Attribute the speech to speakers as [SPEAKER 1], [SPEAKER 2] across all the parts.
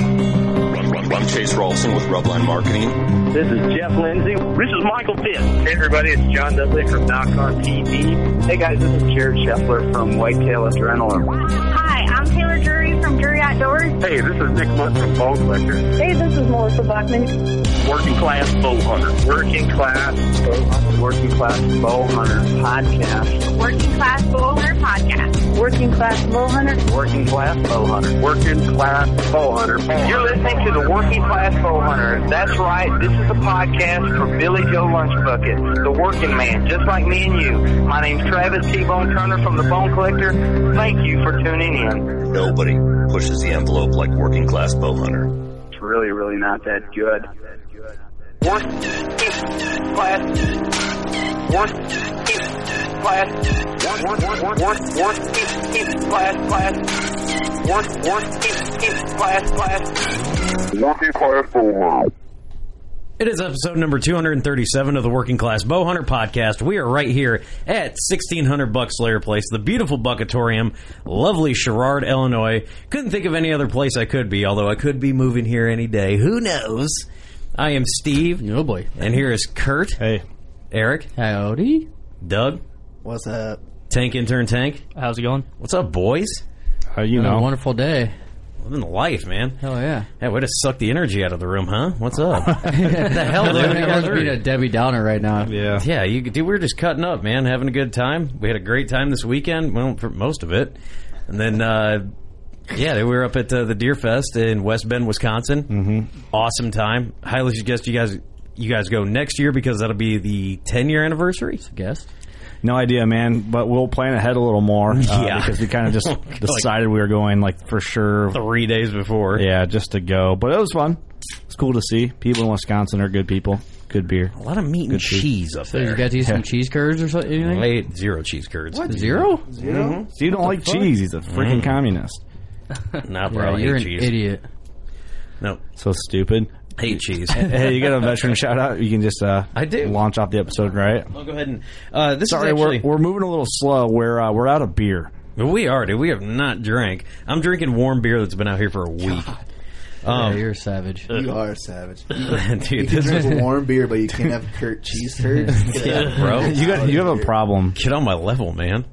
[SPEAKER 1] I'm Chase Rawson with Rubline Marketing.
[SPEAKER 2] This is Jeff Lindsay. This is Michael Pitt. Hey, everybody, it's John Dudley from Knock on TV. Hey, guys, this is Jared Scheffler from Whitetail Adrenaline.
[SPEAKER 3] Hi, I'm Taylor Drury from Drury Outdoors.
[SPEAKER 2] Hey, this is Nick Munt from Bone Collector.
[SPEAKER 4] Hey, this is Melissa Bachman.
[SPEAKER 2] Working Class Bow Hunter. Working Class Bow Hunter. Working Class Bow Hunter podcast.
[SPEAKER 3] Working Class Bull Hunter Podcast.
[SPEAKER 4] Working class bow hunter.
[SPEAKER 2] Working Class Bow Hunter. Working Class Bow Hunter. You're listening to the Working Class Bow Hunter. That's right. This is a podcast for Billy Joe Lunchbucket, the working man, just like me and you. My name's Travis T. Bone Turner from the Bone Collector. Thank you for tuning in.
[SPEAKER 1] Nobody pushes the envelope like working class bow hunter.
[SPEAKER 2] It's really, really not that good. Working class. Working class. Work, work, work, work, work, class, class. Work, work, class, class.
[SPEAKER 5] Working class boy.
[SPEAKER 6] It is episode number 237 of the Working Class Bowhunter podcast. We are right here at 1600 Bucks Layer Place, the beautiful Buckatorium, lovely Sherrard, Illinois. Couldn't think of any other place I could be, although I could be moving here any day. Who knows? I am Steve,
[SPEAKER 7] Oh boy.
[SPEAKER 6] and here is Kurt,
[SPEAKER 7] Hey.
[SPEAKER 6] Eric,
[SPEAKER 7] Howdy.
[SPEAKER 6] Doug,
[SPEAKER 8] What's up?
[SPEAKER 6] Tank Intern Tank.
[SPEAKER 7] How's it going?
[SPEAKER 6] What's up, boys?
[SPEAKER 7] How Uh, you
[SPEAKER 8] A
[SPEAKER 7] know?
[SPEAKER 8] wonderful day.
[SPEAKER 6] Living the life, man.
[SPEAKER 8] Hell yeah.
[SPEAKER 6] Hey, way to suck the energy out of the room, huh? What's up? the hell did I
[SPEAKER 8] Everyone's
[SPEAKER 6] do?
[SPEAKER 8] being a Debbie Downer right now.
[SPEAKER 7] Yeah.
[SPEAKER 6] Yeah, you dude, we were just cutting up, man, having a good time. We had a great time this weekend, well, for most of it, and then uh, yeah, we were up at uh, the Deer Fest in West Bend, Wisconsin. Mm-hmm. Awesome time. Highly suggest you guys you guys go next year because that'll be the ten year anniversary.
[SPEAKER 8] Guess.
[SPEAKER 7] No idea, man. But we'll plan ahead a little more. uh,
[SPEAKER 6] Yeah.
[SPEAKER 7] Because we kind of just
[SPEAKER 6] Like-
[SPEAKER 7] decided we were going, like, for sure.
[SPEAKER 6] Three days before.
[SPEAKER 7] Yeah, just to go. But it was fun. It's cool to see. People in Wisconsin are good people. Good beer.
[SPEAKER 6] a lot of meat and cheese up
[SPEAKER 8] So you
[SPEAKER 6] there.
[SPEAKER 8] got to eat some cheese curds or something?
[SPEAKER 6] I
[SPEAKER 8] anything?
[SPEAKER 6] ate zero cheese curds.
[SPEAKER 8] Zero?
[SPEAKER 7] So you don't like cheese. He's a freaking
[SPEAKER 6] Mm.
[SPEAKER 7] communist.
[SPEAKER 6] Not
[SPEAKER 8] Yeah,
[SPEAKER 6] probably
[SPEAKER 8] you're
[SPEAKER 6] hate
[SPEAKER 8] an
[SPEAKER 6] cheese.
[SPEAKER 8] idiot.
[SPEAKER 6] No,
[SPEAKER 7] So stupid.
[SPEAKER 6] hate cheese.
[SPEAKER 7] hey, you got a veteran shout out? You can just uh,
[SPEAKER 6] I do.
[SPEAKER 7] launch off the episode, right?
[SPEAKER 6] I'll go ahead and uh, this
[SPEAKER 7] Sorry,
[SPEAKER 6] is actually
[SPEAKER 7] we're, we're moving a little slow. We're uh, we're out of beer.
[SPEAKER 6] We are, dude. We have not drank. I'm drinking warm beer that's been out here for a week.
[SPEAKER 8] yeah, you're a savage.
[SPEAKER 6] Uh,
[SPEAKER 8] It's
[SPEAKER 6] You
[SPEAKER 8] you
[SPEAKER 6] are
[SPEAKER 8] are.
[SPEAKER 5] savage.
[SPEAKER 6] dude,
[SPEAKER 5] You can
[SPEAKER 6] this
[SPEAKER 5] drink
[SPEAKER 6] is
[SPEAKER 5] a warm beer, but you can't have Kurt cheese curds.
[SPEAKER 6] yeah, bro.
[SPEAKER 7] You got you have a problem.
[SPEAKER 6] Get on my level, man.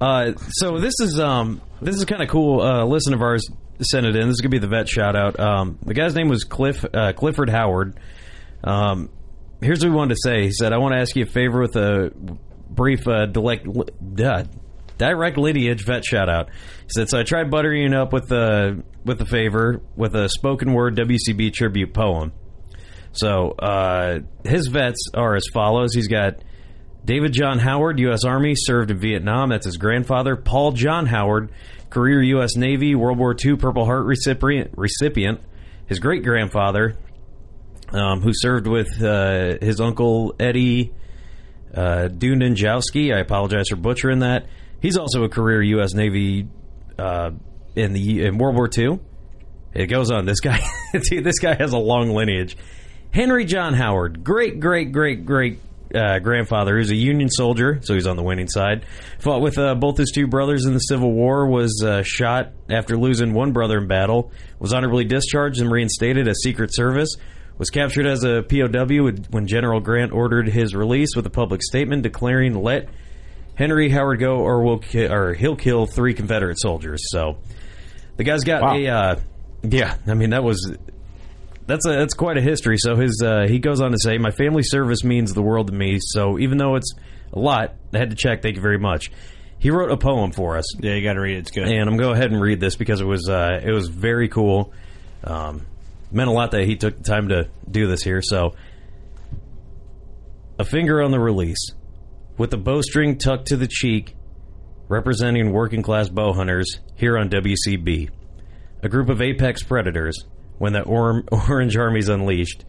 [SPEAKER 6] Uh, so this is um, this is kind of cool. Uh, a listen of ours sent it in. This is gonna be the vet shout out. Um, the guy's name was Cliff uh, Clifford Howard. Um, here's what we wanted to say. He said, "I want to ask you a favor with a brief uh, delect, uh, direct lineage vet shout out." He said, "So I tried buttering you up with the with the favor with a spoken word WCB tribute poem." So uh, his vets are as follows. He's got David John Howard, U.S. Army, served in Vietnam. That's his grandfather. Paul John Howard, career U.S. Navy, World War II Purple Heart recipient. recipient. his great grandfather, um, who served with uh, his uncle Eddie uh, Dundanjowski. I apologize for butchering that. He's also a career U.S. Navy uh, in the in World War II. It goes on. This guy, dude, this guy has a long lineage. Henry John Howard, great, great, great, great uh, grandfather, who's a Union soldier, so he's on the winning side. Fought with uh, both his two brothers in the Civil War. Was uh, shot after losing one brother in battle. Was honorably discharged and reinstated as Secret Service. Was captured as a POW with- when General Grant ordered his release with a public statement declaring, "Let Henry Howard go, or will ki- or he'll kill three Confederate soldiers." So the guy's got a uh, yeah. I mean that was that's a that's quite a history. So his uh, he goes on to say, "My family service means the world to me. So even though it's a lot, I had to check. Thank you very much." He wrote a poem for us.
[SPEAKER 9] Yeah, you got to read it. It's good.
[SPEAKER 6] And I'm going to go ahead and read this because it was uh, it was very cool. Um, meant a lot that he took the time to do this here. So, a finger on the release, with the bowstring tucked to the cheek, representing working class bow hunters here on WCB, a group of apex predators. When the or- Orange Army's unleashed,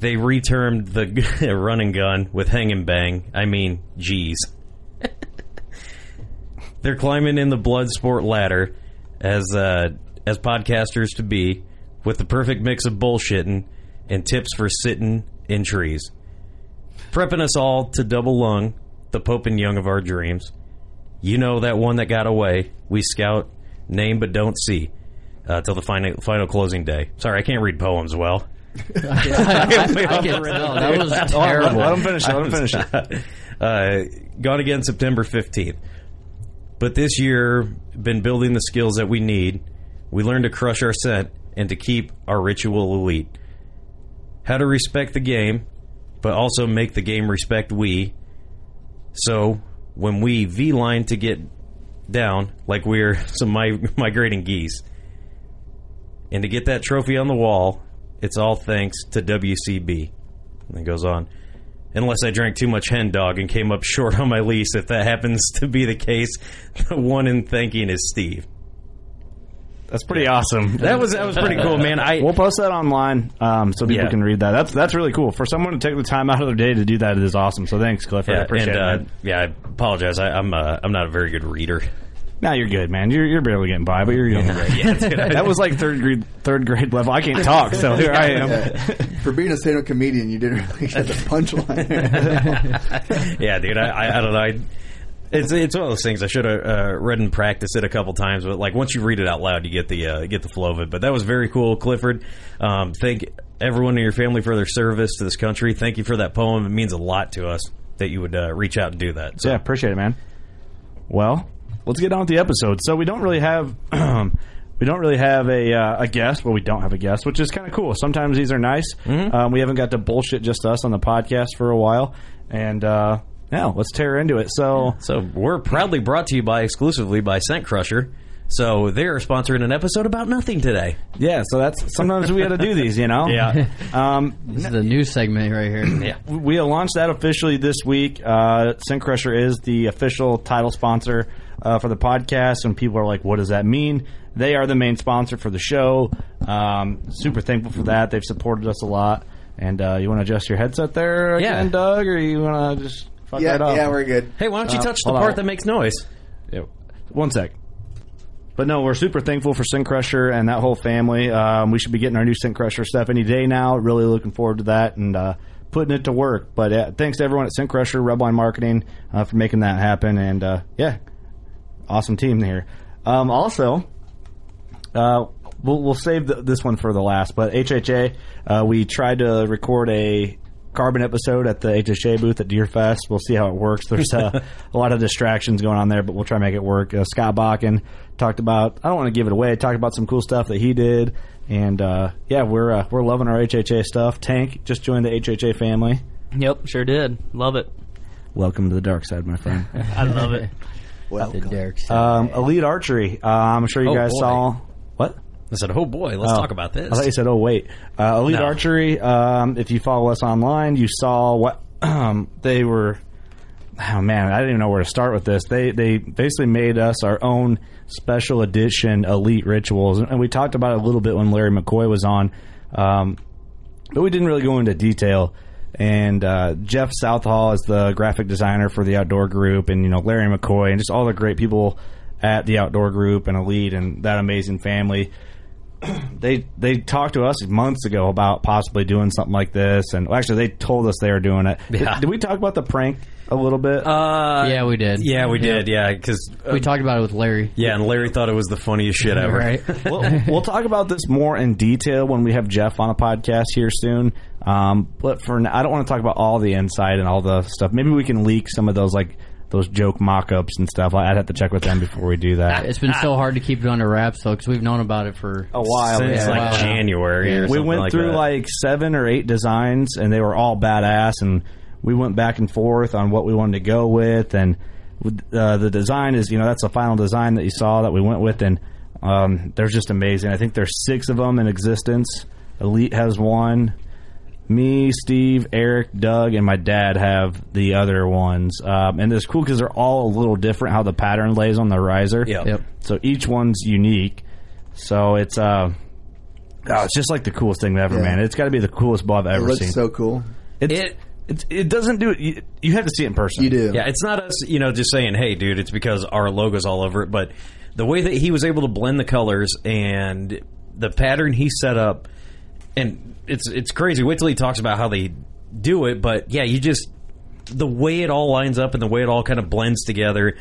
[SPEAKER 6] they retermed the run and gun with hang and bang. I mean, geez. They're climbing in the blood sport ladder as uh, as podcasters to be, with the perfect mix of bullshitting and tips for sitting in trees, prepping us all to double lung the Pope and Young of our dreams. You know that one that got away. We scout name but don't see uh, till the final final closing day. Sorry, I can't read poems well.
[SPEAKER 8] I can tell. That was terrible.
[SPEAKER 9] Let him finish it. Let him finish it.
[SPEAKER 6] uh, gone again September 15th. But this year, been building the skills that we need. We learned to crush our scent and to keep our ritual elite. How to respect the game, but also make the game respect we. So when we V line to get down, like we're some mi- migrating geese, and to get that trophy on the wall, it's all thanks to WCB. And it goes on unless I drank too much hen dog and came up short on my lease. If that happens to be the case, the one in thanking is Steve.
[SPEAKER 9] That's pretty awesome.
[SPEAKER 6] That was that was pretty cool, man. I
[SPEAKER 9] We'll post that online um, so people
[SPEAKER 6] Yeah.
[SPEAKER 9] can read that. That's that's really cool. For someone to take the time out of their day to do that, it is awesome. So thanks, Cliff. I
[SPEAKER 6] yeah,
[SPEAKER 9] appreciate
[SPEAKER 6] and
[SPEAKER 9] it.
[SPEAKER 6] uh,
[SPEAKER 9] man.
[SPEAKER 6] yeah, I apologize. I, I'm uh, I'm not a very good reader.
[SPEAKER 9] Now you're good, man. You're, you're barely getting by, but you're doing great. that was like third grade third grade level. I can't talk, so here I am.
[SPEAKER 5] For being a stand-up comedian, you didn't really get the punchline.
[SPEAKER 6] yeah, dude. I, I, I don't know. I, it's it's one of those things I should have uh, read and practiced it a couple times, but like once you read it out loud, you get the uh, get the flow of it. But that was very cool, Clifford. Um, thank everyone in your family for their service to this country. Thank you for that poem. It means a lot to us that you would uh, reach out and do that. So
[SPEAKER 9] Yeah, appreciate it, man. Well, let's get on with the episode. So we don't really have we don't really have a uh, a guest. Well, we don't have a guest, which is kind of cool. Sometimes these are nice. Um, we haven't got to bullshit just us on the podcast for a while, and uh, yeah, let's tear into it. So
[SPEAKER 6] So we're proudly brought to you by exclusively by Scent Crusher. So they're sponsoring an episode about nothing today.
[SPEAKER 9] yeah, so that's sometimes we got to do these, you know.
[SPEAKER 6] Yeah.
[SPEAKER 9] Um,
[SPEAKER 8] This is the new segment right here.
[SPEAKER 6] Yeah.
[SPEAKER 9] we have launched that officially this week. Uh, Sin Crusher is the official title sponsor uh, for the podcast, and people are like, "What does that mean?" They are the main sponsor for the show. Um, super thankful for that. They've supported us a lot. And uh, you want to adjust your headset there
[SPEAKER 6] Yeah.
[SPEAKER 9] again, Doug, or you want to just fuck
[SPEAKER 5] yeah,
[SPEAKER 9] that up?
[SPEAKER 5] yeah, we're good.
[SPEAKER 6] Hey, why don't you
[SPEAKER 9] Uh,
[SPEAKER 6] touch the
[SPEAKER 9] hold
[SPEAKER 6] part
[SPEAKER 9] on.
[SPEAKER 6] that makes noise?
[SPEAKER 9] Yeah. One sec. But no, we're super thankful for Sin Crusher and that whole family. Um, we should be getting our new Sin Crusher stuff any day now. Really looking forward to that and uh, putting it to work. But uh, thanks to everyone at Sin Crusher, Redline Marketing, uh, for making that happen. And uh, yeah, awesome team here. Um, also, uh, we'll, we'll save th this one for the last. But HHA, uh, we tried to record a carbon episode at the HHA booth at Deer Fest. We'll see how it works. There's uh, a lot of distractions going on there, but we'll try to make it work. Uh, Scott Bakken talked about. I don't want to give it away. Talked about some cool stuff that he did, and uh, yeah, we're uh, we're loving our HHA stuff. Tank just joined the HHA family.
[SPEAKER 10] Yep, sure did. Love it.
[SPEAKER 9] Welcome to the dark side, my friend.
[SPEAKER 10] I love it.
[SPEAKER 8] The Derek.
[SPEAKER 9] um, Elite Archery. Uh, I'm sure you
[SPEAKER 6] Oh,
[SPEAKER 9] guys
[SPEAKER 6] boy.
[SPEAKER 9] saw what.
[SPEAKER 6] I said, oh boy, let's
[SPEAKER 9] Oh.
[SPEAKER 6] talk about this.
[SPEAKER 9] I thought you said, "Oh wait, uh, elite
[SPEAKER 6] No.
[SPEAKER 9] archery." Um, if you follow us online, you saw what they um, were. oh man, I didn't even know where to start with this. They they basically made us our own special edition elite rituals, and we talked about it a little bit when Larry McCoy was on, um, but we didn't really go into detail. And uh, Jeff Southall is the graphic designer for the Outdoor Group, and you know Larry McCoy, and just all the great people at the Outdoor Group and Elite and that amazing family they they talked to us months ago about possibly doing something like this, and well, actually they told us they were doing it. Did-
[SPEAKER 8] Yeah.
[SPEAKER 9] Did, we talk about the prank a little bit?
[SPEAKER 6] Uh,
[SPEAKER 8] yeah, we did.
[SPEAKER 6] Yeah, we did. Yeah, because
[SPEAKER 8] We talked about it with Larry.
[SPEAKER 6] Yeah, and Larry thought it was the funniest shit ever.
[SPEAKER 8] Right.
[SPEAKER 9] we'll, we'll talk about this more in detail when we have Jeff on a podcast here soon. Um, but for now, I don't want to talk about all the inside and all the stuff. Maybe we can leak some of those like those joke mock-ups and stuff. I- I'd have to check with them before we do that.
[SPEAKER 8] It's been so hard to keep it under wraps though, because we've known about it for
[SPEAKER 9] a while.
[SPEAKER 6] Since
[SPEAKER 9] yeah.
[SPEAKER 6] like
[SPEAKER 8] Wow.
[SPEAKER 6] January or
[SPEAKER 9] we
[SPEAKER 6] something
[SPEAKER 9] went
[SPEAKER 6] like
[SPEAKER 9] through
[SPEAKER 6] that.
[SPEAKER 9] like seven or eight designs and they were all badass and we went back and forth on what we wanted to go with and uh, the design is you know that's the final design that you saw that we went with and um, they're just amazing i think there's six of them in existence elite has one me, Steve, Eric, Doug, and my dad have the other ones, um, and it's cool because they're all a little different how the pattern lays on the riser.
[SPEAKER 6] Yep.
[SPEAKER 8] Yep.
[SPEAKER 9] So each one's unique. So it's uh, oh, it's just like the coolest thing ever,
[SPEAKER 5] Yeah.
[SPEAKER 9] man. It's got to be the coolest ball I've
[SPEAKER 5] It
[SPEAKER 9] ever
[SPEAKER 5] looks
[SPEAKER 9] seen.
[SPEAKER 5] so cool.
[SPEAKER 9] it's,
[SPEAKER 6] It-
[SPEAKER 9] it, it's, it doesn't do it. You, you have to see it in person.
[SPEAKER 5] You do.
[SPEAKER 6] Yeah, it's not us, you know, just saying, "Hey, dude, it's because our logo's all over it." But the way that he was able to blend the colors and the pattern he set up, and it's it's crazy. Wait till he talks about how they do it. But yeah, you just the way it all lines up and the way it all kind of blends together.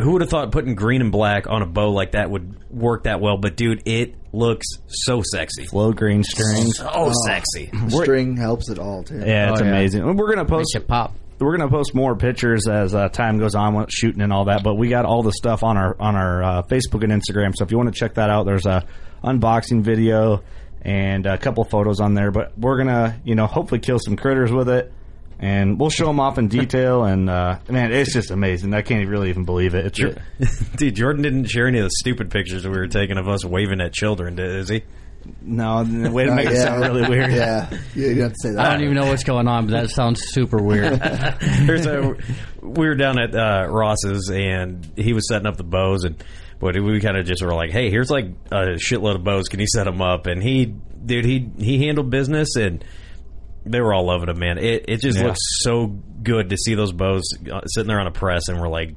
[SPEAKER 6] Who would have thought putting green and black on a bow like that would work that well? But dude, it looks so sexy,
[SPEAKER 9] Low green strings.
[SPEAKER 6] so sexy.
[SPEAKER 5] The string helps it all too.
[SPEAKER 9] Yeah, it's
[SPEAKER 8] Oh, yeah.
[SPEAKER 9] amazing. And We're gonna post
[SPEAKER 8] Makes it pop.
[SPEAKER 9] we're gonna post more pictures as uh, time goes on, when it's shooting and all that. But we got all the stuff on our on our uh, Facebook and Instagram. So if you want to check that out, there's a unboxing video and a couple photos on there. But we're gonna you know hopefully kill some critters with it, and we'll show them off in detail. And uh, man, it's just amazing. I can't really even believe it. It's
[SPEAKER 6] Dude, Jordan didn't share any of the stupid pictures we were taking of us waving at children, did- is he?
[SPEAKER 9] no the way to make it
[SPEAKER 5] Yeah.
[SPEAKER 9] sound really weird.
[SPEAKER 5] Yeah, you don't have to say that.
[SPEAKER 8] I don't even know what's going on, but that sounds super weird.
[SPEAKER 6] There's a, we were down at uh, Ross's and he was setting up the bows and but we kind of just were like, hey, here's like a shitload of bows. Can you set them up? And he, dude, he he handled business and they were all loving him, man. It it just
[SPEAKER 9] Yeah.
[SPEAKER 6] looks so good to see those bows uh, sitting there on a press and we're like,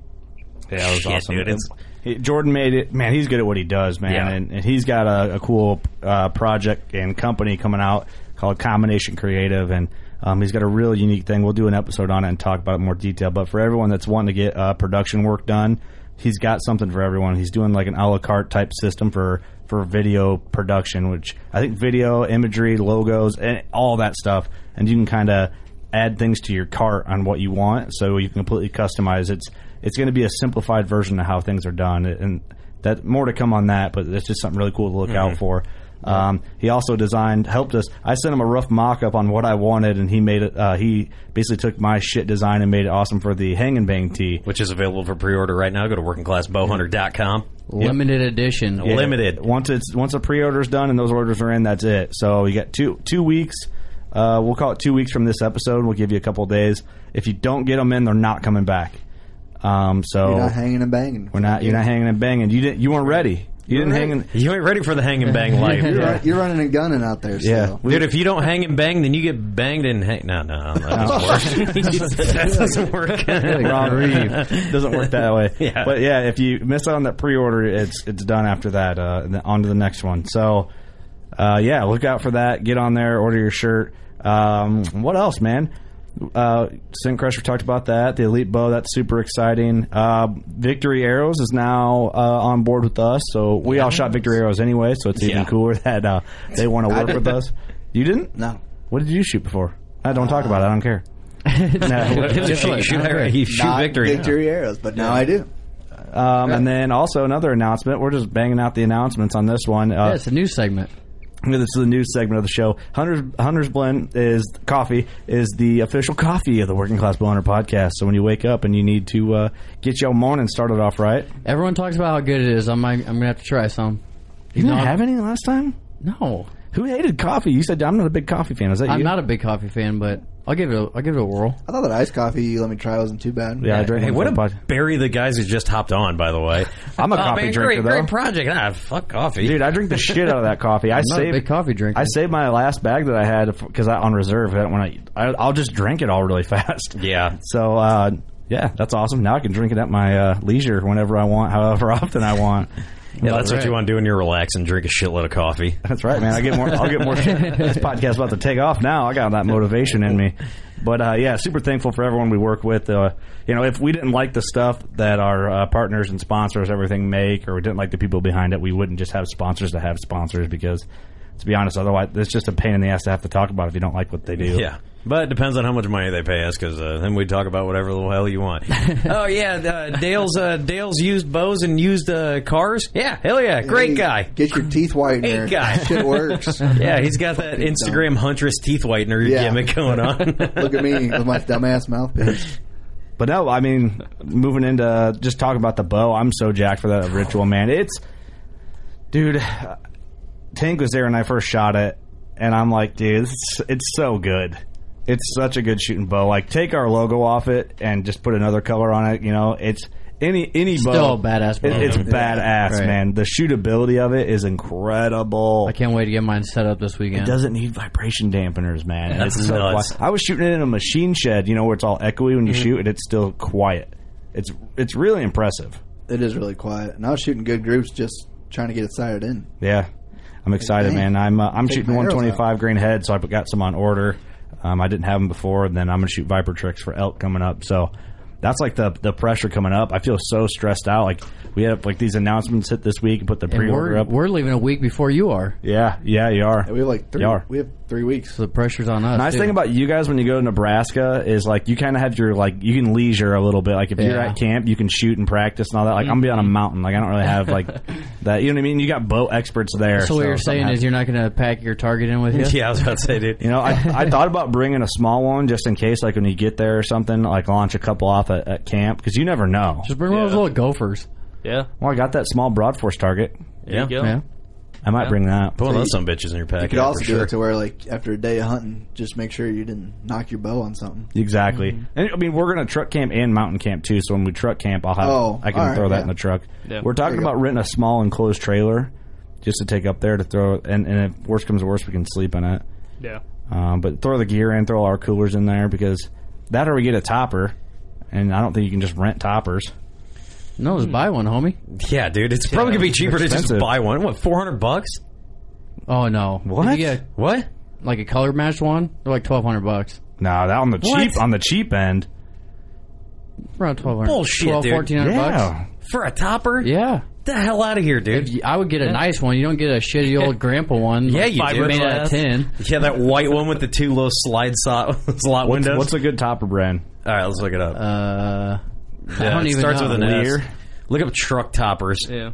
[SPEAKER 9] Yeah, that was
[SPEAKER 6] Shit,
[SPEAKER 9] awesome.
[SPEAKER 6] dude, it's-
[SPEAKER 9] He- Jordan made it. Man, he's good at what he does, man.
[SPEAKER 6] Yeah.
[SPEAKER 9] And, and he's got a, a cool uh, project and company coming out called Combination Creative, and um, he's got a real unique thing. We'll do an episode on it and talk about it in more detail. But for everyone that's wanting to get uh, production work done, he's got something for everyone. He's doing like an a la carte type system for for video production, which I think video, imagery, logos, and all that stuff, and you can kind of add things to your cart on what you want, so you can completely customize. It's it's going to be a simplified version of how things are done, and that more to come on that. But it's just something really cool to look out for. Um, he also designed, helped us. I sent him a rough mock up on what I wanted, and he made it. Uh, he basically took my shit design and made it awesome for the hang and bang tee.
[SPEAKER 6] which is available for pre order right now. Go to workingclassbowhunter.com.
[SPEAKER 8] Limited edition.
[SPEAKER 6] Yeah. Limited.
[SPEAKER 9] Once it's once a pre-order's done and those orders are in, that's it. So you got two two weeks. Uh, we'll call it two weeks from this episode. We'll give you a couple of days. If you don't get them in, they're not coming back. Um, so
[SPEAKER 5] You're not hanging and banging.
[SPEAKER 9] we're not. You're not hanging and banging. You didn't. You weren't ready. You didn't hang. And,
[SPEAKER 6] You ain't ready for the hang and bang life.
[SPEAKER 5] You're, run- you're running and gunning out there. So.
[SPEAKER 9] yeah.
[SPEAKER 6] Dude, if you don't hang and bang, then you get banged and hang. No, no, that doesn't work. that doesn't work.
[SPEAKER 9] Rob Reeve doesn't work that way.
[SPEAKER 6] Yeah.
[SPEAKER 9] But yeah, if you miss out on that pre-order, it's it's done after that. Uh, and then on to the next one. So, uh, yeah, look out for that. Get on there, order your shirt. Um, what else, man? Uh, Sin Crusher talked about that. The Elite Bow, that's super exciting. Uh, Victory Arrows is now uh, on board with us, so we all shot Victory Arrows anyway, so it's even
[SPEAKER 6] Yeah.
[SPEAKER 9] cooler that uh, they want to work with us. You didn't?
[SPEAKER 5] No.
[SPEAKER 9] What did you shoot before? I don't talk about it. I don't care. No.
[SPEAKER 6] You shoot, shoot, you shoot
[SPEAKER 5] Not
[SPEAKER 6] victory.
[SPEAKER 5] arrows, but now I do.
[SPEAKER 9] Um, and then also another announcement. We're just banging out the announcements on this one.
[SPEAKER 8] Yeah,
[SPEAKER 9] Uh,
[SPEAKER 8] it's a new segment.
[SPEAKER 9] This is the news segment of the show. Hunter's, Hunter's Blend is coffee is the official coffee of the Working Class Blender podcast. So when you wake up and you need to uh, get your morning started off right,
[SPEAKER 8] Everyone talks about how good it is. I'm like, I'm gonna have to try some.
[SPEAKER 9] you didn't have any last time.
[SPEAKER 8] No,
[SPEAKER 9] Who hated coffee? You said I'm not a big coffee fan. Is that
[SPEAKER 8] I'm
[SPEAKER 9] you?
[SPEAKER 8] not a big coffee fan, but I'll give it. A, I'll give it a whirl.
[SPEAKER 5] I thought that iced coffee you let me try wasn't too bad.
[SPEAKER 6] Yeah, hey, what a bury the guys who just hopped on. By the way,
[SPEAKER 9] I'm a
[SPEAKER 6] Oh,
[SPEAKER 9] coffee
[SPEAKER 6] man,
[SPEAKER 9] drinker,
[SPEAKER 6] Great,
[SPEAKER 9] though.
[SPEAKER 6] great project. Ah, fuck coffee,
[SPEAKER 9] Dude, I drink the shit out of that coffee. I
[SPEAKER 8] I'm not a
[SPEAKER 9] saved
[SPEAKER 8] big coffee drinker.
[SPEAKER 9] I saved my last bag that I had because I on reserve. I don't want to. I- I'll just drink it all really fast.
[SPEAKER 6] Yeah.
[SPEAKER 9] So uh, yeah, that's awesome. Now I can drink it at my uh, leisure whenever I want, however often I want.
[SPEAKER 6] Yeah, that's what you want to do when you're relaxing. Drink a shitload of coffee.
[SPEAKER 9] That's right, man. I get more. I'll get more. this podcast about to take off now. I got that motivation in me. But uh, yeah, super thankful for everyone we work with. Uh, you know, if we didn't like the stuff that our uh, partners and sponsors, everything make, or we didn't like the people behind it, we wouldn't just have sponsors to have sponsors because, to be honest, otherwise it's just a pain in the ass to have to talk about if you don't like what they do.
[SPEAKER 6] Yeah. But it depends on how much money they pay us, because uh, then we talk about whatever the hell you want. oh yeah, uh, Dale's uh, Dale's used bows and used uh, cars. Yeah, hell yeah, great guy.
[SPEAKER 5] Get your teeth whitened.
[SPEAKER 6] Great guy.
[SPEAKER 5] Shit works.
[SPEAKER 6] Yeah, he's got that
[SPEAKER 5] Fucking
[SPEAKER 6] Instagram huntress teeth whitener
[SPEAKER 5] Yeah.
[SPEAKER 6] gimmick going on.
[SPEAKER 5] dumb. Look at me with my dumbass mouthpiece.
[SPEAKER 9] But no, I mean, moving into just talking about the bow, I'm so jacked for that ritual, man. It's, dude, Tank was there when I first shot it, and I'm like, dude, it's, it's so good. It's such a good shooting bow. Like, take our logo off it and just put another color on it. You know, it's any any bow.
[SPEAKER 8] Still a badass bow.
[SPEAKER 9] It- it's
[SPEAKER 8] Yeah.
[SPEAKER 9] badass,
[SPEAKER 8] Right.
[SPEAKER 9] man. The shootability of it is incredible.
[SPEAKER 8] I can't wait to get mine set up this weekend.
[SPEAKER 9] It doesn't need vibration dampeners, man. And
[SPEAKER 6] That's
[SPEAKER 9] it's so
[SPEAKER 6] nuts.
[SPEAKER 9] quiet. I was shooting it in a machine shed, you know, where it's all echoey when you shoot, and it's still quiet. It's it's really impressive.
[SPEAKER 5] It is really quiet. And I was shooting good groups just trying to get it sighted in.
[SPEAKER 9] Yeah, I'm excited,
[SPEAKER 5] Dang.
[SPEAKER 9] man. I'm uh, I'm
[SPEAKER 5] Take
[SPEAKER 9] shooting
[SPEAKER 5] my arrows
[SPEAKER 9] 125 grain head, so I have got some on order. Um, I didn't have them before, and then I'm gonna shoot Viper tricks for elk coming up. So that's like the the pressure coming up. I feel so stressed out. Like we have like these announcements hit this week and put the
[SPEAKER 8] And
[SPEAKER 9] pre order
[SPEAKER 8] we're,
[SPEAKER 9] up.
[SPEAKER 8] we're leaving a week before you are.
[SPEAKER 9] Yeah, yeah, you are.
[SPEAKER 5] And we have like three.
[SPEAKER 9] You are.
[SPEAKER 5] We have three weeks.
[SPEAKER 8] So the pressure's on us.
[SPEAKER 9] Nice
[SPEAKER 8] too.
[SPEAKER 9] thing about you guys when you go to Nebraska is like you kind of have your like you can leisure a little bit. Like if you're
[SPEAKER 8] Yeah. Mm-hmm.
[SPEAKER 9] at camp, you can shoot and practice and all that. Like I'm gonna be on a mountain. Like I don't really have like that. You know what I mean? You got bow experts there.
[SPEAKER 8] so what you're
[SPEAKER 9] something
[SPEAKER 8] saying
[SPEAKER 9] has-
[SPEAKER 8] is you're not going to pack your target in with you?
[SPEAKER 6] yeah, I was about to say, dude.
[SPEAKER 9] You know, I, I thought about bringing a small one just in case, like when you get there or something, like launch a couple off at, at camp because you never know.
[SPEAKER 8] Just bring one of those little gophers.
[SPEAKER 10] Yeah.
[SPEAKER 9] Well, I got that small broadforce target.
[SPEAKER 10] There you go.
[SPEAKER 8] Yeah.
[SPEAKER 9] I might bring that.
[SPEAKER 6] Put one of those some bitches in
[SPEAKER 5] You
[SPEAKER 6] your packet.
[SPEAKER 5] could also
[SPEAKER 6] for
[SPEAKER 5] do
[SPEAKER 6] sure.
[SPEAKER 5] it to where, like, after a day of hunting, just make sure you didn't knock your bow on something.
[SPEAKER 9] Exactly.
[SPEAKER 5] Mm-hmm.
[SPEAKER 9] And I mean, we're going to truck camp and mountain camp too. So when we truck camp, I'll have
[SPEAKER 5] Oh,
[SPEAKER 9] I can
[SPEAKER 5] all right,
[SPEAKER 9] throw that
[SPEAKER 5] yeah.
[SPEAKER 9] in the truck.
[SPEAKER 10] Yeah.
[SPEAKER 9] We're talking
[SPEAKER 5] There you
[SPEAKER 9] about renting a small enclosed trailer just to take up there to throw. And, and if worse comes to worse, we can sleep in it.
[SPEAKER 10] Yeah.
[SPEAKER 9] Um, but throw the gear in, throw all our coolers in there because that or we get a topper. And I don't think you can just rent toppers.
[SPEAKER 8] No, just buy one, homie.
[SPEAKER 6] Yeah, dude, it's probably gonna be cheaper to just
[SPEAKER 9] expensive.
[SPEAKER 6] buy one. What, four hundred bucks?
[SPEAKER 8] Oh no.
[SPEAKER 9] What?
[SPEAKER 8] If you get
[SPEAKER 6] What?
[SPEAKER 8] like a color matched one, they're like twelve hundred bucks.
[SPEAKER 9] No, that on the
[SPEAKER 6] What?
[SPEAKER 9] cheap on the cheap end.
[SPEAKER 8] Around twelve hundred.
[SPEAKER 6] Bullshit, dude.
[SPEAKER 8] 1400 bucks.
[SPEAKER 9] Yeah,
[SPEAKER 6] For a topper?
[SPEAKER 8] Yeah.
[SPEAKER 6] Get the hell out of here, dude.
[SPEAKER 8] I would get a nice one. You don't get a shitty old grandpa one.
[SPEAKER 6] yeah, you
[SPEAKER 8] Five
[SPEAKER 6] do.
[SPEAKER 8] made out of tin.
[SPEAKER 6] Yeah, that white one with the two little slide so-
[SPEAKER 9] what's,
[SPEAKER 6] slot windows.
[SPEAKER 9] what's a good topper brand?
[SPEAKER 6] All right, let's look it up.
[SPEAKER 8] Uh,
[SPEAKER 6] Yeah,
[SPEAKER 8] I don't
[SPEAKER 6] it
[SPEAKER 8] even
[SPEAKER 6] starts
[SPEAKER 8] know.
[SPEAKER 6] with an
[SPEAKER 9] Lear?
[SPEAKER 6] S. Look up truck toppers.
[SPEAKER 10] Yeah.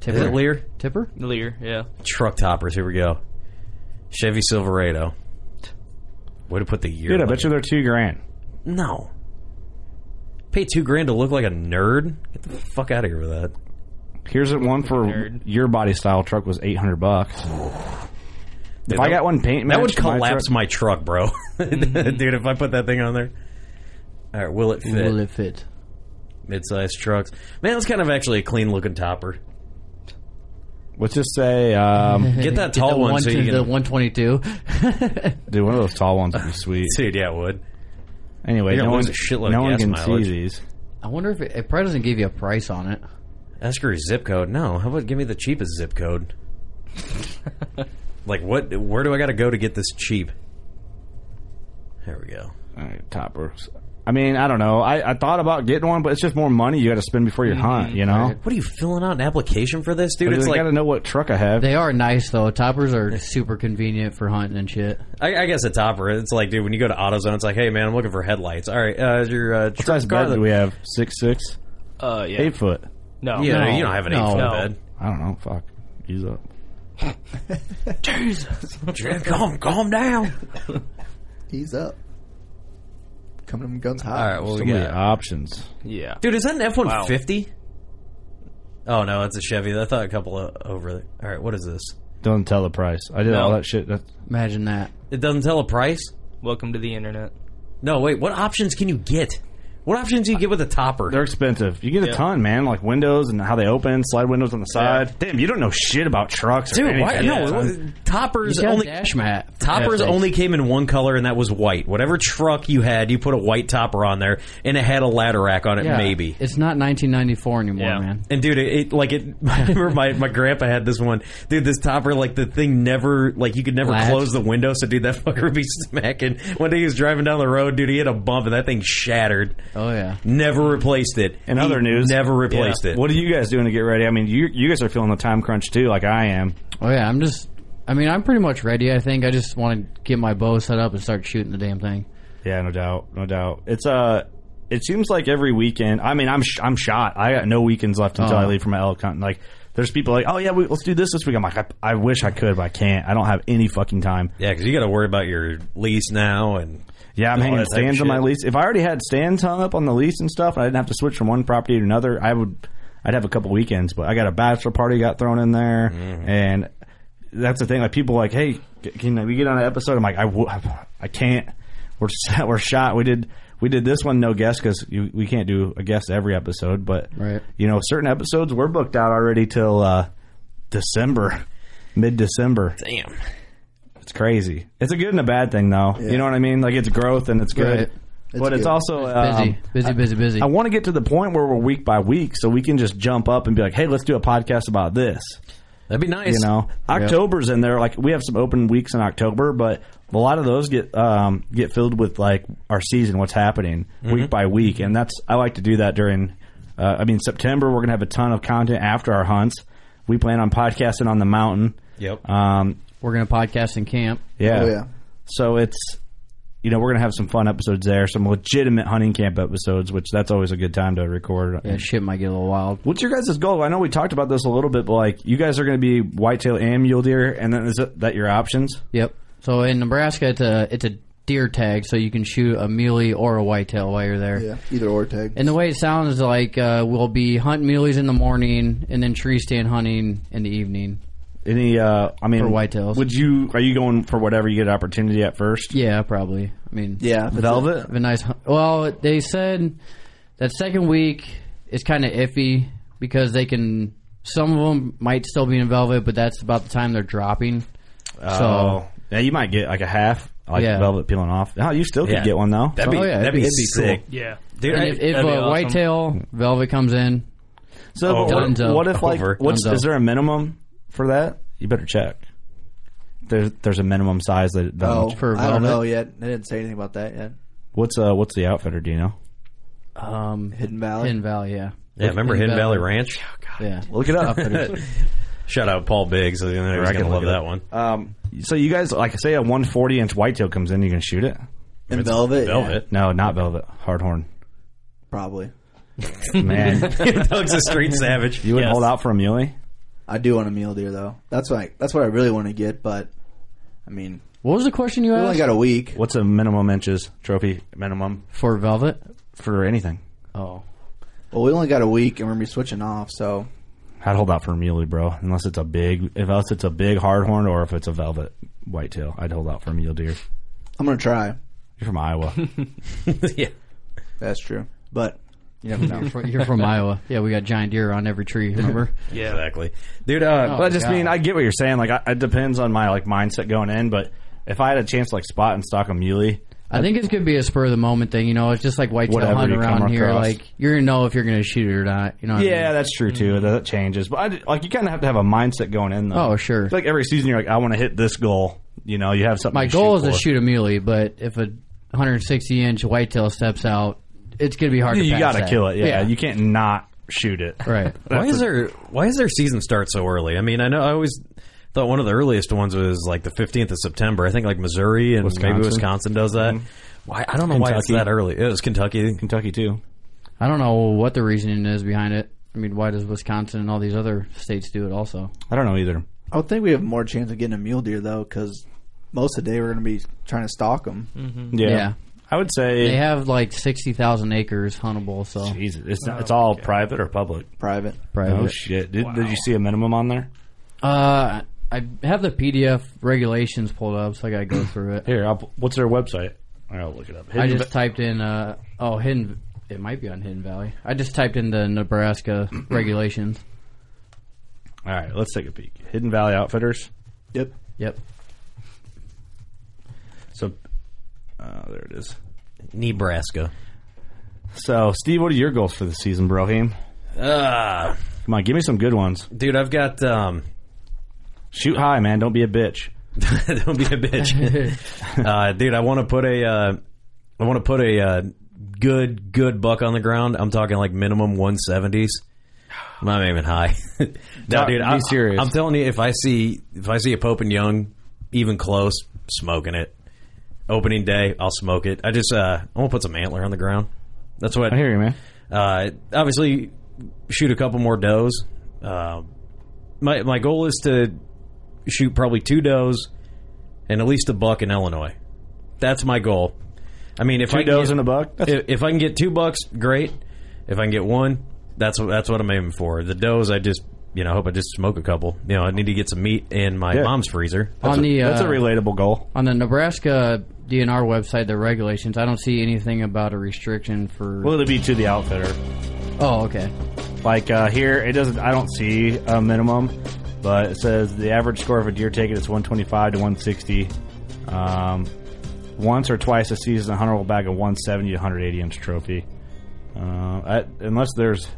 [SPEAKER 8] Tipper.
[SPEAKER 6] Is it Lear?
[SPEAKER 8] Tipper?
[SPEAKER 10] Lear. Yeah.
[SPEAKER 6] Truck toppers. Here we go. Chevy Silverado. Way to put the year.
[SPEAKER 9] Dude, I
[SPEAKER 6] on
[SPEAKER 9] bet
[SPEAKER 6] it.
[SPEAKER 9] you they're two grand.
[SPEAKER 6] No. Pay two grand to look like a nerd? Get the fuck out of here with that.
[SPEAKER 9] Here's one for
[SPEAKER 10] Nerd.
[SPEAKER 9] your body style truck was eight hundred bucks. If I got one paint,
[SPEAKER 6] That would
[SPEAKER 9] matched to my truck-
[SPEAKER 6] collapse
[SPEAKER 9] Mm-hmm.
[SPEAKER 6] my truck, bro. Dude, if I put that thing on there. All right, will it fit?
[SPEAKER 8] Will it fit?
[SPEAKER 6] Mid-sized trucks. Man, it's kind of actually a clean-looking topper.
[SPEAKER 9] Let's just say, um,
[SPEAKER 6] Get that tall
[SPEAKER 8] the
[SPEAKER 6] one so you
[SPEAKER 8] The
[SPEAKER 6] can...
[SPEAKER 8] one twenty two.
[SPEAKER 9] dude, one of those tall ones would be sweet.
[SPEAKER 6] Dude, yeah, it would.
[SPEAKER 9] Anyway,
[SPEAKER 6] You're
[SPEAKER 9] no
[SPEAKER 6] gonna
[SPEAKER 9] one,
[SPEAKER 6] lose a shitload
[SPEAKER 9] no
[SPEAKER 6] of
[SPEAKER 9] one
[SPEAKER 6] gas
[SPEAKER 9] can
[SPEAKER 6] mileage.
[SPEAKER 9] see these.
[SPEAKER 8] I wonder if it, it probably doesn't give you a price on it.
[SPEAKER 6] Ask her zip code. No, how about give me the cheapest zip code? like what? Where do I got to go to get this cheap? There we go.
[SPEAKER 9] All right, toppers. I mean, I don't know. I, I thought about getting one, but it's just more money you got to spend before your hunt. You know,
[SPEAKER 6] What are you filling out an application for this, Mm-hmm. dude?
[SPEAKER 9] But
[SPEAKER 6] it's
[SPEAKER 9] you
[SPEAKER 6] like
[SPEAKER 9] got to know what truck I have.
[SPEAKER 8] They are nice though. Toppers are super convenient for hunting and shit.
[SPEAKER 6] I, I guess a topper. It's like, dude, when you go to AutoZone, it's like, hey man, I'm looking for headlights. All right, uh, is your uh,
[SPEAKER 9] what
[SPEAKER 6] truck
[SPEAKER 9] size
[SPEAKER 6] car
[SPEAKER 9] bed
[SPEAKER 6] that-
[SPEAKER 9] do we have? Six, six,
[SPEAKER 10] Uh. Yeah.
[SPEAKER 9] eight foot.
[SPEAKER 10] No.
[SPEAKER 6] Yeah,
[SPEAKER 8] No.
[SPEAKER 6] you don't have an
[SPEAKER 8] No.
[SPEAKER 6] eight foot
[SPEAKER 8] No.
[SPEAKER 6] bed.
[SPEAKER 9] I don't know. Fuck, use up.
[SPEAKER 6] Jeff, calm, calm down.
[SPEAKER 5] He's up. Coming from guns hot.
[SPEAKER 6] All right, well,
[SPEAKER 9] So
[SPEAKER 6] we
[SPEAKER 9] many
[SPEAKER 6] got,
[SPEAKER 9] options.
[SPEAKER 10] Yeah.
[SPEAKER 6] dude, is that an F one fifty? Oh no, that's a Chevy. I thought a couple of over. there. All right, what is this?
[SPEAKER 9] Don't tell the price. I did
[SPEAKER 10] No.
[SPEAKER 9] all that shit. That's,
[SPEAKER 8] Imagine that.
[SPEAKER 6] It doesn't tell a price.
[SPEAKER 10] Welcome to the internet.
[SPEAKER 6] No, wait. What options can you get? What options do you get with a topper?
[SPEAKER 9] They're expensive. You get a
[SPEAKER 6] Yeah.
[SPEAKER 9] ton, man. Like windows and how they open, slide windows on the side. Damn, you don't know shit about trucks, or
[SPEAKER 6] Dude, why,
[SPEAKER 9] anything.
[SPEAKER 6] no.
[SPEAKER 9] Yeah.
[SPEAKER 6] what- Toppers
[SPEAKER 9] You got a
[SPEAKER 6] only
[SPEAKER 9] dash mat.
[SPEAKER 6] Toppers
[SPEAKER 9] Yeah, thanks.
[SPEAKER 6] only came in one color, and that was white. Whatever truck you had, you put a white topper on there, and it had a ladder rack on it,
[SPEAKER 8] Yeah.
[SPEAKER 6] maybe.
[SPEAKER 8] It's not 1994 anymore, man.
[SPEAKER 6] And dude, it, it like it. I remember my my grandpa had this one. Dude, this topper like the thing never like you could never
[SPEAKER 8] Latch.
[SPEAKER 6] close the window. So dude, that fucker would be smacking. One day he was driving down the road, dude. He hit a bump and that thing shattered.
[SPEAKER 8] Oh yeah.
[SPEAKER 6] Never replaced it.
[SPEAKER 9] In
[SPEAKER 6] He
[SPEAKER 9] other news,
[SPEAKER 6] never replaced it.
[SPEAKER 9] What are you guys doing to get ready? I mean, you you guys are feeling the time crunch too, like I am.
[SPEAKER 8] Oh yeah. I'm just. I mean, I'm pretty much ready. I think I just want to get my bow set up and start shooting the damn thing.
[SPEAKER 9] Yeah, no doubt, no doubt. It's uh It seems like every weekend. I mean, I'm sh- I'm shot. I got no weekends left until
[SPEAKER 8] Oh.
[SPEAKER 6] Uh-huh.
[SPEAKER 9] I leave for my elk hunt. Like, there's people like, oh yeah, we, let's do this this week. I'm like, I, I wish I could, but I can't. I don't have any fucking time.
[SPEAKER 6] Yeah, because you got to worry about your lease now and
[SPEAKER 9] Yeah, I'm
[SPEAKER 6] all
[SPEAKER 9] hanging
[SPEAKER 6] that type of
[SPEAKER 9] stands on my
[SPEAKER 6] shit.
[SPEAKER 9] lease. If I already had stands hung up on the lease and stuff, and I didn't have to switch from one property to another. I would, I'd have a couple weekends. But I got a bachelor party got thrown in there,
[SPEAKER 6] Mm-hmm.
[SPEAKER 9] and that's the thing. Like people like, hey, c- can we get on an episode? I'm like, I, w- I can't. We're s- we're shot. We did we did this one no guest because we can't do a guest every episode. But
[SPEAKER 8] Right.
[SPEAKER 9] you know, certain episodes we're booked out already till uh, December, mid December.
[SPEAKER 6] Damn.
[SPEAKER 9] It's crazy. It's a good and a bad thing, though. You know what I mean? Like it's growth and it's good,
[SPEAKER 8] Right.
[SPEAKER 9] but it's
[SPEAKER 5] good.
[SPEAKER 9] also um,
[SPEAKER 8] Busy, busy, busy, busy.
[SPEAKER 9] I want to get to the point where we're week by week, so we can just jump up and be like, "Hey, let's do a podcast about this."
[SPEAKER 6] That'd be nice.
[SPEAKER 9] You know, October's in there. Like we have some open weeks in October, but a lot of those get um, get filled with like our season, what's happening week by week, and that's I like to do that during. Uh, I mean, September we're gonna have a ton of content after our hunts. We plan on podcasting on the mountain.
[SPEAKER 6] Yep.
[SPEAKER 9] Um,
[SPEAKER 8] We're gonna podcast in camp.
[SPEAKER 9] yeah.
[SPEAKER 5] Oh, yeah.
[SPEAKER 9] So it's you know we're gonna have some fun episodes there, some legitimate hunting camp episodes, which that's always a good time to record.
[SPEAKER 8] Yeah, shit might get a little wild.
[SPEAKER 9] What's your guys' goal? I know we talked about this a little bit, but like you guys are gonna be whitetail and mule deer, and then is it, that your options?
[SPEAKER 8] Yep. So in Nebraska, it's a it's a deer tag, so you can shoot a muley or a whitetail while you're there.
[SPEAKER 5] Yeah, either or tag.
[SPEAKER 8] And the way it sounds is like uh, we'll be hunting muleys in the morning and then tree stand hunting in the evening.
[SPEAKER 9] Any? uh I mean,
[SPEAKER 8] For whitetails.
[SPEAKER 9] Would you? Are you going for whatever you get an opportunity at first?
[SPEAKER 8] Yeah, probably. I mean,
[SPEAKER 5] yeah, that's
[SPEAKER 9] Velvet.
[SPEAKER 8] have a nice. hun- Well, they said that second week is kind of iffy because they can. Some of them might still be in velvet, but that's about the time they're dropping.
[SPEAKER 9] Oh, yeah, you might get like a half, like
[SPEAKER 8] Yeah.
[SPEAKER 9] velvet peeling off. Oh, you still could
[SPEAKER 6] Yeah.
[SPEAKER 9] get one though.
[SPEAKER 6] That'd be
[SPEAKER 8] Oh, yeah,
[SPEAKER 6] that'd
[SPEAKER 8] it'd
[SPEAKER 6] be,
[SPEAKER 8] be-
[SPEAKER 6] sick.
[SPEAKER 11] Yeah.
[SPEAKER 6] Dude,
[SPEAKER 8] And
[SPEAKER 6] I-
[SPEAKER 8] if, if
[SPEAKER 11] that'd be
[SPEAKER 8] uh,
[SPEAKER 11] awesome.
[SPEAKER 8] whitetail velvet comes in,
[SPEAKER 9] So
[SPEAKER 6] Oh,
[SPEAKER 9] what,
[SPEAKER 8] Dunzo.
[SPEAKER 9] what if like
[SPEAKER 6] Over.
[SPEAKER 9] what's
[SPEAKER 8] Dunzo.
[SPEAKER 9] is there a minimum for that? You better check. There's there's a minimum size that. that
[SPEAKER 5] Oh,
[SPEAKER 8] for
[SPEAKER 5] I don't
[SPEAKER 8] velvet.
[SPEAKER 5] know yet. They didn't say anything about that yet.
[SPEAKER 9] What's uh what's the outfitter? Do you know?
[SPEAKER 8] um,
[SPEAKER 5] Hidden Valley.
[SPEAKER 8] Hidden Valley, yeah,
[SPEAKER 6] yeah, remember Hidden Valley Ranch?
[SPEAKER 8] yeah.
[SPEAKER 9] Look it up.
[SPEAKER 6] Shout out Paul Biggs. I know he's
[SPEAKER 9] I can
[SPEAKER 6] gonna love
[SPEAKER 9] look it
[SPEAKER 6] that
[SPEAKER 9] up.
[SPEAKER 6] one.
[SPEAKER 9] um, so you guys like say a 140 inch whitetail comes in, you can shoot it.
[SPEAKER 5] In Velvet? Yeah,
[SPEAKER 6] Velvet.
[SPEAKER 9] No, not velvet, hardhorn.
[SPEAKER 5] probably.
[SPEAKER 9] Man,
[SPEAKER 6] Doug's a street savage.
[SPEAKER 9] you would hold out for a muley.
[SPEAKER 5] I do want a mule deer though. That's what I, that's what I really want to get. But I mean,
[SPEAKER 8] What was the question you
[SPEAKER 5] we only
[SPEAKER 8] asked
[SPEAKER 5] got a week.
[SPEAKER 9] What's a minimum inches trophy minimum
[SPEAKER 8] for velvet?
[SPEAKER 9] for anything?
[SPEAKER 8] Oh,
[SPEAKER 5] Well, we only got a week, and we're gonna be switching off. So
[SPEAKER 9] I'd hold out for a muley, bro. Unless it's a big, if else it's a big hardhorn or if it's a velvet whitetail, I'd hold out for a mule deer.
[SPEAKER 5] I'm gonna try.
[SPEAKER 9] You're from Iowa.
[SPEAKER 6] yeah.
[SPEAKER 5] That's true. But you never
[SPEAKER 8] you're
[SPEAKER 5] know.
[SPEAKER 8] from, you're from Iowa. Yeah, we got giant deer on every tree. Remember?
[SPEAKER 11] Yeah.
[SPEAKER 6] Exactly. Dude, uh,
[SPEAKER 9] But I just
[SPEAKER 8] God.
[SPEAKER 9] mean I get what you're saying. Like I, it depends on my like mindset going in. But if I had a chance to like spot and stock a muley,
[SPEAKER 8] I think it's gonna be a spur of the moment thing. You know, it's just like whitetail
[SPEAKER 9] Whatever
[SPEAKER 8] hunt
[SPEAKER 9] you come
[SPEAKER 8] around here.
[SPEAKER 9] across.
[SPEAKER 8] Like you're gonna know if you're gonna shoot it or not. You know? What
[SPEAKER 9] yeah,
[SPEAKER 8] I mean?
[SPEAKER 9] that's true too. That, that changes. But I, d- like you kind of have to have a mindset going in though.
[SPEAKER 8] Oh, sure.
[SPEAKER 9] I feel like every season you're like I want to hit this goal. You know, you have something.
[SPEAKER 8] My
[SPEAKER 9] to
[SPEAKER 8] goal
[SPEAKER 9] shoot
[SPEAKER 8] is to
[SPEAKER 9] for.
[SPEAKER 8] shoot a muley, but if a 160 inch whitetail steps out, it's gonna be hard. to
[SPEAKER 9] You
[SPEAKER 8] pass
[SPEAKER 9] got to
[SPEAKER 8] that.
[SPEAKER 9] kill it. Yeah,
[SPEAKER 8] yeah.
[SPEAKER 9] you can't not shoot it.
[SPEAKER 8] right.
[SPEAKER 6] why is there why is their season start so early? I mean, I know I always thought one of the earliest ones was like the 15th of September. I think like Missouri and maybe
[SPEAKER 9] Wisconsin. Mm-hmm.
[SPEAKER 6] Wisconsin does that. Why I don't know why it's
[SPEAKER 9] Kentucky.
[SPEAKER 6] that early. It was Kentucky.
[SPEAKER 9] Kentucky too.
[SPEAKER 8] I don't know what the reasoning is behind it. I mean, why does Wisconsin and all these other states do it also?
[SPEAKER 9] I don't know either.
[SPEAKER 5] I would think we have more chance of getting a mule deer though, because most of the day we're gonna be trying to stalk them.
[SPEAKER 9] Yeah.
[SPEAKER 8] Yeah.
[SPEAKER 9] I would say
[SPEAKER 8] They have like 60,000 acres huntable, so
[SPEAKER 9] Jesus, it's, it's all private or public.
[SPEAKER 5] Private.
[SPEAKER 8] private.
[SPEAKER 9] Oh shit! Did, did you see a minimum on there?
[SPEAKER 8] Uh, I have the PDF regulations pulled up, so I gotta go through it.
[SPEAKER 9] Here, I'll, what's their website? I'll look it up.
[SPEAKER 8] I
[SPEAKER 9] Hidden
[SPEAKER 8] just
[SPEAKER 9] Va-
[SPEAKER 8] typed in. Uh, oh, hidden. It might be on Hidden Valley. I just typed in the Nebraska regulations.
[SPEAKER 9] All right, let's take a peek. Hidden Valley Outfitters.
[SPEAKER 5] Yep.
[SPEAKER 8] Yep.
[SPEAKER 9] So, uh, there it is.
[SPEAKER 6] Nebraska.
[SPEAKER 9] So, Steve, what are your goals for the season, bro? Game.
[SPEAKER 6] Uh,
[SPEAKER 9] Come on, give me some good ones.
[SPEAKER 6] dude, I've got. Um,
[SPEAKER 9] Shoot high, man. Don't be a bitch.
[SPEAKER 6] don't be a bitch, uh, dude. I want to put a. Uh, I want to put a uh, good good buck on the ground. I'm talking like minimum 170s. I'm not aiming high. no,
[SPEAKER 9] Doc,
[SPEAKER 6] dude.
[SPEAKER 9] Uh, be
[SPEAKER 6] I,
[SPEAKER 9] serious.
[SPEAKER 6] I'm telling you, if I see if I see a Pope and Young even close, smoking it. Opening day, I'll smoke it. I just uh, I want to put some antler on the ground. That's what
[SPEAKER 9] I hear you, man.
[SPEAKER 6] Uh, obviously, shoot a couple more does. Uh, my my goal is to shoot probably two does and at least a buck in Illinois. That's my goal. I mean, if
[SPEAKER 9] Two
[SPEAKER 6] I can
[SPEAKER 9] does
[SPEAKER 6] get,
[SPEAKER 9] and a buck? That's-
[SPEAKER 6] if, if I can get two bucks, great. If I can get one, that's what that's what I'm aiming for. The does, I just you know hope I just smoke a couple. You know, I need to get some meat in my
[SPEAKER 8] Yeah.
[SPEAKER 6] mom's freezer.
[SPEAKER 8] On the,
[SPEAKER 9] That's a
[SPEAKER 8] uh,
[SPEAKER 9] relatable goal.
[SPEAKER 8] on the Nebraska DNR website, the regulations. I don't see anything about a restriction for.
[SPEAKER 9] Will it be to the outfitter?
[SPEAKER 8] Oh, okay.
[SPEAKER 9] Like uh, here, it doesn't. I don't see a minimum, but it says the average score of a deer ticket is 125 to 160. Um, once or twice a season, a hunter will bag a 170 to 180 inch trophy. Uh, I, unless there's,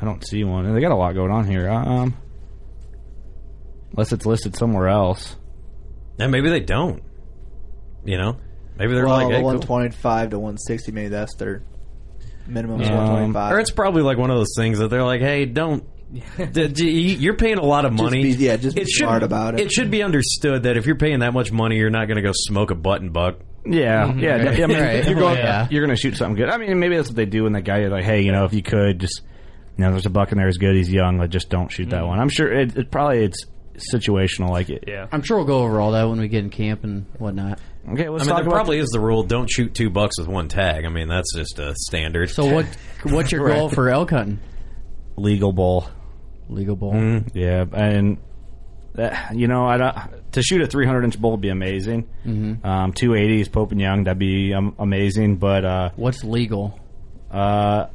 [SPEAKER 9] I don't see one. And they got a lot going on here. Um, unless it's listed somewhere else.
[SPEAKER 6] And maybe they don't. You know, maybe
[SPEAKER 9] Oh,
[SPEAKER 6] they're
[SPEAKER 5] well,
[SPEAKER 6] like hey,
[SPEAKER 5] the
[SPEAKER 6] cool.
[SPEAKER 5] 125 to 160, maybe that's their minimum is
[SPEAKER 6] Um,
[SPEAKER 5] 125.
[SPEAKER 6] or it's probably like one of those things that they're like, "Hey, don't." d- d- you're paying a lot of
[SPEAKER 5] Just
[SPEAKER 6] money.
[SPEAKER 5] be- yeah, just be
[SPEAKER 6] should-
[SPEAKER 5] smart about it.
[SPEAKER 6] It should be understood that if you're paying that much money, you're not going to go smoke a button buck.
[SPEAKER 9] Yeah,
[SPEAKER 6] Mhm.
[SPEAKER 9] yeah.
[SPEAKER 6] Right.
[SPEAKER 9] I mean,
[SPEAKER 6] Right.
[SPEAKER 9] you're going,
[SPEAKER 6] Yeah.
[SPEAKER 9] you're going to shoot something good. I mean, maybe that's what they do when the guy you're like, hey, you know, if you could just, you know, there's a buck in there, he's good, he's young, like just don't shoot
[SPEAKER 6] Mm-hmm.
[SPEAKER 9] that one. I'm sure it, it probably it's situational, like it. Yeah.
[SPEAKER 8] I'm sure we'll go over all that when we get in camp and whatnot.
[SPEAKER 9] Okay,
[SPEAKER 6] I mean, there probably is the rule: don't shoot two bucks with one tag. I mean, that's just a standard.
[SPEAKER 8] So what? What's your goal
[SPEAKER 6] Right.
[SPEAKER 8] for elk hunting?
[SPEAKER 9] legal bull.
[SPEAKER 8] Legal
[SPEAKER 9] Hmm.
[SPEAKER 8] bull.
[SPEAKER 9] Yeah, and that, you know, I don't, to shoot a 300 inch bull would be amazing.
[SPEAKER 8] Mhm.
[SPEAKER 6] Mm-hmm.
[SPEAKER 9] Um, 280 is Pope and Young, that'd be um, amazing. But uh,
[SPEAKER 8] what's legal?
[SPEAKER 9] Uh,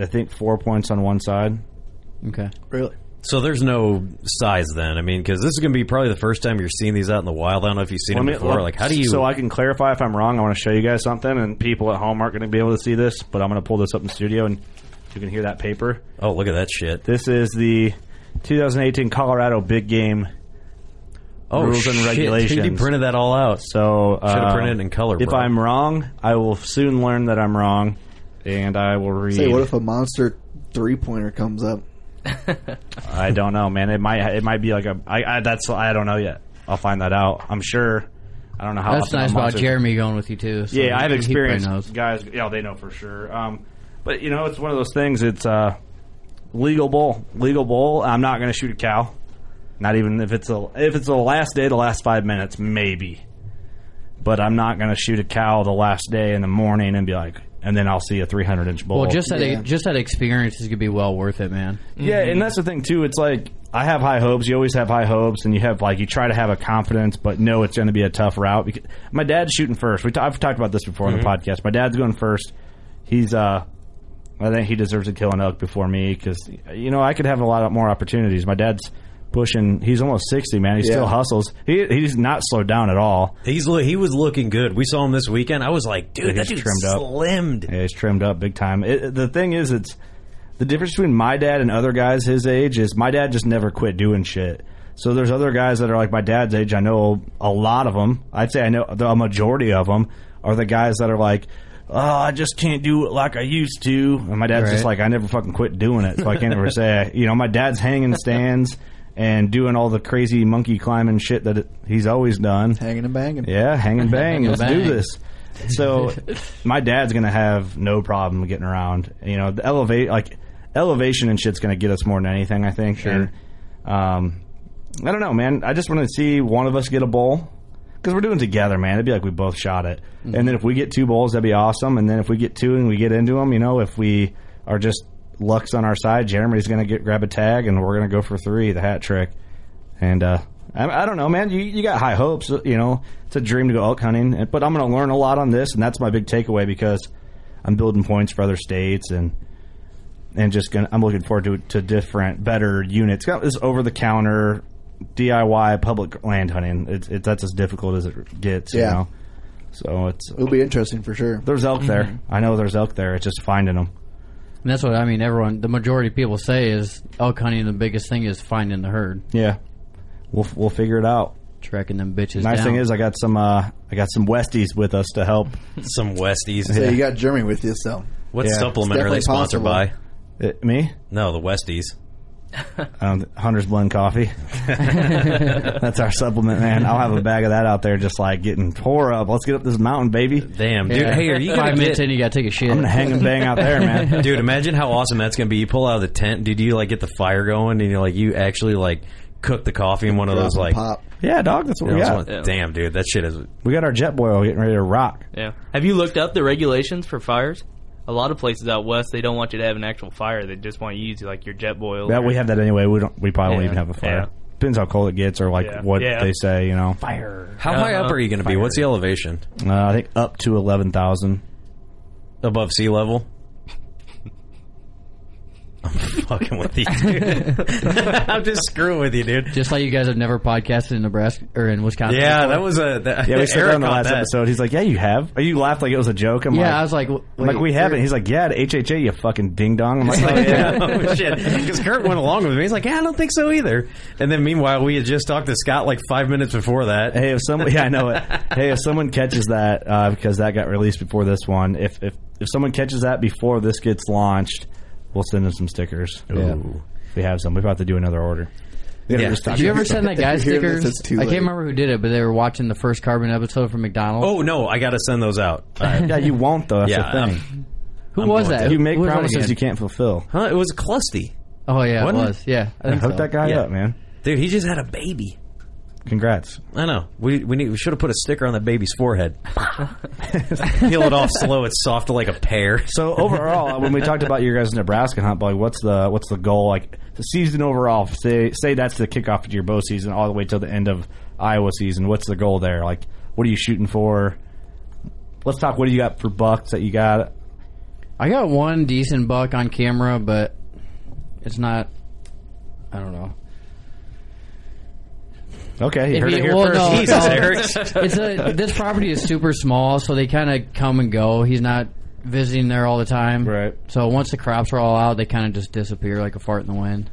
[SPEAKER 9] I think four points on one side.
[SPEAKER 8] Okay.
[SPEAKER 5] Really?
[SPEAKER 6] So there's no size then. I mean, because this is going to be probably the first time you're seeing these out in the wild. I don't know if you've seen
[SPEAKER 9] Let
[SPEAKER 6] them
[SPEAKER 9] me-
[SPEAKER 6] before.
[SPEAKER 9] let-
[SPEAKER 6] like, how do you?
[SPEAKER 9] So I can clarify if I'm wrong. I want to show you guys something, and people at home aren't going to be able to see this, but I'm going to pull this up in the studio, and you can hear that paper.
[SPEAKER 6] oh, look at that shit.
[SPEAKER 9] This is the 2018 Colorado Big Game
[SPEAKER 6] Oh,
[SPEAKER 9] rules
[SPEAKER 6] shit,
[SPEAKER 9] and
[SPEAKER 6] dude, you
[SPEAKER 9] regulations.
[SPEAKER 6] printed that all out.
[SPEAKER 9] So uh,
[SPEAKER 6] Should've printed it in color,
[SPEAKER 9] If
[SPEAKER 6] bro.
[SPEAKER 9] I'm wrong, I will soon learn that I'm wrong, and I will read.
[SPEAKER 5] Say, what if a monster three pointer comes up?
[SPEAKER 9] I don't know, man. It might it might be like a I, I that's I don't know yet. I'll find that out. I'm sure. I don't know how.
[SPEAKER 8] That's
[SPEAKER 9] often
[SPEAKER 8] nice
[SPEAKER 9] a
[SPEAKER 8] about
[SPEAKER 9] monster-
[SPEAKER 8] Jeremy going with you too. so
[SPEAKER 9] yeah, I have
[SPEAKER 8] he- he probably
[SPEAKER 9] experience.
[SPEAKER 8] knows.
[SPEAKER 9] Guys, yeah, they know for sure. Um, but you know, it's one of those things. It's uh, legal bull, legal bull. I'm not going to shoot a cow. Not even if it's a if it's the last day, the last five minutes, maybe. But I'm not going to shoot a cow the last day in the morning and be like, and then I'll see a 300 inch bull.
[SPEAKER 8] Well, just that just that experience is gonna be well worth it, man.
[SPEAKER 9] Yeah, and that's the thing too. It's like I have high hopes. You always have high hopes, and you have like you try to have a confidence, but no, it's going to be a tough route. Because my dad's shooting first. We t- I've talked about this before
[SPEAKER 6] Mhm.
[SPEAKER 9] on the podcast. My dad's going first. He's uh, I think he deserves to kill an elk before me because you know I could have a lot more opportunities. My dad's pushing. He's almost sixty, man. He
[SPEAKER 6] Yeah.
[SPEAKER 9] still hustles. He he's not slowed down at all.
[SPEAKER 6] He's lo- he was looking good. We saw him this weekend. I was like, dude,
[SPEAKER 9] Yeah,
[SPEAKER 6] that
[SPEAKER 9] he's
[SPEAKER 6] dude's
[SPEAKER 9] trimmed up.
[SPEAKER 6] slimmed.
[SPEAKER 9] Yeah, he's trimmed up big time. It, it- the thing is, it's the difference between my dad and other guys his age is my dad just never quit doing shit. So there's other guys that are like my dad's age. I know a lot of them. I'd say I know the majority of them are the guys that are like, oh, I just can't do it like I used to. And my dad's just
[SPEAKER 8] Right.
[SPEAKER 9] like, I never fucking quit doing it. So I can't ever say, you know, my dad's hanging stands and doing all the crazy monkey climbing shit that it, he's always done.
[SPEAKER 5] Hanging and banging.
[SPEAKER 9] Yeah, hang and bang.
[SPEAKER 5] Hang and
[SPEAKER 9] Let's do
[SPEAKER 5] bang.
[SPEAKER 9] this. So my dad's gonna have no problem getting around. You know, the elevate like elevation and shit's gonna get us more than anything. I think. Sure. um, I don't know, man. I just want to see one of us get a bowl because we're doing it together, man. It'd be like we both shot it,
[SPEAKER 5] Mm-hmm.
[SPEAKER 9] and then if we get two bowls, that'd be awesome. And then if we get two and we get into them, you know, if we are just lucks on our side, Jeremy's gonna get grab a tag, and we're gonna go for three, the hat trick. And uh, I, I don't know, man. You, you got high hopes. uh, You know, it's a dream to go elk hunting, and- but I'm going to learn a lot on this, and that's my big takeaway because I'm building points for other states and and just gonna. I'm looking forward to to different, better units. Got this over the counter DIY public land hunting. It's it, that's as difficult as it gets.
[SPEAKER 5] Yeah.
[SPEAKER 9] You know? So it's
[SPEAKER 5] It'll be interesting for sure.
[SPEAKER 9] there's elk there. I know there's elk there. It's just finding them.
[SPEAKER 8] And that's what I mean. Everyone, the majority of people say is elk hunting. The biggest thing is finding the herd,
[SPEAKER 9] Yeah, we'll we'll figure it out.
[SPEAKER 8] tracking them bitches.
[SPEAKER 9] nice
[SPEAKER 8] down.
[SPEAKER 9] thing is I got some uh, I got some Westies with us to help.
[SPEAKER 6] Some Westies.
[SPEAKER 5] So you got Jeremy with you, so
[SPEAKER 6] What
[SPEAKER 9] Yeah.
[SPEAKER 6] supplement are they
[SPEAKER 5] It's
[SPEAKER 6] sponsored
[SPEAKER 5] definitely
[SPEAKER 6] by?
[SPEAKER 5] possible.
[SPEAKER 9] Uh, me?
[SPEAKER 6] No, the Westies.
[SPEAKER 9] Um, Hunter's Blend Coffee. That's our supplement, man. I'll have a bag of that out there, just like getting tore up. Let's get up this mountain, baby.
[SPEAKER 6] Damn, dude.
[SPEAKER 8] Yeah.
[SPEAKER 6] Hey, are you
[SPEAKER 8] five
[SPEAKER 6] gonna
[SPEAKER 8] minutes
[SPEAKER 6] get?
[SPEAKER 8] in? You gotta take a shit.
[SPEAKER 9] I'm gonna hang and bang out there, man.
[SPEAKER 6] Dude, imagine how awesome that's gonna be. You pull out of the tent, dude. You like get the fire going, and you like you actually like cook the coffee in one of those like.
[SPEAKER 5] pop.
[SPEAKER 9] Yeah, dog. That's what
[SPEAKER 6] you know,
[SPEAKER 9] we
[SPEAKER 6] it's
[SPEAKER 9] got.
[SPEAKER 6] one- Damn, dude, that shit is.
[SPEAKER 9] We got our jet boil getting ready to rock.
[SPEAKER 10] Yeah. Have you looked up the regulations for fires? A lot of places out west, they don't want you to have an actual fire. They just want you to use like your jet boil.
[SPEAKER 9] That we have that anyway. We don't. We
[SPEAKER 10] Yeah.
[SPEAKER 9] probably don't even have a fire.
[SPEAKER 10] Yeah.
[SPEAKER 9] Depends how cold it gets, or like
[SPEAKER 10] Yeah.
[SPEAKER 9] what
[SPEAKER 10] Yeah.
[SPEAKER 9] they say. You know, uh,
[SPEAKER 6] How high up
[SPEAKER 10] Uh-huh.
[SPEAKER 6] are you gonna be? What's the elevation
[SPEAKER 9] I think up to eleven thousand.
[SPEAKER 6] above sea level? I'm fucking with you, dude. I'm just screwing with you, dude.
[SPEAKER 8] Just like you guys have never podcasted in Nebraska or in Wisconsin.
[SPEAKER 6] Yeah,
[SPEAKER 8] before.
[SPEAKER 6] that was a. That,
[SPEAKER 9] Yeah, we said
[SPEAKER 6] Eric
[SPEAKER 9] that on the
[SPEAKER 6] caught
[SPEAKER 9] last
[SPEAKER 6] that.
[SPEAKER 9] episode. He's like, "Yeah, you have." Oh, You laughed like it was a joke. I'm
[SPEAKER 8] yeah.
[SPEAKER 9] like,
[SPEAKER 8] I was like, w-
[SPEAKER 9] I'm like,
[SPEAKER 8] wait,
[SPEAKER 9] we haven't.
[SPEAKER 8] you're-
[SPEAKER 9] He's like, yeah, at HHA, you fucking ding dong. I'm like, oh, yeah.
[SPEAKER 6] oh shit! Because Kurt went along with me. He's like, "Yeah, I don't think so either." And then meanwhile, we had just talked to Scott like five minutes before that.
[SPEAKER 9] hey, if someone, yeah, I know it. Hey, if someone catches that, uh, because that got released before this one. If if if someone catches that before this gets launched, we'll send them some stickers. Yeah. If we have some. We have to do another order. We gotta
[SPEAKER 6] Yeah.
[SPEAKER 9] just talk-
[SPEAKER 8] Did you ever send that guy
[SPEAKER 5] If you hear this,
[SPEAKER 8] stickers?
[SPEAKER 5] it's too
[SPEAKER 8] I
[SPEAKER 5] late.
[SPEAKER 8] can't remember who did it, but they were watching the first Carbon episode from McDonald's.
[SPEAKER 6] Oh no, I gotta send those out. Uh,
[SPEAKER 9] yeah, you won't though. That's
[SPEAKER 6] Yeah,
[SPEAKER 9] the thing.
[SPEAKER 6] I'm-
[SPEAKER 8] who
[SPEAKER 6] I'm
[SPEAKER 8] was
[SPEAKER 6] going
[SPEAKER 8] that?
[SPEAKER 6] to-
[SPEAKER 9] you make
[SPEAKER 8] Who was that
[SPEAKER 9] promises
[SPEAKER 8] again?
[SPEAKER 9] you can't fulfill.
[SPEAKER 6] huh? It was Clusty,
[SPEAKER 8] Oh yeah, it
[SPEAKER 6] Wasn't it?
[SPEAKER 8] was. Yeah, I think
[SPEAKER 9] Hook
[SPEAKER 8] so.
[SPEAKER 9] that guy
[SPEAKER 6] Yeah.
[SPEAKER 9] up, man.
[SPEAKER 6] dude. He just had a baby.
[SPEAKER 9] Congrats.
[SPEAKER 6] I know. We we, need, we should have put a sticker on the baby's forehead. Peel it off slow. It's soft like a pear.
[SPEAKER 9] So overall, when we talked about your guys' Nebraska hunt, like what's the what's the goal? Like the season overall, say say that's the kickoff to your bow season, all the way till the end of Iowa season. What's the goal there? Like what are you shooting for? Let's talk. What do you got for bucks that you got?
[SPEAKER 8] I got one decent buck on camera, but it's not. I don't know.
[SPEAKER 9] Okay, you
[SPEAKER 8] If
[SPEAKER 9] heard
[SPEAKER 8] you-
[SPEAKER 9] it here
[SPEAKER 8] well,
[SPEAKER 9] first.
[SPEAKER 8] no,
[SPEAKER 6] Jesus,
[SPEAKER 8] no.
[SPEAKER 6] Eric.
[SPEAKER 8] it's a this property is super small, so they kind of come and go. He's not visiting there all the time,
[SPEAKER 9] Right.
[SPEAKER 8] So once the crops are all out, they kind of just disappear like a fart in the wind.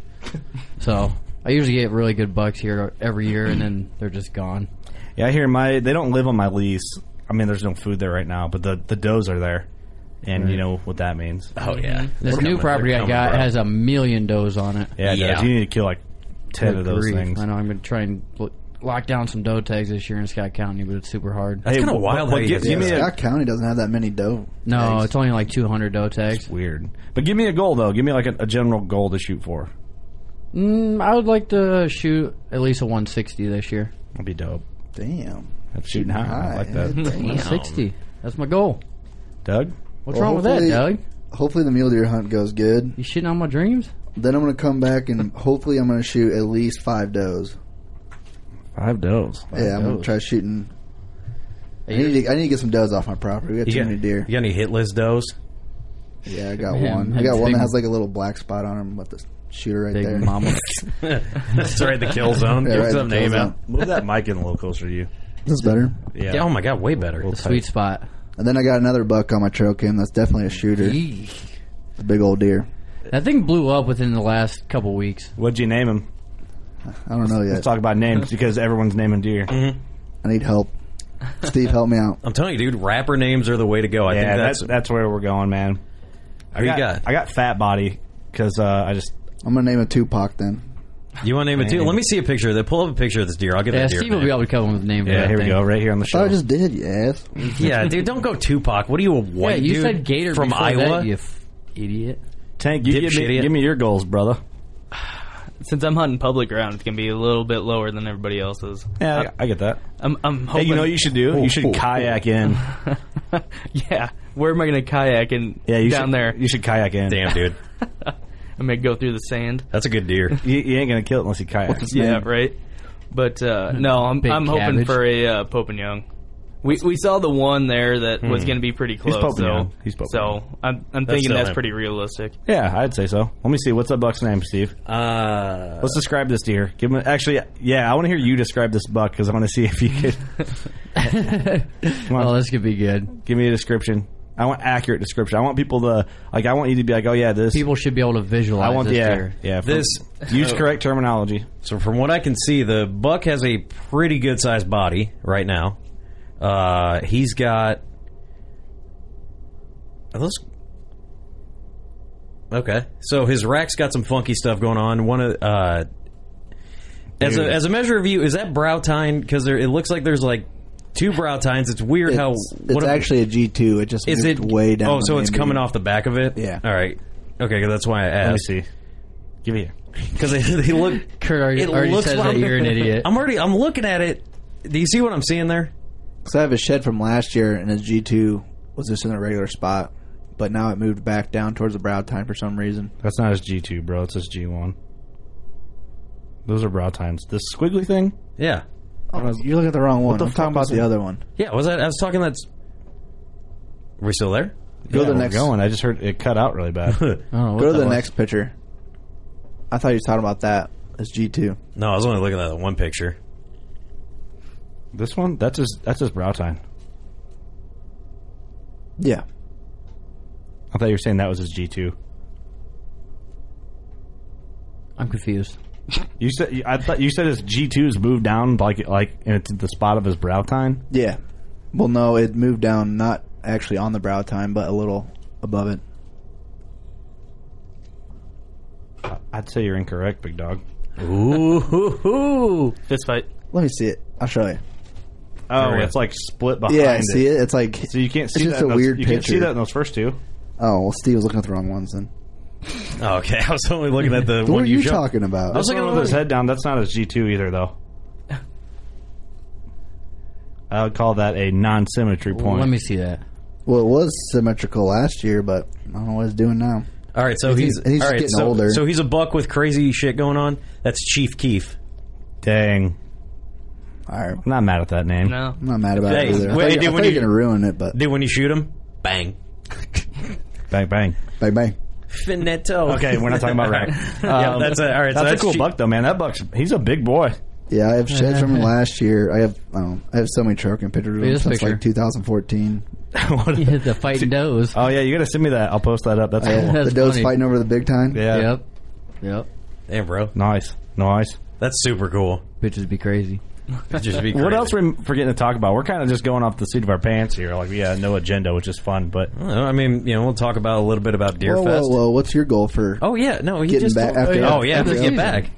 [SPEAKER 8] so I usually get really good bucks here every year, and then they're just gone.
[SPEAKER 9] Yeah, I hear my they don't live on my lease. I mean, there's no food there right now, but the the does are there, and you know what that means.
[SPEAKER 6] Oh yeah.
[SPEAKER 8] This
[SPEAKER 6] They're
[SPEAKER 8] new
[SPEAKER 6] coming,
[SPEAKER 8] property
[SPEAKER 6] they're
[SPEAKER 8] I got
[SPEAKER 6] coming,
[SPEAKER 8] has a million does on it.
[SPEAKER 9] Yeah,
[SPEAKER 6] Yeah.
[SPEAKER 9] Does, you need to kill like ten
[SPEAKER 8] Good
[SPEAKER 9] of those
[SPEAKER 8] grief.
[SPEAKER 9] things.
[SPEAKER 8] I know I'm gonna try and lo- lock down some doe tags this year in Scott County, but it's super hard.
[SPEAKER 6] That's kinda
[SPEAKER 9] what-
[SPEAKER 6] wild
[SPEAKER 9] what
[SPEAKER 6] how you
[SPEAKER 9] gives-
[SPEAKER 6] did
[SPEAKER 9] give me
[SPEAKER 6] that.
[SPEAKER 9] a-
[SPEAKER 5] Scott County doesn't have that many doe.
[SPEAKER 8] No,
[SPEAKER 5] tags.
[SPEAKER 8] it's only like 200 doe tags.
[SPEAKER 9] Weird, but give me a goal though. Give me like a, a general goal to shoot for.
[SPEAKER 8] Mm, I would like to shoot at least a 160 this year.
[SPEAKER 9] That'd be dope.
[SPEAKER 5] damn.
[SPEAKER 9] That's shooting high. I like that.
[SPEAKER 5] Damn.
[SPEAKER 8] 160. That's my goal.
[SPEAKER 9] Doug?
[SPEAKER 8] What's
[SPEAKER 5] Well,
[SPEAKER 8] wrong with that,
[SPEAKER 5] hopefully-
[SPEAKER 8] Doug?
[SPEAKER 5] Hopefully the mule deer hunt goes good.
[SPEAKER 8] You shitting on my dreams?
[SPEAKER 5] Then I'm gonna come back and hopefully I'm gonna shoot at least five does.
[SPEAKER 9] Five does.
[SPEAKER 5] yeah, I'm gonna
[SPEAKER 8] does.
[SPEAKER 5] try shooting. I need, to, I need to get some does off my property. We got too
[SPEAKER 6] You got,
[SPEAKER 5] many deer.
[SPEAKER 6] you got any hit list does?
[SPEAKER 5] Yeah, I got
[SPEAKER 8] Man,
[SPEAKER 5] one. I
[SPEAKER 8] that
[SPEAKER 5] got one
[SPEAKER 8] big-
[SPEAKER 5] that has like a little black spot on him. Let the shooter right
[SPEAKER 8] Big
[SPEAKER 5] there.
[SPEAKER 8] mama.
[SPEAKER 6] That's right, the kill zone.
[SPEAKER 5] Yeah,
[SPEAKER 6] Give
[SPEAKER 5] right,
[SPEAKER 6] some
[SPEAKER 5] the
[SPEAKER 6] name
[SPEAKER 5] kill
[SPEAKER 6] out.
[SPEAKER 9] Move that mic in a little closer to you.
[SPEAKER 5] This is better.
[SPEAKER 9] Yeah.
[SPEAKER 6] Yeah, oh my god, way better.
[SPEAKER 8] the sweet spot.
[SPEAKER 5] And then I got another buck on my trail cam. That's definitely a shooter.
[SPEAKER 8] Eek.
[SPEAKER 5] A big old deer.
[SPEAKER 8] That thing blew up within the last couple weeks.
[SPEAKER 9] What'd you name him?
[SPEAKER 5] I don't know yet.
[SPEAKER 9] Let's talk about names because everyone's naming deer.
[SPEAKER 5] I need help. Steve, help me out.
[SPEAKER 6] I'm telling you, dude, rapper names are the way to go. I
[SPEAKER 9] yeah,
[SPEAKER 6] think
[SPEAKER 9] that's
[SPEAKER 6] that's.
[SPEAKER 9] that's where we're going, man. I
[SPEAKER 6] Who you
[SPEAKER 9] got,
[SPEAKER 6] got?
[SPEAKER 9] I got fat body because uh, I just
[SPEAKER 5] I'm gonna name a Tupac then.
[SPEAKER 6] you want to name it too? Let me see a picture. of that. Pull up a picture of this deer. I'll get
[SPEAKER 8] Yeah,
[SPEAKER 6] that deer.
[SPEAKER 8] Steve will be
[SPEAKER 6] name.
[SPEAKER 8] able to come up with a name for
[SPEAKER 6] Yeah,
[SPEAKER 8] that
[SPEAKER 9] here we
[SPEAKER 8] thing.
[SPEAKER 9] go right here on the
[SPEAKER 5] Oh,
[SPEAKER 9] show.
[SPEAKER 5] I just did, you ass.
[SPEAKER 6] yeah, dude, don't go Tupac. What are you a
[SPEAKER 8] Yeah,
[SPEAKER 6] white
[SPEAKER 8] you
[SPEAKER 6] dude
[SPEAKER 8] said Gator
[SPEAKER 6] from
[SPEAKER 8] before
[SPEAKER 6] Iowa?
[SPEAKER 8] That, you f- idiot.
[SPEAKER 9] Tank, you give
[SPEAKER 6] Dipshit
[SPEAKER 9] me,
[SPEAKER 6] idiot.
[SPEAKER 9] give me your goals, brother.
[SPEAKER 10] Since I'm hunting public ground, it's gonna be a little bit lower than everybody else's.
[SPEAKER 9] Yeah, I, I get that. Oh,
[SPEAKER 10] I'm, I'm
[SPEAKER 9] Hey,
[SPEAKER 10] hoping.
[SPEAKER 9] you know what you should do? you should kayak in.
[SPEAKER 10] yeah. Where am I gonna kayak and
[SPEAKER 9] Yeah, you
[SPEAKER 10] down
[SPEAKER 9] should,
[SPEAKER 10] there?
[SPEAKER 9] You should kayak in.
[SPEAKER 6] Damn, dude,
[SPEAKER 10] I'm gonna go through the sand.
[SPEAKER 6] that's a good deer.
[SPEAKER 9] You, you ain't gonna kill it unless you kayak.
[SPEAKER 5] What's his
[SPEAKER 10] Yeah,
[SPEAKER 5] name?
[SPEAKER 10] right. But uh,
[SPEAKER 9] Hmm.
[SPEAKER 10] no, I'm,
[SPEAKER 8] Big
[SPEAKER 10] I'm hoping
[SPEAKER 8] cabbage.
[SPEAKER 10] for a uh, Pope and Young. We, we saw the one there that was
[SPEAKER 9] Hmm.
[SPEAKER 10] going to be pretty
[SPEAKER 9] He's
[SPEAKER 10] close.
[SPEAKER 9] Pope and
[SPEAKER 10] so
[SPEAKER 9] Young. He's Pope and
[SPEAKER 10] so I'm, I'm
[SPEAKER 9] That's
[SPEAKER 10] thinking
[SPEAKER 9] still
[SPEAKER 10] that's
[SPEAKER 9] him.
[SPEAKER 10] pretty realistic.
[SPEAKER 9] Yeah, I'd say so. Let me see. What's that buck's name, Steve?
[SPEAKER 6] Uh,
[SPEAKER 9] Let's describe this deer. Give him. Actually, yeah, I want to hear you describe this buck because I want to see if you could. Come on.
[SPEAKER 8] Oh, this could be good.
[SPEAKER 9] Give me a description. I want accurate description. I want people to like. I want you to be like, oh yeah, this.
[SPEAKER 8] People should be able to visualize.
[SPEAKER 9] I want
[SPEAKER 8] this
[SPEAKER 9] yeah,
[SPEAKER 8] deer.
[SPEAKER 9] yeah. from-
[SPEAKER 6] This-
[SPEAKER 9] use correct terminology.
[SPEAKER 6] So from what I can see, the buck has a pretty good sized body right now. Uh, he's got are those. Okay, so his rack's got some funky stuff going on. One of uh, as a
[SPEAKER 9] Dude.
[SPEAKER 6] as a measure of you, is that brow tine? Because it looks like there's like two brow tines. It's weird how
[SPEAKER 5] It's, it's
[SPEAKER 6] a-
[SPEAKER 5] actually a G two. It just
[SPEAKER 6] is
[SPEAKER 5] moved
[SPEAKER 6] it
[SPEAKER 5] way down.
[SPEAKER 6] Oh, so
[SPEAKER 5] on
[SPEAKER 6] it's
[SPEAKER 5] the
[SPEAKER 6] coming
[SPEAKER 5] MD.
[SPEAKER 6] off the back of it.
[SPEAKER 5] Yeah.
[SPEAKER 6] All right. Okay, 'cause that's why
[SPEAKER 9] Let
[SPEAKER 6] I
[SPEAKER 9] me
[SPEAKER 6] asked.
[SPEAKER 9] see. Give me here.
[SPEAKER 6] Because they, they look.
[SPEAKER 8] Kurt already,
[SPEAKER 6] It
[SPEAKER 8] already
[SPEAKER 6] looks
[SPEAKER 8] says
[SPEAKER 6] like-
[SPEAKER 8] that you're an idiot.
[SPEAKER 6] I'm already. I'm looking at it. Do you see what I'm seeing there?
[SPEAKER 5] So I have a shed from last year, and his G two was just in a regular spot, but now it moved back down towards the brow time for some reason.
[SPEAKER 9] That's not his G two, bro. It's his G one. Those are brow times. This squiggly thing.
[SPEAKER 6] Yeah.
[SPEAKER 5] You're looking at Oh. the wrong one.
[SPEAKER 9] the
[SPEAKER 5] I'm
[SPEAKER 9] fuck
[SPEAKER 5] talking about
[SPEAKER 9] was
[SPEAKER 5] the
[SPEAKER 9] it?
[SPEAKER 5] other one.
[SPEAKER 6] Yeah. Was that? I was talking. That's. We're still there.
[SPEAKER 5] Go
[SPEAKER 9] yeah,
[SPEAKER 5] to the
[SPEAKER 9] we're
[SPEAKER 5] next.
[SPEAKER 9] Going. I just heard it cut out really bad.
[SPEAKER 8] Oh, what
[SPEAKER 5] Go to the
[SPEAKER 8] hell?
[SPEAKER 5] next picture. I thought you were talking about that. It's G two.
[SPEAKER 6] no, I was only looking at that one picture.
[SPEAKER 9] this one. That's his. That's his brow time.
[SPEAKER 5] Yeah.
[SPEAKER 9] I thought you were saying that was his G two.
[SPEAKER 8] I'm confused.
[SPEAKER 9] You said I thought you said his G two has moved down like like and it's at the spot of his brow tine.
[SPEAKER 5] Yeah. Well, no, it moved down, not actually on the brow time, but a little above it.
[SPEAKER 9] I'd say you're incorrect, big dog.
[SPEAKER 6] Ooh, hoo, hoo.
[SPEAKER 10] Fist fight.
[SPEAKER 5] Let me see it. I'll show you.
[SPEAKER 9] Oh,
[SPEAKER 6] Hurry up.
[SPEAKER 9] it's like split behind.
[SPEAKER 5] Yeah, see it? It's like.
[SPEAKER 9] So you can't see that.
[SPEAKER 5] It's just
[SPEAKER 9] in
[SPEAKER 5] a
[SPEAKER 9] those-
[SPEAKER 5] weird
[SPEAKER 9] you can't see
[SPEAKER 5] picture.
[SPEAKER 9] that in those first two.
[SPEAKER 5] Oh, well, Steve was looking at the wrong ones then.
[SPEAKER 6] Oh, okay, I was only looking at the
[SPEAKER 5] What
[SPEAKER 6] one
[SPEAKER 5] are you
[SPEAKER 6] showed.
[SPEAKER 5] talking about?
[SPEAKER 6] I was
[SPEAKER 9] This
[SPEAKER 6] looking
[SPEAKER 9] one
[SPEAKER 6] at
[SPEAKER 9] with his
[SPEAKER 6] the-
[SPEAKER 9] head down. That's not his G two either, though. I would call that a non-symmetry point.
[SPEAKER 8] Let me see that.
[SPEAKER 5] Well, it was symmetrical last year, but I don't know what it's doing now.
[SPEAKER 6] All right, so he's,
[SPEAKER 5] He's- he's
[SPEAKER 6] all right,
[SPEAKER 5] getting
[SPEAKER 6] so,
[SPEAKER 5] older.
[SPEAKER 6] So he's a buck with crazy shit going on. That's Chief Keef.
[SPEAKER 9] Dang,
[SPEAKER 5] All right.
[SPEAKER 9] I'm not mad at that name.
[SPEAKER 10] No.
[SPEAKER 5] I'm not mad about
[SPEAKER 6] Hey,
[SPEAKER 5] it either. I
[SPEAKER 6] wait,
[SPEAKER 5] thought, you-
[SPEAKER 6] dude,
[SPEAKER 5] I
[SPEAKER 6] when
[SPEAKER 5] thought you
[SPEAKER 6] you-
[SPEAKER 5] were going to ruin it, but
[SPEAKER 6] Then when you shoot him, bang,
[SPEAKER 9] Bang bang.
[SPEAKER 5] bang, bang.
[SPEAKER 6] finetto.
[SPEAKER 9] Okay, we're not talking about rack.
[SPEAKER 6] yeah,
[SPEAKER 9] Um,
[SPEAKER 6] that's a, all right.
[SPEAKER 9] That's
[SPEAKER 6] so
[SPEAKER 9] a
[SPEAKER 6] that's
[SPEAKER 9] cool
[SPEAKER 6] Chief-
[SPEAKER 9] buck though, man. That buck's he's a big boy.
[SPEAKER 5] Yeah, I have sheds from last year. I have um, I have so many troking pictures of
[SPEAKER 8] Look at
[SPEAKER 5] them
[SPEAKER 8] this
[SPEAKER 5] since
[SPEAKER 8] picture.
[SPEAKER 5] like 2014.
[SPEAKER 9] What a-
[SPEAKER 8] the fighting does.
[SPEAKER 9] oh yeah, you gotta send me that. I'll post that up. That's cool.
[SPEAKER 8] That's
[SPEAKER 5] the does
[SPEAKER 8] funny.
[SPEAKER 5] fighting over the big time.
[SPEAKER 9] Yeah.
[SPEAKER 8] Yep. Yep.
[SPEAKER 6] Damn, bro,
[SPEAKER 9] Nice, nice.
[SPEAKER 6] that's super cool.
[SPEAKER 8] Bitches be crazy.
[SPEAKER 6] It'd Just be
[SPEAKER 9] What
[SPEAKER 6] crazy.
[SPEAKER 9] else are we forgetting to talk about? We're kind of just going off the seat of our pants here. Like, yeah, no agenda, which is fun, but
[SPEAKER 6] I don't know, I mean, you know, we'll talk about a little bit about Deer
[SPEAKER 5] Whoa, whoa,
[SPEAKER 6] Fest.
[SPEAKER 5] whoa! What's your goal for?
[SPEAKER 6] Oh yeah, no, he
[SPEAKER 5] Getting
[SPEAKER 6] just
[SPEAKER 5] back
[SPEAKER 6] told-
[SPEAKER 5] after-
[SPEAKER 6] oh yeah,
[SPEAKER 5] after
[SPEAKER 6] after get
[SPEAKER 5] the
[SPEAKER 6] back.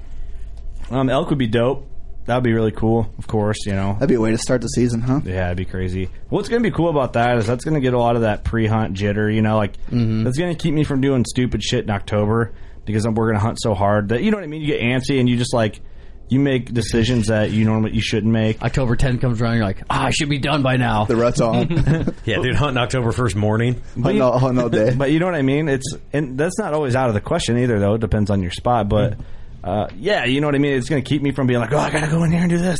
[SPEAKER 9] um, elk would be dope. That'd be really cool. Of course, you know.
[SPEAKER 5] That'd be a way to start the season, huh?
[SPEAKER 9] Yeah, it'd be crazy. What's going to be cool about that is that's going to get a lot of that pre-hunt jitter. You know, like
[SPEAKER 5] Mm-hmm.
[SPEAKER 9] that's going to keep me from doing stupid shit in October because I'm, we're going to hunt so hard that you know what I mean. You get antsy and you just like you make decisions that you normally you shouldn't make.
[SPEAKER 8] October 10 comes around, you're like, ah, I should be done by now.
[SPEAKER 5] The rut's on.
[SPEAKER 6] Yeah, dude, hunting October first morning.
[SPEAKER 5] on, all, on all day.
[SPEAKER 9] But you know what I mean? It's and that's not always out of the question either, though. It depends on your spot, but uh, yeah, you know what I mean. It's going to keep me from being like, oh, I got to go in here and do this.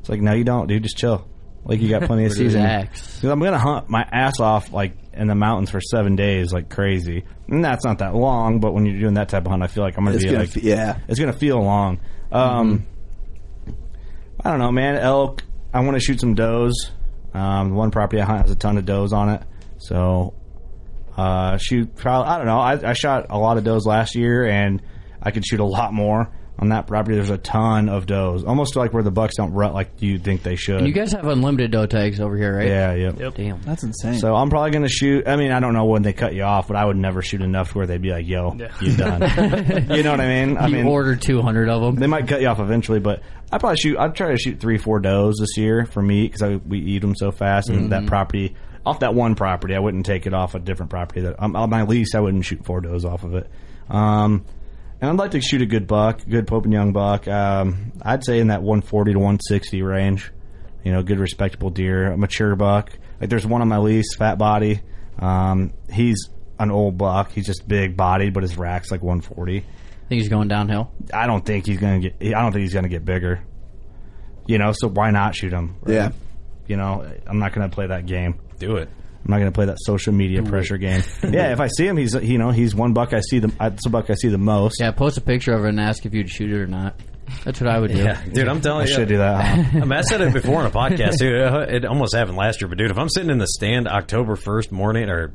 [SPEAKER 9] It's like, no, you don't, dude. Just chill. Like you got plenty of season.
[SPEAKER 8] Relax.
[SPEAKER 9] 'Cause I'm gonna hunt my ass off like in the mountains for seven days, like crazy. And that's not that long, but when you're doing that type of hunt, I feel like I'm gonna
[SPEAKER 5] it's
[SPEAKER 9] be
[SPEAKER 5] gonna,
[SPEAKER 9] like,
[SPEAKER 5] fe- yeah.
[SPEAKER 9] it's gonna feel long. Um, I don't know, man. Elk. I want to shoot some does. Um, the one property I hunt has a ton of does on it, so uh, shoot. Probably, I don't know. I, I shot a lot of does last year, and I could shoot a lot more on that property. There's a ton of does, almost like where the bucks don't rut like you think they should.
[SPEAKER 8] You guys have unlimited doe tags over here, right?
[SPEAKER 9] yeah, yeah.
[SPEAKER 8] Damn.
[SPEAKER 5] That's insane.
[SPEAKER 9] So I'm probably gonna shoot. I mean, I don't know when they cut you off, but I would never shoot enough where they'd be like, "Yo, you're done." you know what I mean? I
[SPEAKER 8] you
[SPEAKER 9] mean,
[SPEAKER 8] order 200 of them.
[SPEAKER 9] they might cut you off eventually, but I probably shoot. I'd try to shoot three, four does this year for meat because we eat them so fast. And that property, off that one property, I wouldn't take it off a different property. That um, on my lease, I wouldn't shoot four does off of it. Um, and I'd like to shoot a good buck, good Pope and Young buck. Um, I'd say in that 140 to 160 range. You know, good respectable deer, a mature buck. Like there's one on my lease, fat body. Um, he's an old buck. He's just big bodied, but his rack's like 140.
[SPEAKER 8] Think he's going downhill.
[SPEAKER 9] I don't think he's gonna get. I don't think he's gonna get bigger. You know, so why not shoot them?
[SPEAKER 5] Yeah.
[SPEAKER 9] You know, I'm not going to play that game.
[SPEAKER 6] Do it.
[SPEAKER 9] I'm not going to play that social media pressure game. yeah, if I see him, he's you know he's one buck I see the that's the buck I see the most.
[SPEAKER 8] Yeah, post a picture of her and ask if you'd shoot it or not. That's what I would do.
[SPEAKER 6] Yeah, dude, I'm telling
[SPEAKER 9] I
[SPEAKER 6] you,
[SPEAKER 9] should do that, huh?
[SPEAKER 6] I, mean, I said it before on a podcast, dude. Uh, It almost happened last year, but dude, if I'm sitting in the stand October first morning or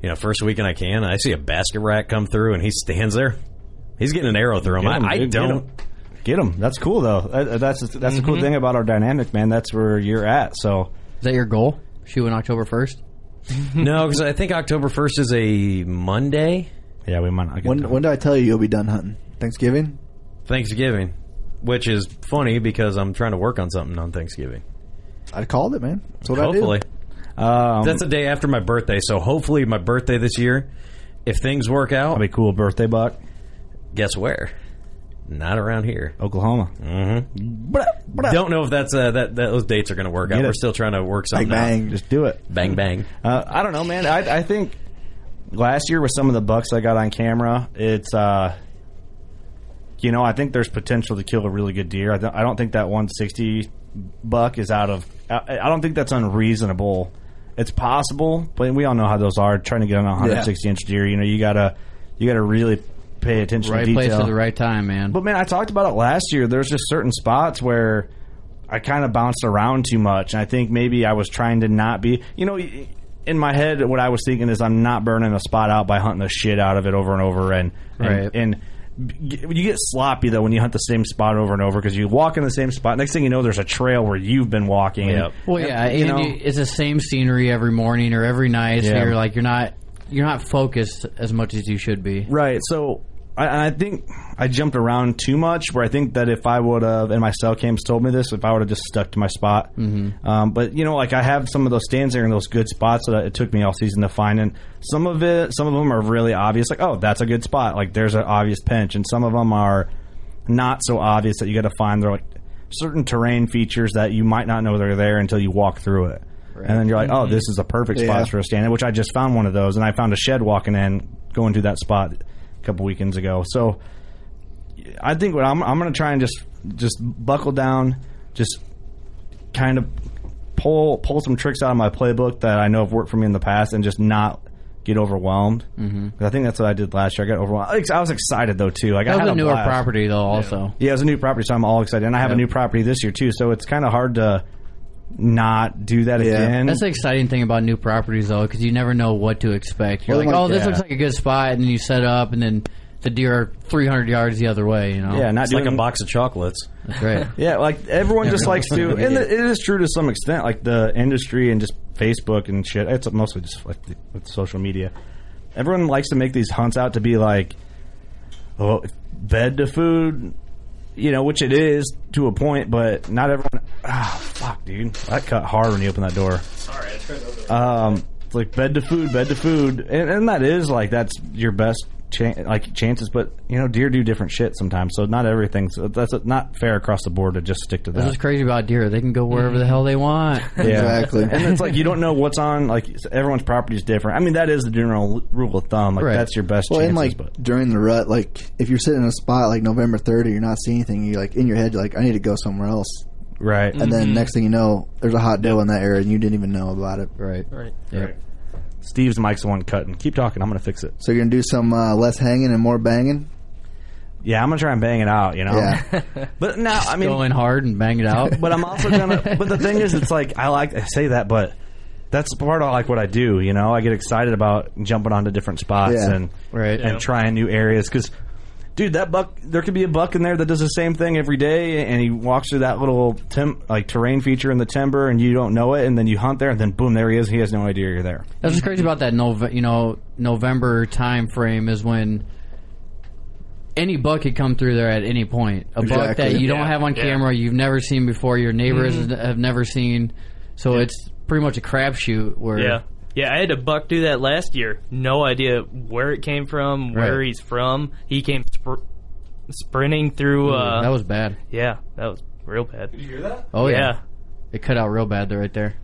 [SPEAKER 6] you know first weekend I can, and I see a basket rack come through, and he stands there. He's getting an arrow through him.
[SPEAKER 9] Get him,
[SPEAKER 6] I, I
[SPEAKER 9] dude, get
[SPEAKER 6] don't. Mm-hmm.
[SPEAKER 9] him. Get him. That's cool though. That- That's that's the cool
[SPEAKER 8] Mhm.
[SPEAKER 9] thing about our dynamic, man. That's where you're at. So
[SPEAKER 8] Is that your goal? Shoot on October first.
[SPEAKER 6] no, because I think October first is a Monday.
[SPEAKER 9] Yeah, we might not.
[SPEAKER 5] When, when do I tell you you'll be done hunting? Thanksgiving?
[SPEAKER 6] Thanksgiving, which is funny because I'm trying to work on something on Thanksgiving.
[SPEAKER 5] I called it, man. That's what
[SPEAKER 6] hopefully,
[SPEAKER 9] um,
[SPEAKER 6] that's the day after my birthday. So hopefully, my birthday this year, if things work out,
[SPEAKER 9] that'd be cool. Birthday buck,
[SPEAKER 6] guess where? Not around here.
[SPEAKER 9] Oklahoma.
[SPEAKER 6] Mm-hmm. Don't know if that's uh, that, that those dates are going to work out.
[SPEAKER 9] Get it.
[SPEAKER 6] We're still trying to work
[SPEAKER 5] I do. Bang
[SPEAKER 6] something
[SPEAKER 5] bang.
[SPEAKER 9] Just do it.
[SPEAKER 6] out. Bang bang.
[SPEAKER 9] Uh, I don't know, man. I, I think last year with some of the bucks I got on camera, it's uh, you know, I think there's potential to kill a really good deer. I, th- I don't think that 160 buck is out of. I, I don't think that's unreasonable. It's possible, but we all know how those are. Trying to get on a 160 inch deer, you know, you gotta you gotta really pay attention
[SPEAKER 8] Right
[SPEAKER 9] to detail.
[SPEAKER 8] place at the right time, man.
[SPEAKER 9] But man, I talked about it last year. There's just certain spots where I kind of bounced around too much, and I think maybe I was trying to not be. You know, in my head, what I was thinking is I'm not burning a spot out by hunting the shit out of it over and over, and
[SPEAKER 8] Right.
[SPEAKER 9] and. and you get sloppy though when you hunt the same spot over and over because you walk in the same spot. Next thing you know, there's a trail where you've been walking. and-
[SPEAKER 6] Yep.
[SPEAKER 8] Well, yeah,
[SPEAKER 9] you
[SPEAKER 8] and
[SPEAKER 9] know-
[SPEAKER 8] you- it's the same scenery every morning or every night. So
[SPEAKER 9] Yeah.
[SPEAKER 8] you're like you're not you're not focused as much as you should be.
[SPEAKER 9] Right. So I, I think I jumped around too much. Where I think that if I would have, and my cell cams told me this, if I would have just stuck to my spot. Mm-hmm. Um, but you know, like I have some of those stands there in those good spots that it took me all season to find, and some of it, some of them are really obvious. Like, oh, that's a good spot. Like, there's an obvious pinch, and some of them are not so obvious that you got to find. They're like certain terrain features that you might not know they're there until you walk through it. And then you're like,
[SPEAKER 8] Mm-hmm.
[SPEAKER 9] oh, this is a perfect spot
[SPEAKER 5] Yeah.
[SPEAKER 9] for a stand, which I just found one of those, and I found a shed walking in, going through that spot a couple weekends ago. So I think what I'm, I'm going to try and just just buckle down, just kind of pull pull some tricks out of my playbook that I know have worked for me in the past, and just not get overwhelmed. Mm-hmm. I think that's what I did last year. I got overwhelmed. I ex- I was excited though too. Like I
[SPEAKER 8] That
[SPEAKER 9] had
[SPEAKER 8] was a newer
[SPEAKER 9] blast.
[SPEAKER 8] property though, also.
[SPEAKER 9] Yeah, it's a new property, so I'm all excited, and I have a new property this year too. So it's kind of hard to not do that
[SPEAKER 5] Yeah.
[SPEAKER 9] again.
[SPEAKER 8] That's the exciting thing about new properties though, because you never know what to expect. You're
[SPEAKER 5] Well,
[SPEAKER 8] like,
[SPEAKER 5] like,
[SPEAKER 8] oh, this
[SPEAKER 5] yeah.
[SPEAKER 8] looks like a good spot, and then you set up, and then the deer are 300 yards the other way. You know,
[SPEAKER 9] yeah, not
[SPEAKER 6] It's like a
[SPEAKER 9] doing-
[SPEAKER 6] box of chocolates.
[SPEAKER 8] that's right.
[SPEAKER 9] Yeah, like everyone just likes to, and
[SPEAKER 8] Yeah.
[SPEAKER 9] it is true to some extent. Like the industry and just Facebook and shit. It's mostly just like the, with social media. Everyone likes to make these hunts out to be like, oh, bed to food, you know, which it is to a point, but not everyone. Ah, fuck, dude, that cut hard when you open that door. Um, it's like bed to food, bed to food, and, and that is like that's your best chan like chances. But you know, deer do different shit sometimes, so not everything's that's not fair across the board to just stick to
[SPEAKER 8] That's
[SPEAKER 9] that.
[SPEAKER 8] what's crazy about deer. They can go wherever the hell they want.
[SPEAKER 9] Yeah.
[SPEAKER 5] Exactly.
[SPEAKER 9] and it's like you don't know what's on. Like everyone's property is different. I mean, that is the general l- rule of thumb. Like
[SPEAKER 8] Right.
[SPEAKER 9] that's your best
[SPEAKER 5] Well,
[SPEAKER 9] chances.
[SPEAKER 5] and like
[SPEAKER 9] but
[SPEAKER 5] during the rut, like if you're sitting in a spot like November 30, you're not seeing anything. You like in your head, you're like, I need to go somewhere else.
[SPEAKER 9] right,
[SPEAKER 5] And then next thing you know, there's a hot doe in that area, and you didn't even know about it.
[SPEAKER 8] Right.
[SPEAKER 10] Right.
[SPEAKER 8] Yep.
[SPEAKER 9] Steve's mic's the one cutting. Keep talking. I'm gonna fix it.
[SPEAKER 5] So you're gonna do some uh, less hanging and more banging.
[SPEAKER 9] Yeah, I'm gonna try and bang it out. You know.
[SPEAKER 5] Yeah,
[SPEAKER 9] But no, I mean,
[SPEAKER 8] Go in hard and bang it out.
[SPEAKER 9] but I'm also gonna. but the thing is, it's like I like I say that, but that's part of like what I do. You know, I get excited about jumping onto different spots
[SPEAKER 5] Yeah.
[SPEAKER 9] and
[SPEAKER 8] Right.
[SPEAKER 9] and
[SPEAKER 10] Yeah.
[SPEAKER 9] trying new areas because. Dude, that buck. There could be a buck in there that does the same thing every day, and he walks through that little tim- like terrain feature in the timber, and you don't know it, and then you hunt there, and then boom, there he is. He has no idea you're there.
[SPEAKER 8] That's what's crazy about that Nov- you know November time frame is when any buck could come through there at any point. A buck
[SPEAKER 5] Exactly.
[SPEAKER 8] that you don't
[SPEAKER 10] Yeah,
[SPEAKER 8] have on
[SPEAKER 10] yeah.
[SPEAKER 8] camera, you've never seen before, your neighbors have never seen. So it's pretty much a crapshoot where
[SPEAKER 10] Yeah. Yeah, I had a buck do that last year. No idea where it came from, where
[SPEAKER 8] Right.
[SPEAKER 10] he's from. He came spr- sprinting through.
[SPEAKER 8] Ooh,
[SPEAKER 10] uh,
[SPEAKER 8] that was bad.
[SPEAKER 10] yeah, that was real bad.
[SPEAKER 8] Oh yeah.
[SPEAKER 10] yeah.
[SPEAKER 8] it cut out real bad there right there.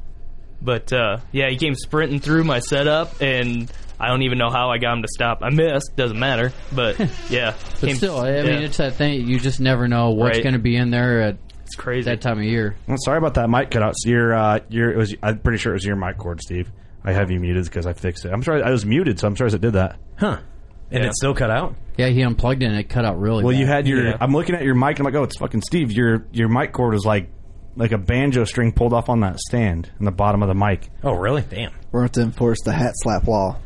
[SPEAKER 10] But uh, yeah, he came sprinting through my setup, and I don't even know how I got him to stop. I missed, doesn't matter. But yeah,
[SPEAKER 8] But
[SPEAKER 10] came-
[SPEAKER 8] still, I
[SPEAKER 10] yeah.
[SPEAKER 8] mean, it's that thing you just never know what's
[SPEAKER 10] Right.
[SPEAKER 8] going to be in there at
[SPEAKER 10] It's crazy.
[SPEAKER 8] that time of year.
[SPEAKER 9] Well, sorry about that mic cutout. So your uh, your it was. I'm pretty sure it was your mic cord, Steve. I have you muted because I fixed it. I'm sorry. I was muted, so I'm sorry it did that.
[SPEAKER 6] Huh? And
[SPEAKER 9] Yeah.
[SPEAKER 6] it still cut out.
[SPEAKER 8] Yeah, he unplugged it and it cut out really.
[SPEAKER 9] Well, you had
[SPEAKER 8] bad.
[SPEAKER 9] your. I'm looking at your mic. and I'm like, oh, it's fucking Steve. Your your mic cord is like like a banjo string pulled off on that stand in the bottom of the mic.
[SPEAKER 6] Oh, really? Damn.
[SPEAKER 5] We're going to enforce the hat slap law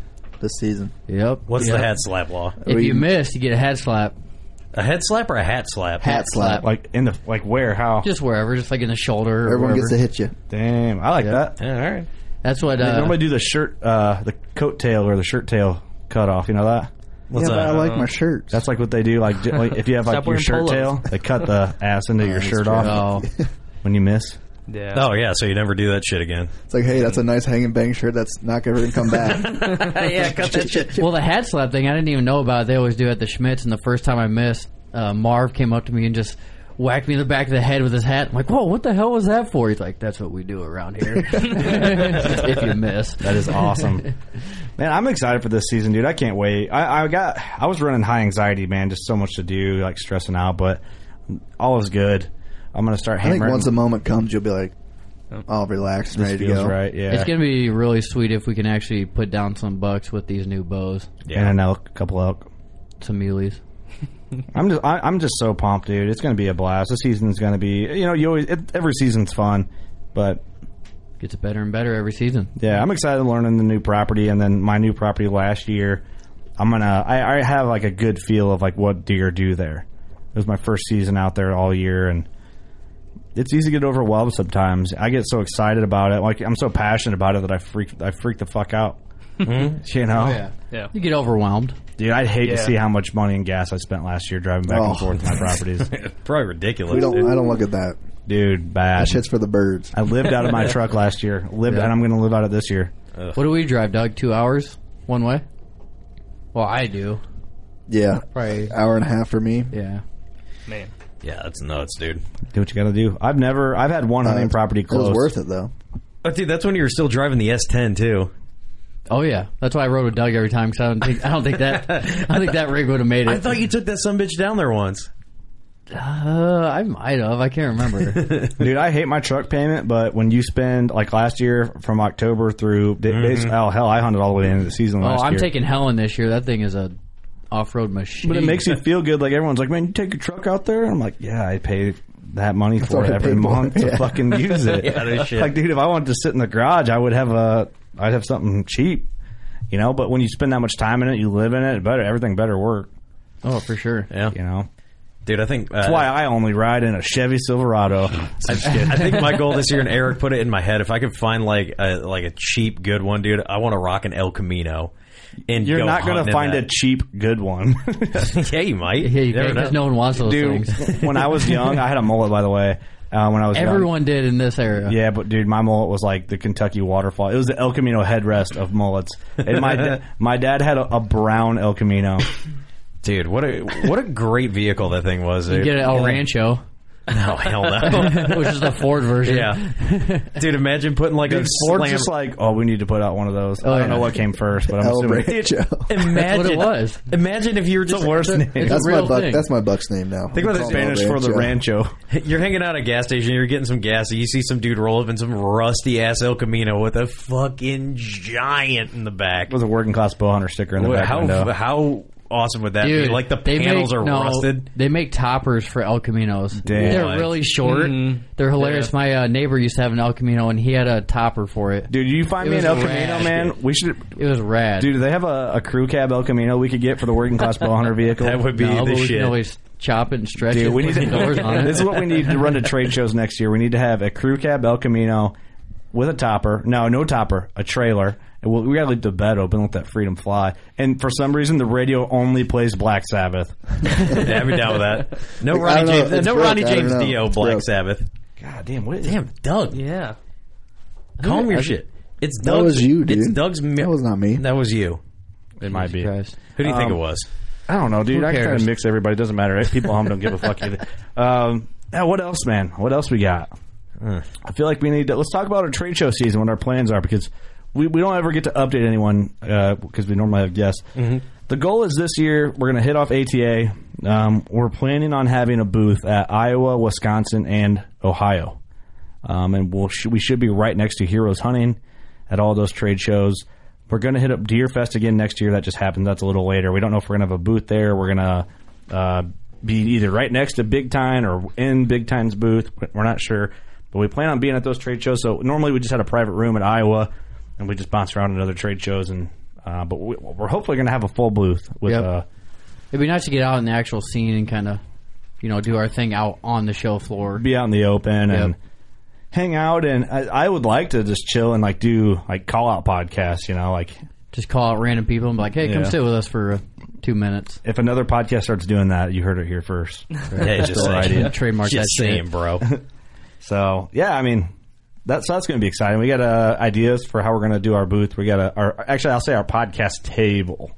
[SPEAKER 5] this season.
[SPEAKER 8] Yep.
[SPEAKER 6] What's the hat slap law?
[SPEAKER 8] If you miss, you get a head slap.
[SPEAKER 6] A head slap or a hat slap?
[SPEAKER 8] Hat slap.
[SPEAKER 9] Like in the like where? How?
[SPEAKER 8] Just wherever, just like in the shoulder. Or
[SPEAKER 5] Everyone
[SPEAKER 8] wherever.
[SPEAKER 5] gets to hit you.
[SPEAKER 9] Damn, I like that.
[SPEAKER 10] Uh,
[SPEAKER 6] all right.
[SPEAKER 8] That's what.
[SPEAKER 9] They
[SPEAKER 8] Uh,
[SPEAKER 9] normally do the shirt, uh, the coat tail or the shirt tail cut off. You know that?
[SPEAKER 5] yeah, but I like my shirts.
[SPEAKER 9] That's like what they do. Like, j- like if you have
[SPEAKER 10] Stop
[SPEAKER 9] like your
[SPEAKER 10] wearing
[SPEAKER 9] shirt
[SPEAKER 10] polos.
[SPEAKER 9] tail, they cut the ass into your shirt off
[SPEAKER 10] Oh.
[SPEAKER 9] when you miss.
[SPEAKER 10] Yeah.
[SPEAKER 6] Oh yeah, so you never do that shit again.
[SPEAKER 5] It's like, hey, that's a nice hang and bang shirt. That's not going to come back.
[SPEAKER 6] yeah, cut that shit.
[SPEAKER 8] well, the hat slap thing, I didn't even know about. it. They always do it at the Schmitz, and the first time I missed, uh, Marv came up to me and just whacked me in the back of the head with his hat. I'm like, whoa, what the hell was that for? He's like, that's what we do around here. if you miss.
[SPEAKER 9] That is awesome. man, I'm excited for this season, dude. I can't wait. I, I got I was running high anxiety, man, just so much to do, like stressing out, but all is good. I'm gonna start
[SPEAKER 5] I
[SPEAKER 9] hammering.
[SPEAKER 5] think once the moment comes, you'll be like, all relaxed and
[SPEAKER 9] this
[SPEAKER 5] ready to
[SPEAKER 9] feels
[SPEAKER 5] go.
[SPEAKER 9] right, yeah.
[SPEAKER 8] It's going to be really sweet if we can actually put down some bucks with these new bows,
[SPEAKER 9] And an elk, a couple elk.
[SPEAKER 8] some muleys.
[SPEAKER 9] I'm just I, I'm just so pumped, dude. It's gonna be a blast. This season's gonna be you know you always it, every season's fun, but
[SPEAKER 8] Gets better and better every season.
[SPEAKER 9] Yeah, I'm excited learning the new property, and then my new property last year. I'm gonna. I, I have like a good feel of like what deer do there. It was my first season out there all year, and it's easy to get overwhelmed sometimes. I get so excited about it, like I'm so passionate about it that I freak. I freak the fuck out. You
[SPEAKER 5] Oh,
[SPEAKER 9] know,
[SPEAKER 10] Yeah.
[SPEAKER 8] You get overwhelmed.
[SPEAKER 9] dude. I'd hate
[SPEAKER 10] Yeah.
[SPEAKER 9] to see how much money and gas I spent last year driving back
[SPEAKER 5] Oh.
[SPEAKER 9] and forth to my properties,
[SPEAKER 6] Probably ridiculous.
[SPEAKER 5] We don't.
[SPEAKER 6] dude.
[SPEAKER 5] I don't look at that.
[SPEAKER 9] dude. Bad.
[SPEAKER 5] That shit's for the birds.
[SPEAKER 9] I lived out of my truck last year. Lived, and I'm gonna live out of this year.
[SPEAKER 8] What do we drive, Doug? Two hours one way? Well, I do.
[SPEAKER 5] Yeah,
[SPEAKER 8] Probably.
[SPEAKER 5] hour and a half for me.
[SPEAKER 8] Yeah.
[SPEAKER 10] Man.
[SPEAKER 6] Yeah, that's nuts, dude.
[SPEAKER 9] Do what you gotta do. I've never. I've had one hunting property
[SPEAKER 5] Uh, It
[SPEAKER 9] closed.
[SPEAKER 5] was worth it though.
[SPEAKER 6] But Oh, dude, that's when you were still driving the S10 too.
[SPEAKER 8] Oh yeah, that's why I rode with Doug every time because I don't think I don't think that I don't think that rig would have made it.
[SPEAKER 6] I thought you took that some bitch down there once.
[SPEAKER 8] uh, I might have. I can't remember.
[SPEAKER 9] Dude, I hate my truck payment, but when you spend like last year from October through ba- basi- oh hell, I hunted all the way into the season
[SPEAKER 8] oh,
[SPEAKER 9] last
[SPEAKER 8] I'm
[SPEAKER 9] year.
[SPEAKER 8] taking Helen this year. That thing is a off road machine.
[SPEAKER 9] but it makes you feel good. Like everyone's like, man, you take your truck out there. I'm like, yeah, I pay that money for
[SPEAKER 5] what
[SPEAKER 9] it
[SPEAKER 5] I
[SPEAKER 9] every
[SPEAKER 5] paid for
[SPEAKER 9] month
[SPEAKER 5] it."
[SPEAKER 9] to
[SPEAKER 5] Yeah.
[SPEAKER 9] fucking use it.
[SPEAKER 6] Yeah, no shit.
[SPEAKER 9] Like, dude, if I wanted to sit in the garage, I would have a, I'd have something cheap, you know. But when you spend that much time in it, you live in it, it better everything better work,
[SPEAKER 8] oh for sure.
[SPEAKER 6] Yeah,
[SPEAKER 9] you know.
[SPEAKER 6] dude. I think uh,
[SPEAKER 9] That's why I only ride in a Chevy Silverado.
[SPEAKER 6] I, I think my goal this year, and Eric put it in my head. If I could find like a like a cheap good one, dude, I want to rock an El Camino. And
[SPEAKER 9] You're
[SPEAKER 6] go
[SPEAKER 9] not going
[SPEAKER 6] hunting
[SPEAKER 9] to
[SPEAKER 6] in
[SPEAKER 9] find
[SPEAKER 6] that.
[SPEAKER 9] a cheap good one.
[SPEAKER 6] yeah, you might.
[SPEAKER 8] Yeah, you
[SPEAKER 6] never
[SPEAKER 8] can
[SPEAKER 6] know.
[SPEAKER 8] because no one wants those
[SPEAKER 9] dude.
[SPEAKER 8] things.
[SPEAKER 9] when I was young, I had a mullet. By the way, uh, when I was young.
[SPEAKER 8] Everyone did in this era.
[SPEAKER 9] Yeah, but dude, my mullet was like the Kentucky waterfall. It was the El Camino headrest of mullets. And my da- my dad had a, a brown El Camino.
[SPEAKER 6] dude. What a what a great vehicle that thing was. Dude.
[SPEAKER 8] you get an El Rancho,
[SPEAKER 6] no, hell no.
[SPEAKER 8] which is the Ford version.
[SPEAKER 6] yeah, dude. Imagine putting like a
[SPEAKER 9] Ford
[SPEAKER 6] slam.
[SPEAKER 9] just like, oh, we need to put out one of those. I don't
[SPEAKER 8] yeah.
[SPEAKER 9] know what came first, but I'm
[SPEAKER 5] El
[SPEAKER 9] assuming
[SPEAKER 5] Rancho.
[SPEAKER 6] imagine
[SPEAKER 8] That's what it was.
[SPEAKER 6] Imagine if you were just
[SPEAKER 9] worst name.
[SPEAKER 8] It's
[SPEAKER 5] That's
[SPEAKER 8] a real
[SPEAKER 5] my buck.
[SPEAKER 8] thing.
[SPEAKER 5] That's my buck's name now.
[SPEAKER 9] Think about the Spanish for the Rancho.
[SPEAKER 6] You're hanging out at a gas station, you're getting some gas, and you see some dude roll up in some rusty ass El Camino with a fucking giant in the back.
[SPEAKER 9] It was a working class bow hunter sticker in the back window.
[SPEAKER 6] How how awesome would that
[SPEAKER 8] Dude,
[SPEAKER 6] be? Like the
[SPEAKER 8] they
[SPEAKER 6] panels
[SPEAKER 8] make-
[SPEAKER 6] are
[SPEAKER 8] no,
[SPEAKER 6] rusted.
[SPEAKER 8] They make toppers for El Caminos.
[SPEAKER 9] Damn.
[SPEAKER 8] They're
[SPEAKER 6] What?
[SPEAKER 8] really short.
[SPEAKER 6] Mm-hmm.
[SPEAKER 10] Mm.
[SPEAKER 8] They're hilarious.
[SPEAKER 10] Yeah.
[SPEAKER 8] My uh, neighbor used to have an El Camino, and he had a topper for it.
[SPEAKER 9] Dude, you find
[SPEAKER 8] It
[SPEAKER 9] me an
[SPEAKER 8] was
[SPEAKER 9] El
[SPEAKER 8] rad,
[SPEAKER 9] Camino,
[SPEAKER 8] dude.
[SPEAKER 9] man. We should.
[SPEAKER 8] It was rad.
[SPEAKER 9] Dude, do they have a, a crew cab El Camino we could get for the working class bow hunter vehicle?
[SPEAKER 6] That would be
[SPEAKER 8] no,
[SPEAKER 6] the
[SPEAKER 8] but we
[SPEAKER 6] shit.
[SPEAKER 8] can always chop it and stretch it.
[SPEAKER 9] Dude, we
[SPEAKER 8] put
[SPEAKER 9] need
[SPEAKER 8] some doors on
[SPEAKER 9] to,
[SPEAKER 8] it.
[SPEAKER 9] this is what we need to run to trade shows next year. We need to have a crew cab El Camino with a topper. No, no topper, a trailer. And we'll, we gotta leave the bed open, let that freedom fly. And for some reason, the radio only plays Black Sabbath.
[SPEAKER 6] yeah, I'd be down with that. No
[SPEAKER 5] Like, I
[SPEAKER 6] Ronnie
[SPEAKER 5] don't know,
[SPEAKER 6] James,
[SPEAKER 5] it's
[SPEAKER 6] no
[SPEAKER 5] broke,
[SPEAKER 6] Ronnie
[SPEAKER 5] I don't
[SPEAKER 6] James
[SPEAKER 5] know,
[SPEAKER 6] Dio,
[SPEAKER 5] it's
[SPEAKER 6] Black
[SPEAKER 5] broke.
[SPEAKER 6] Sabbath.
[SPEAKER 9] God damn, what?
[SPEAKER 6] Damn, Doug,
[SPEAKER 10] Yeah.
[SPEAKER 6] calm your
[SPEAKER 8] I-
[SPEAKER 6] shit. It's Doug's,
[SPEAKER 5] That was you, dude.
[SPEAKER 6] It's Doug's. mi-
[SPEAKER 5] That was not me.
[SPEAKER 6] That was you.
[SPEAKER 9] It might be.
[SPEAKER 8] Christ.
[SPEAKER 6] Who do you think
[SPEAKER 9] Um,
[SPEAKER 6] it was?
[SPEAKER 9] I don't know, dude.
[SPEAKER 8] Who
[SPEAKER 9] I kind
[SPEAKER 8] cares?
[SPEAKER 9] of mix everybody. doesn't matter. People at home don't give a fuck either. Um, now, what else, man? What else we got? I feel like we need to. Let's talk about our trade show season, what our plans are, because we, we don't ever get to update anyone because we normally have guests.
[SPEAKER 8] Mm-hmm.
[SPEAKER 9] The goal is this year we're going to hit off ATA. Um, we're planning on having a booth at Iowa, Wisconsin, and Ohio. Um, and we'll, sh- we should be right next to Heroes Hunting at all those trade shows. We're going to hit up Deer Fest again next year. That just happened. That's a little later. We don't know if we're going to have a booth there. We're going to uh, be either right next to Big Time or in Big Time's booth. We're not sure. But we plan on being at those trade shows. So normally we just had a private room at Iowa and we just bounce around at other trade shows. And uh, But we, we're hopefully going to have a full booth with.
[SPEAKER 8] Yep.
[SPEAKER 9] Uh,
[SPEAKER 8] It'd be nice to get out in the actual scene and kind of, you know, do our thing out on the show floor.
[SPEAKER 9] be out in the open and hang out. And I, I would like to just chill and like do like call out podcasts, you know, like
[SPEAKER 8] just call out random people and be like, hey, come
[SPEAKER 9] Yeah.
[SPEAKER 8] sit with us for uh, two minutes.
[SPEAKER 9] If another podcast starts doing that, you heard it here first.
[SPEAKER 8] Hey, just
[SPEAKER 9] Still
[SPEAKER 8] saying.
[SPEAKER 9] idea.
[SPEAKER 8] Trademark Just that shit. saying,
[SPEAKER 9] bro. so yeah, I mean, that's that's going to be exciting. We got uh, ideas for how we're going to do our booth. We got a, our actually, I'll say our podcast table.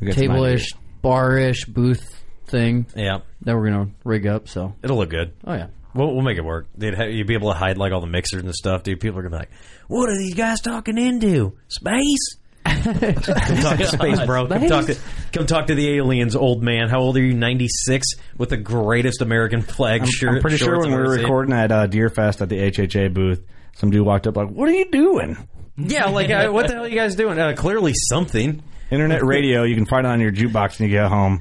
[SPEAKER 9] We got some
[SPEAKER 8] Table
[SPEAKER 9] ideas.
[SPEAKER 8] ish, bar ish, booth thing.
[SPEAKER 6] Yeah.
[SPEAKER 8] That we're going to rig up. So
[SPEAKER 6] It'll look good.
[SPEAKER 8] Oh, yeah.
[SPEAKER 6] We'll, we'll make it work. Dude, ha- you'd be able to hide like all the mixers and stuff, dude. People are gonna be like, "What are these guys talking into? Space? Come
[SPEAKER 9] Oh
[SPEAKER 6] talk to space, bro. Come talk to come talk to the aliens, old man. How old are you? Ninety six with the greatest American flag
[SPEAKER 9] I'm,
[SPEAKER 6] shirt.
[SPEAKER 9] I'm pretty sure
[SPEAKER 6] shorts
[SPEAKER 9] when
[SPEAKER 6] I've
[SPEAKER 9] we
[SPEAKER 6] ever
[SPEAKER 9] were
[SPEAKER 6] seen.
[SPEAKER 9] recording at uh, Deer Fest at the HHA booth, some dude walked up like, "What are you doing?"
[SPEAKER 6] Yeah, like uh, what the hell are you guys doing? Uh, clearly something.
[SPEAKER 9] Internet radio. You can find it on your jukebox when you get home.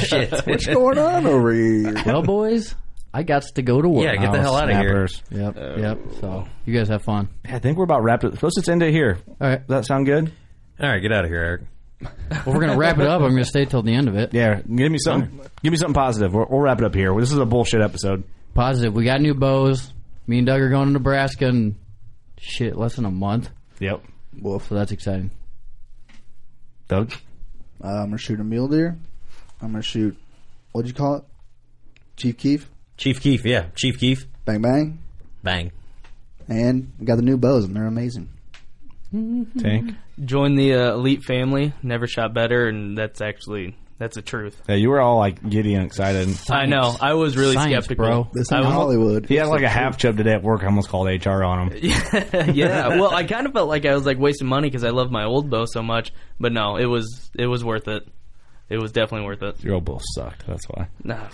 [SPEAKER 6] Shit.
[SPEAKER 9] What's going on over here?
[SPEAKER 8] well, boys, I got to go to work.
[SPEAKER 9] Yeah, get the hell
[SPEAKER 8] Oh,
[SPEAKER 9] outta here. Oh.
[SPEAKER 8] snappers. Yep, yep. So you guys have fun.
[SPEAKER 9] I think we're about wrapped. Up. Let's just end it here.
[SPEAKER 8] All right. Does
[SPEAKER 9] that sound good?
[SPEAKER 6] All right, get out of here, Eric.
[SPEAKER 8] Well, we're gonna wrap it up. I'm gonna stay till the end of it.
[SPEAKER 9] Yeah, give me something. Give me something positive. We'll, we'll wrap it up here. This is a bullshit episode.
[SPEAKER 8] Positive. We got new bows. Me and Doug are going to Nebraska and shit, less than a month.
[SPEAKER 9] Yep.
[SPEAKER 8] Wolf. So that's exciting.
[SPEAKER 9] Doug?
[SPEAKER 5] Uh, I'm gonna shoot a mule deer. I'm gonna shoot. What'd you call it? Chief Keef.
[SPEAKER 6] Chief Keef, yeah, Chief Keef,
[SPEAKER 5] Bang bang.
[SPEAKER 6] bang.
[SPEAKER 5] And we got the new bows, and they're amazing.
[SPEAKER 9] Tank.
[SPEAKER 10] Join the uh, elite family. Never shot better, and that's actually that's the truth.
[SPEAKER 9] Yeah, you were all like giddy and excited.
[SPEAKER 10] I know. I was really
[SPEAKER 8] Science,
[SPEAKER 10] skeptical.
[SPEAKER 8] bro.
[SPEAKER 10] I was-
[SPEAKER 9] He had like a half chub today at work. I almost called HR on him.
[SPEAKER 10] yeah. Well, I kind of felt like I was like wasting money because I love my old bow so much. But no, it was it was worth it. It was definitely worth it.
[SPEAKER 9] Your old bow sucked. That's why.
[SPEAKER 10] Nah.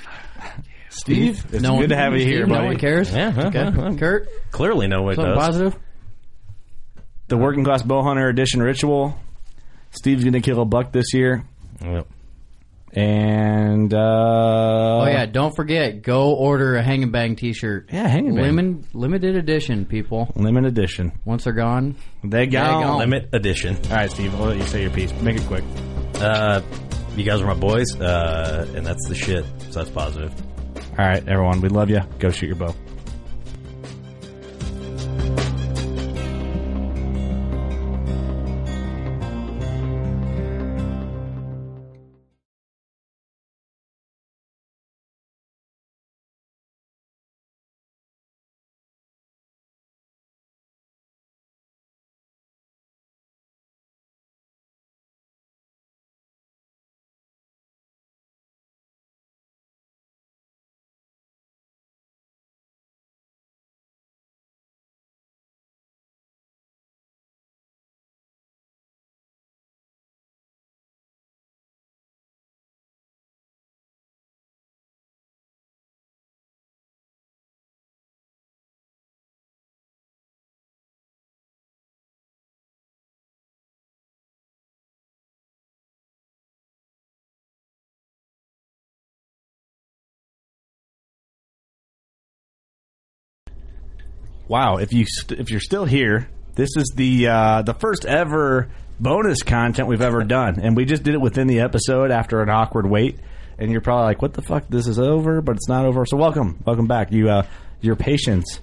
[SPEAKER 9] Steve, it's
[SPEAKER 8] No
[SPEAKER 9] good
[SPEAKER 8] one-
[SPEAKER 9] to have you
[SPEAKER 8] Steve,
[SPEAKER 9] here,
[SPEAKER 8] no
[SPEAKER 9] buddy.
[SPEAKER 8] one cares?
[SPEAKER 6] Yeah,
[SPEAKER 8] It's
[SPEAKER 6] huh,
[SPEAKER 8] okay.
[SPEAKER 6] huh, huh.
[SPEAKER 8] Kurt,
[SPEAKER 6] Clearly, no one
[SPEAKER 8] something
[SPEAKER 6] does.
[SPEAKER 8] positive.
[SPEAKER 3] uh,
[SPEAKER 9] The working class bow hunter edition ritual. Steve's gonna kill a buck this year.
[SPEAKER 6] Yep.
[SPEAKER 9] And uh, oh
[SPEAKER 8] oh yeah, don't forget, go order a hang and bang T-shirt.
[SPEAKER 9] Yeah, Hang and Bang.
[SPEAKER 8] Lemon, limited edition, people.
[SPEAKER 9] limited edition.
[SPEAKER 8] Once they're gone,
[SPEAKER 9] They gone.
[SPEAKER 6] Limit edition.
[SPEAKER 9] All right, Steve. I'll let you say your piece. Make it quick.
[SPEAKER 6] Uh, you guys are my boys, uh, and that's the shit. So that's positive.
[SPEAKER 9] All right, everyone. We love you. Go shoot your bow. Wow! If you st- if you're still here, this is the uh, the first ever bonus content we've ever done, and we just did it within the episode after an awkward wait. And you're probably like, "What the fuck? This is over," but it's not over. So welcome, welcome back. You uh, your patience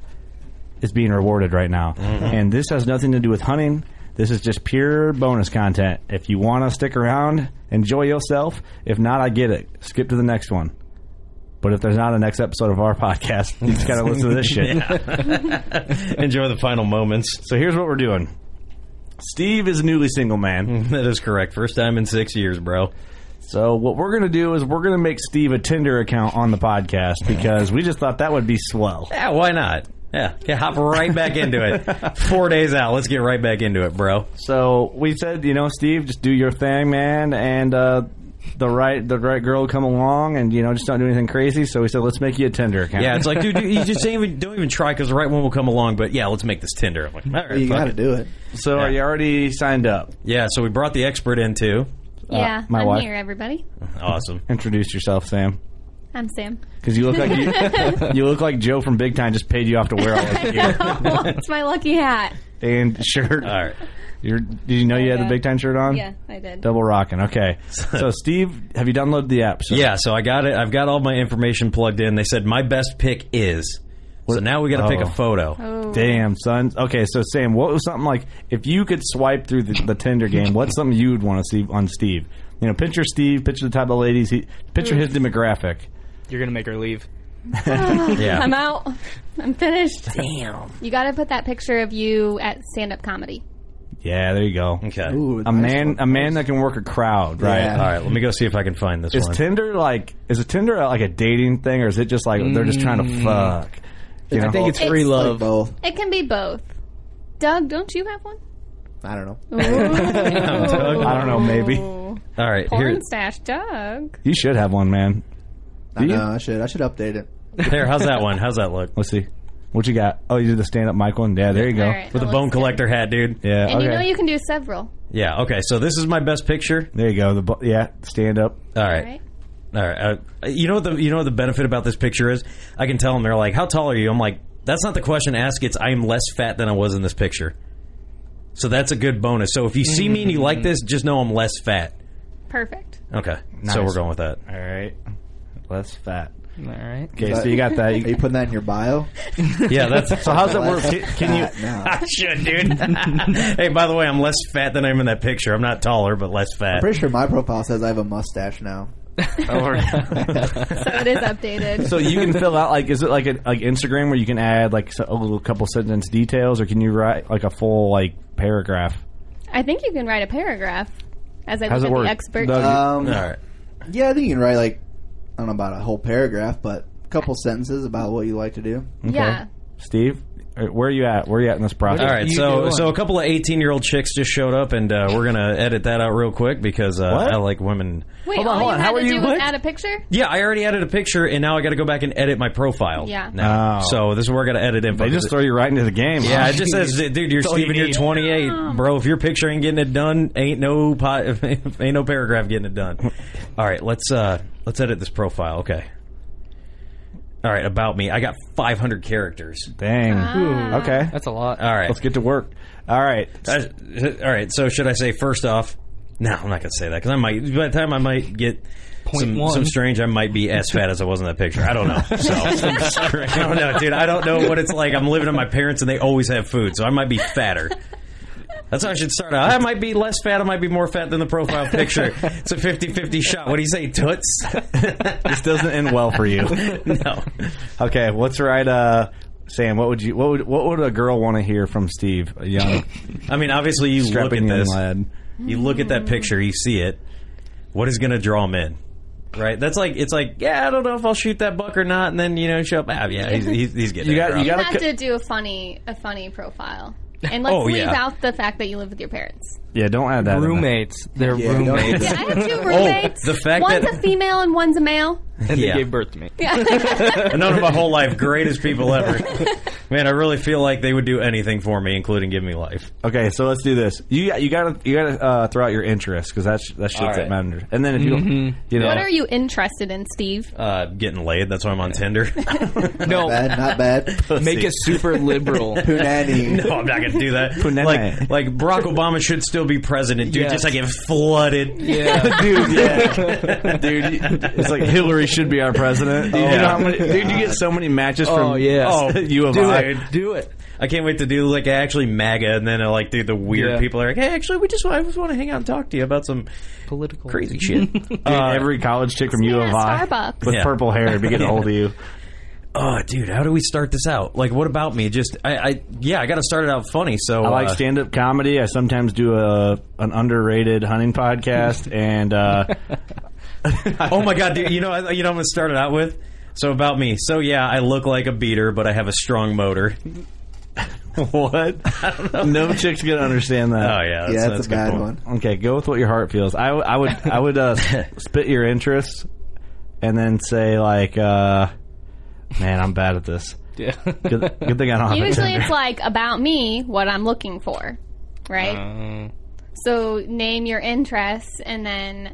[SPEAKER 9] is being rewarded right now, and this has nothing to do with hunting. This is just pure bonus content. If you want to stick around, enjoy yourself. If not, I get it. Skip to the next one. But if there's not a next episode of our podcast, you just gotta listen to this shit.
[SPEAKER 6] Enjoy the final moments.
[SPEAKER 9] So here's what we're doing. Steve is a newly single man.
[SPEAKER 6] That is correct. First time in six years, bro.
[SPEAKER 9] So what we're gonna do is we're gonna make Steve a Tinder account on the podcast
[SPEAKER 6] Mm-hmm.
[SPEAKER 9] because we just thought that would be swell.
[SPEAKER 6] Yeah, why not? Yeah, yeah. Hop right back into it. Four days out. Let's get right back into it, bro.
[SPEAKER 9] So we said, you know, Steve, just do your thing, man, and uh, the right the right girl would come along and you know just don't do anything crazy. So we said, let's make you a Tinder account.
[SPEAKER 6] Yeah, it's like, dude, you you just don't even, don't even try because the right one will come along. But yeah, let's make this Tinder. I'm like, all right,
[SPEAKER 9] You
[SPEAKER 6] fuck
[SPEAKER 9] gotta
[SPEAKER 6] it.
[SPEAKER 9] do it. So are you already signed up?
[SPEAKER 6] Yeah, so we brought the expert in too.
[SPEAKER 3] yeah,
[SPEAKER 9] my
[SPEAKER 3] I'm
[SPEAKER 9] wife.
[SPEAKER 3] here, everybody.
[SPEAKER 6] Awesome.
[SPEAKER 9] Introduce yourself, Sam.
[SPEAKER 3] I'm Sam.
[SPEAKER 9] Because you look like you, you look like Joe from Big Time just paid you off to wear all this gear
[SPEAKER 3] It's my lucky hat.
[SPEAKER 9] and shirt. All right. You're, did you know you had the Big Time shirt on?
[SPEAKER 3] Yeah, I did.
[SPEAKER 9] Double rocking. Okay. So Steve, have you downloaded the app? So
[SPEAKER 6] Yeah, so I got it. I've got all my information plugged in. They said my best pick is. So now we got to pick
[SPEAKER 9] Oh.
[SPEAKER 6] a photo.
[SPEAKER 9] Damn, son. Okay, so Sam, what was something like if you could swipe through the, the Tinder game? What's something you'd want to see on Steve? You know, picture Steve, picture the type of ladies, he, picture his
[SPEAKER 3] Mm.
[SPEAKER 9] demographic.
[SPEAKER 10] You're gonna make her leave.
[SPEAKER 9] Yeah.
[SPEAKER 3] I'm out. I'm finished.
[SPEAKER 10] Damn.
[SPEAKER 3] You got to put that picture of you at stand up comedy.
[SPEAKER 9] Yeah, there you go.
[SPEAKER 6] Okay,
[SPEAKER 9] a man, a man that can work a crowd, right?
[SPEAKER 6] Mm. Yeah. All right, let me go see if I can find this
[SPEAKER 9] Is
[SPEAKER 6] one.
[SPEAKER 9] Tinder like is a Tinder like a dating thing, or is it just like they're just trying to
[SPEAKER 6] Mm.
[SPEAKER 9] fuck?
[SPEAKER 5] I think it's It's free
[SPEAKER 9] free
[SPEAKER 5] like love. both.
[SPEAKER 3] It can be both. Doug, don't you have one?
[SPEAKER 5] I don't know.
[SPEAKER 9] I don't know, maybe.
[SPEAKER 3] Oh.
[SPEAKER 9] All
[SPEAKER 6] right,
[SPEAKER 3] Porn stash, Doug.
[SPEAKER 9] you should have one, man.
[SPEAKER 5] I know. I should. I should update it.
[SPEAKER 6] There, how's that one? How's that look?
[SPEAKER 9] Let's see. What you got? Oh, you did the stand up mic one. Yeah, there you go.
[SPEAKER 3] All right,
[SPEAKER 6] With a bone collector hat, dude.
[SPEAKER 9] Yeah.
[SPEAKER 3] And you know you can do several.
[SPEAKER 6] Yeah. Okay. So this is my best picture.
[SPEAKER 9] There you go. The bu- yeah, stand up.
[SPEAKER 6] All right. All right. Uh, you know what the you know what the benefit about this picture is? I can tell them they're like, "How tall are you?" I'm like, "That's not the question to ask. It's I am less fat than I was in this picture." So that's a good bonus. So if you see me and you like this, just know I'm less fat.
[SPEAKER 3] Perfect.
[SPEAKER 6] Okay.
[SPEAKER 9] Nice.
[SPEAKER 6] So we're going with that.
[SPEAKER 9] All right. Less fat.
[SPEAKER 10] All right.
[SPEAKER 9] Okay, so you got that.
[SPEAKER 5] Are you putting that in your bio?
[SPEAKER 6] Yeah, that's
[SPEAKER 9] so. How's it work? Can, can you?
[SPEAKER 6] I should, dude. hey, by the way, I'm less fat than I'm in that picture. I'm not taller, but less fat.
[SPEAKER 5] I'm pretty sure my profile says I have a mustache now.
[SPEAKER 3] So it is updated.
[SPEAKER 9] So you can fill out like is it like a, like Instagram where you can add like so- a little couple sentence details, or can you write like a full like paragraph?
[SPEAKER 3] I think you can write a paragraph. As I
[SPEAKER 9] How's
[SPEAKER 3] look
[SPEAKER 9] it
[SPEAKER 3] at
[SPEAKER 9] work?
[SPEAKER 3] the expert.
[SPEAKER 5] Um,
[SPEAKER 6] Alright.
[SPEAKER 5] Yeah, I think you can write like I don't know about a whole paragraph, but a couple sentences about what you like to do.
[SPEAKER 3] Yeah.
[SPEAKER 9] Steve, uh, where are you at? Where are you at in this
[SPEAKER 6] All
[SPEAKER 9] process?
[SPEAKER 6] right, so so a couple of 18 year old chicks just showed up, and uh, we're gonna edit that out real quick because uh,
[SPEAKER 9] What?
[SPEAKER 6] I like women.
[SPEAKER 3] Wait,
[SPEAKER 9] Hold on,
[SPEAKER 3] all
[SPEAKER 9] hold
[SPEAKER 3] you
[SPEAKER 9] on.
[SPEAKER 3] had
[SPEAKER 9] How
[SPEAKER 3] to
[SPEAKER 9] are you-
[SPEAKER 3] do was
[SPEAKER 9] what?
[SPEAKER 3] add a picture?
[SPEAKER 6] Yeah, I already added a picture, and now I got to go back and edit my profile.
[SPEAKER 3] Yeah.
[SPEAKER 6] Now.
[SPEAKER 9] Oh.
[SPEAKER 6] So this is where I got to edit info.
[SPEAKER 9] they just throw you right into the game.
[SPEAKER 6] yeah,
[SPEAKER 9] huh?
[SPEAKER 6] it just says, dude, you're
[SPEAKER 9] That's all you
[SPEAKER 6] Steven, you're
[SPEAKER 9] need.
[SPEAKER 6] 28, bro. If your picture ain't getting it done, ain't no pot, ain't no paragraph getting it done. All right, let's uh let's edit this profile. Okay. All right, about me. I got 500 characters.
[SPEAKER 9] Dang.
[SPEAKER 3] Ah.
[SPEAKER 9] Okay.
[SPEAKER 10] That's a lot.
[SPEAKER 6] All right.
[SPEAKER 9] Let's get to work. All right.
[SPEAKER 6] I- all right. So should I say first off? No, I'm not gonna say that because I might. By the time I might get some,
[SPEAKER 10] one.
[SPEAKER 6] some strange, I might be as fat as I was in that picture. I don't know. So I don't know, dude. I don't know what it's like. I'm living at my parents, and they always have food, so I might be fatter. That's how I should start out. I might be less fat. I might be more fat than the profile picture. It's a 50-50 shot. What do you say, toots?
[SPEAKER 9] this doesn't end well for you.
[SPEAKER 6] no.
[SPEAKER 9] Okay, what's right, uh, Sam? What would you? What would? What would a girl want to hear from Steve? A young,
[SPEAKER 6] I mean, obviously, you look
[SPEAKER 9] strapping
[SPEAKER 6] at
[SPEAKER 9] young
[SPEAKER 6] this.
[SPEAKER 9] lad.
[SPEAKER 6] You look at that picture, you see it. What is going to draw him in? Right? That's like it's like yeah, I don't know if I'll shoot that buck or not, and then you know show up. Ah, yeah, he's, he's, he's getting
[SPEAKER 9] You
[SPEAKER 6] that
[SPEAKER 9] got-
[SPEAKER 6] drop.
[SPEAKER 9] you
[SPEAKER 3] You
[SPEAKER 9] gotta
[SPEAKER 3] have
[SPEAKER 9] co-
[SPEAKER 3] to do a funny a funny profile. And let's
[SPEAKER 6] Oh,
[SPEAKER 3] leave
[SPEAKER 6] yeah.
[SPEAKER 3] out the fact that you live with your parents.
[SPEAKER 9] Yeah, don't add that. in there.
[SPEAKER 10] roommates. They're
[SPEAKER 5] Yeah, don't-
[SPEAKER 10] roommates.
[SPEAKER 3] Yeah, I have
[SPEAKER 9] Oh,
[SPEAKER 3] two roommates.
[SPEAKER 6] the fact
[SPEAKER 3] one's
[SPEAKER 6] that-
[SPEAKER 3] a female and one's a male.
[SPEAKER 10] And
[SPEAKER 6] Yeah.
[SPEAKER 10] they gave birth to me.
[SPEAKER 6] I've known him my whole life, greatest people ever. Man, I really feel like they would do anything for me, including give me life.
[SPEAKER 9] Okay, so let's do this. You you gotta you gotta uh, throw out your interests because that's that's shit
[SPEAKER 6] All
[SPEAKER 9] that
[SPEAKER 6] right.
[SPEAKER 9] matters. And then if you don't, you know,
[SPEAKER 3] What are you interested in, Steve?
[SPEAKER 6] Uh, getting laid, that's why I'm on Tinder.
[SPEAKER 10] No,
[SPEAKER 5] Bad, not bad.
[SPEAKER 10] make it super liberal.
[SPEAKER 5] Punani.
[SPEAKER 6] No, I'm not going to do that.
[SPEAKER 9] Punana.
[SPEAKER 6] Like, like Barack Obama should still be president, dude.
[SPEAKER 10] Yes.
[SPEAKER 6] Just like get flooded.
[SPEAKER 10] Yeah.
[SPEAKER 9] dude, yeah, dude, you- it's like Hillary should be our president. Dude, you know how many, dude, you get so many matches from
[SPEAKER 10] Oh, yeah.
[SPEAKER 9] oh, you of
[SPEAKER 6] Do
[SPEAKER 9] I.
[SPEAKER 6] it.
[SPEAKER 10] Do it.
[SPEAKER 6] I can't wait to do like actually MAGA, and then uh, like do the weird
[SPEAKER 10] Yeah.
[SPEAKER 6] people are like, hey, actually, we just I just want to hang out and talk to you about some
[SPEAKER 10] Political.
[SPEAKER 6] crazy shit.
[SPEAKER 9] Dude, every college chick from U
[SPEAKER 3] Yeah,
[SPEAKER 9] of I
[SPEAKER 3] Starbucks.
[SPEAKER 9] with
[SPEAKER 6] Yeah.
[SPEAKER 9] purple hair would be getting hold of you.
[SPEAKER 6] oh, dude, how do we start this out? Like, what about me? Just I, I yeah, I got to start it out funny. So
[SPEAKER 9] I like
[SPEAKER 6] uh,
[SPEAKER 9] stand up comedy. I sometimes do a an underrated hunting podcast, and uh,
[SPEAKER 6] oh my god, dude, you know, I, you know, what I'm gonna start it out with. So about me. So yeah, I look like a beater, but I have a strong motor.
[SPEAKER 9] what? No chick's gonna understand that.
[SPEAKER 6] Oh, yeah, that's- Yeah, that's that's a a good bad point.
[SPEAKER 9] Okay, go with what your heart feels. I, I would I would uh, s- spit your interests, and then say like, uh, man, I'm bad at this.
[SPEAKER 10] Yeah.
[SPEAKER 9] Good, good thing I don't have a
[SPEAKER 3] Usually
[SPEAKER 9] Tinder.
[SPEAKER 3] it's like about me, what I'm looking for, right? so name your interests and then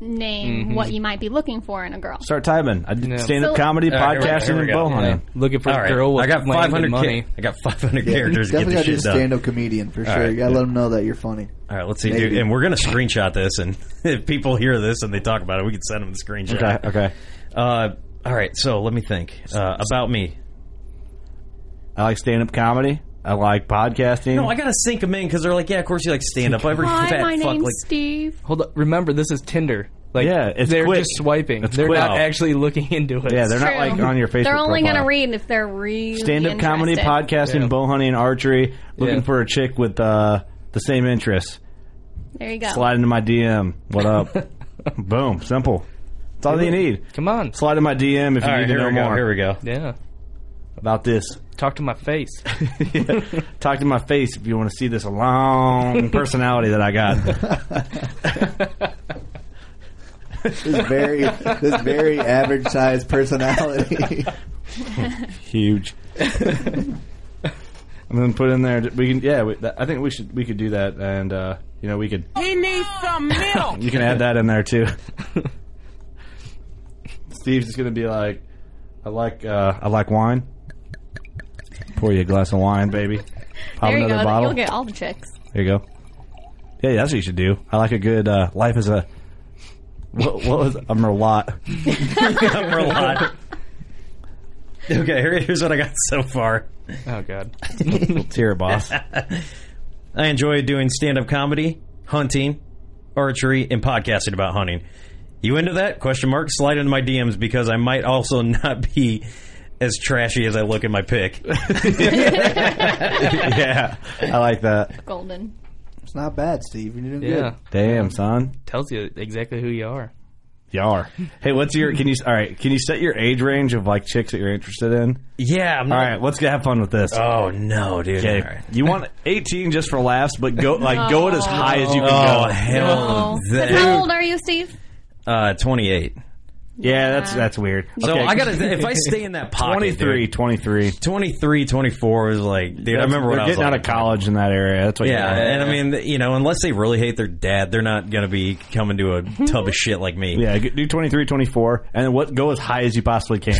[SPEAKER 3] name
[SPEAKER 9] Mhm.
[SPEAKER 3] what you might be looking for in a girl.
[SPEAKER 9] Start typing. I did stand up comedy,
[SPEAKER 6] All right, here we go,
[SPEAKER 9] podcasting,
[SPEAKER 6] here we
[SPEAKER 9] and
[SPEAKER 6] go.
[SPEAKER 9] bow hunting.
[SPEAKER 6] Yeah. All right, I got 500 ca- I got 500 characters
[SPEAKER 5] definitely
[SPEAKER 6] to get this
[SPEAKER 5] gotta do
[SPEAKER 6] shit done.
[SPEAKER 5] stand-up comedian for
[SPEAKER 6] All
[SPEAKER 5] sure.
[SPEAKER 6] right,
[SPEAKER 5] you gotta
[SPEAKER 6] yeah.
[SPEAKER 5] let them know that you're funny.
[SPEAKER 6] All right, let's see,
[SPEAKER 5] Maybe.
[SPEAKER 6] dude. And we're gonna screenshot this, and if people hear this and they talk about it, we can send them the screenshot.
[SPEAKER 9] Okay, okay.
[SPEAKER 6] Uh, all right, so let me think uh, about me.
[SPEAKER 9] I like stand up comedy. I like podcasting.
[SPEAKER 6] No, I gotta sink them in because they're like, yeah, of course you like stand up. Every
[SPEAKER 3] Hi,
[SPEAKER 6] fat
[SPEAKER 3] my
[SPEAKER 6] fuck
[SPEAKER 3] name's
[SPEAKER 6] like
[SPEAKER 3] Steve.
[SPEAKER 10] Hold up. Remember, this is Tinder. Like,
[SPEAKER 9] Yeah, it's
[SPEAKER 10] they're
[SPEAKER 9] quick.
[SPEAKER 10] just swiping.
[SPEAKER 9] It's
[SPEAKER 10] they're
[SPEAKER 9] quick.
[SPEAKER 10] not
[SPEAKER 9] Wow.
[SPEAKER 10] actually looking into it.
[SPEAKER 9] Yeah, they're not like on your Facebook.
[SPEAKER 3] They're only
[SPEAKER 9] profile.
[SPEAKER 3] gonna read if they're really
[SPEAKER 9] stand up comedy,
[SPEAKER 3] interested.
[SPEAKER 9] podcasting, bow hunting, archery. Looking
[SPEAKER 3] Yeah.
[SPEAKER 9] for a chick with uh, the same interests.
[SPEAKER 3] There you go.
[SPEAKER 9] Slide into my DM. What up? Boom. Simple. That's all
[SPEAKER 10] Do
[SPEAKER 9] you
[SPEAKER 10] it.
[SPEAKER 9] need.
[SPEAKER 10] Come on.
[SPEAKER 9] Slide in my DM if you
[SPEAKER 10] All right,
[SPEAKER 9] need to
[SPEAKER 10] here
[SPEAKER 9] know
[SPEAKER 10] we go,
[SPEAKER 9] more.
[SPEAKER 10] here we
[SPEAKER 6] go.
[SPEAKER 10] Yeah.
[SPEAKER 9] About this.
[SPEAKER 10] Talk to my face.
[SPEAKER 9] Talk to my face if you want to see this long personality that I got.
[SPEAKER 5] This is very this very average sized personality.
[SPEAKER 9] Huge. And then put in there. We can. Yeah. We, that, I think we should. We could do that. And uh, you know, we could.
[SPEAKER 11] He needs some milk.
[SPEAKER 9] You can add that in there too. Steve's just gonna be like, I like uh, I like wine. Pour you a glass of wine, baby. Pop
[SPEAKER 3] there you
[SPEAKER 9] another
[SPEAKER 3] go.
[SPEAKER 9] bottle.
[SPEAKER 3] You'll get all the chicks.
[SPEAKER 9] There you go. Yeah, yeah, that's what you should do. I like a good uh, life as a. What, what was I'm a lot.
[SPEAKER 6] number a lot. Okay, here- here's what I got so far.
[SPEAKER 10] Oh God,
[SPEAKER 9] tear, boss.
[SPEAKER 6] I enjoy doing stand-up comedy, hunting, archery, and podcasting about hunting. You into that? Question mark. Slide into my DMs because I might also not be as trashy as I look in my pic.
[SPEAKER 9] yeah, I like that.
[SPEAKER 3] Golden.
[SPEAKER 5] It's not bad, Steve. You're doing
[SPEAKER 10] Yeah.
[SPEAKER 5] good.
[SPEAKER 9] Damn, son.
[SPEAKER 10] Tells you exactly who you are.
[SPEAKER 9] You are. Hey, what's your? Can you? All right. Can you set your age range of like chicks that you're interested in?
[SPEAKER 6] Yeah. I'm not-
[SPEAKER 9] all right. Let's go have fun with this.
[SPEAKER 6] Oh, no, dude.
[SPEAKER 9] Okay.
[SPEAKER 6] All right.
[SPEAKER 9] You want 18 just for laughs, but go like go it as high as you can
[SPEAKER 6] Oh,
[SPEAKER 9] go.
[SPEAKER 6] hell
[SPEAKER 3] Oh. But how old are you, Steve?
[SPEAKER 6] Uh, 28.
[SPEAKER 9] Yeah, that's that's weird.
[SPEAKER 6] So
[SPEAKER 9] Okay.
[SPEAKER 6] I gotta if I stay in that pocket,
[SPEAKER 9] 23, 23.
[SPEAKER 6] 23, 24 is like, dude, I remember
[SPEAKER 9] They're
[SPEAKER 6] when I was
[SPEAKER 9] getting out
[SPEAKER 6] like,
[SPEAKER 9] of college in that area. That's what. you
[SPEAKER 6] yeah,
[SPEAKER 9] want.
[SPEAKER 6] and I mean, th- you know, unless they really hate their dad, they're not gonna be coming to a tub of shit like me.
[SPEAKER 9] Yeah, do 23, 24, and then what? Go as high as you possibly can.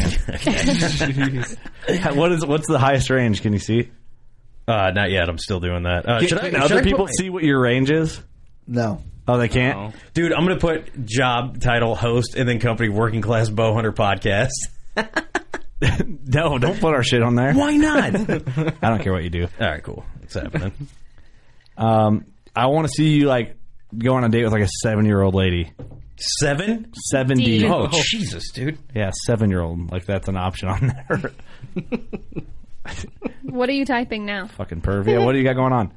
[SPEAKER 9] what is what's the highest range? Can you see?
[SPEAKER 6] Uh, not yet. I'm still doing that. Uh,
[SPEAKER 9] Can-
[SPEAKER 6] should I-
[SPEAKER 9] can
[SPEAKER 6] should
[SPEAKER 9] other
[SPEAKER 6] I put
[SPEAKER 9] people
[SPEAKER 6] my-
[SPEAKER 9] see what your range is?
[SPEAKER 5] No.
[SPEAKER 9] Oh, they can't.
[SPEAKER 6] Dude, I'm gonna put job title host and then company working class bow hunter podcast.
[SPEAKER 9] No, don't put our shit on there.
[SPEAKER 6] Why not?
[SPEAKER 9] I don't care what you do.
[SPEAKER 6] All right, cool. It's happening.
[SPEAKER 9] Um, I want to see you like go on a date with like a seven year old lady.
[SPEAKER 6] Seven?
[SPEAKER 9] Seventy.
[SPEAKER 6] Oh, Jesus, dude.
[SPEAKER 9] Yeah, seven year old. Like that's an option on there.
[SPEAKER 3] What are you typing now?
[SPEAKER 9] Fucking perv. Yeah, what do you got going on?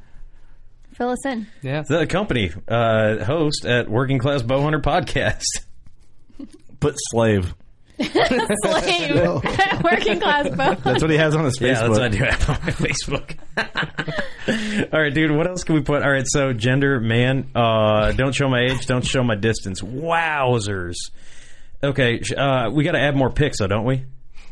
[SPEAKER 3] Fill us in.
[SPEAKER 10] Yeah.
[SPEAKER 6] The company uh, host at Working Class Bow Hunter Podcast.
[SPEAKER 9] Put slave.
[SPEAKER 3] Slave. Working class bow.
[SPEAKER 9] That's what he has on his Facebook.
[SPEAKER 6] Yeah, that's what I do have on my Facebook. All right, dude. What else can we put? All right, so gender, man. Uh, don't show my age. Don't show my distance. Wowzers. Okay, sh- uh, we got to add more picks, though, don't we?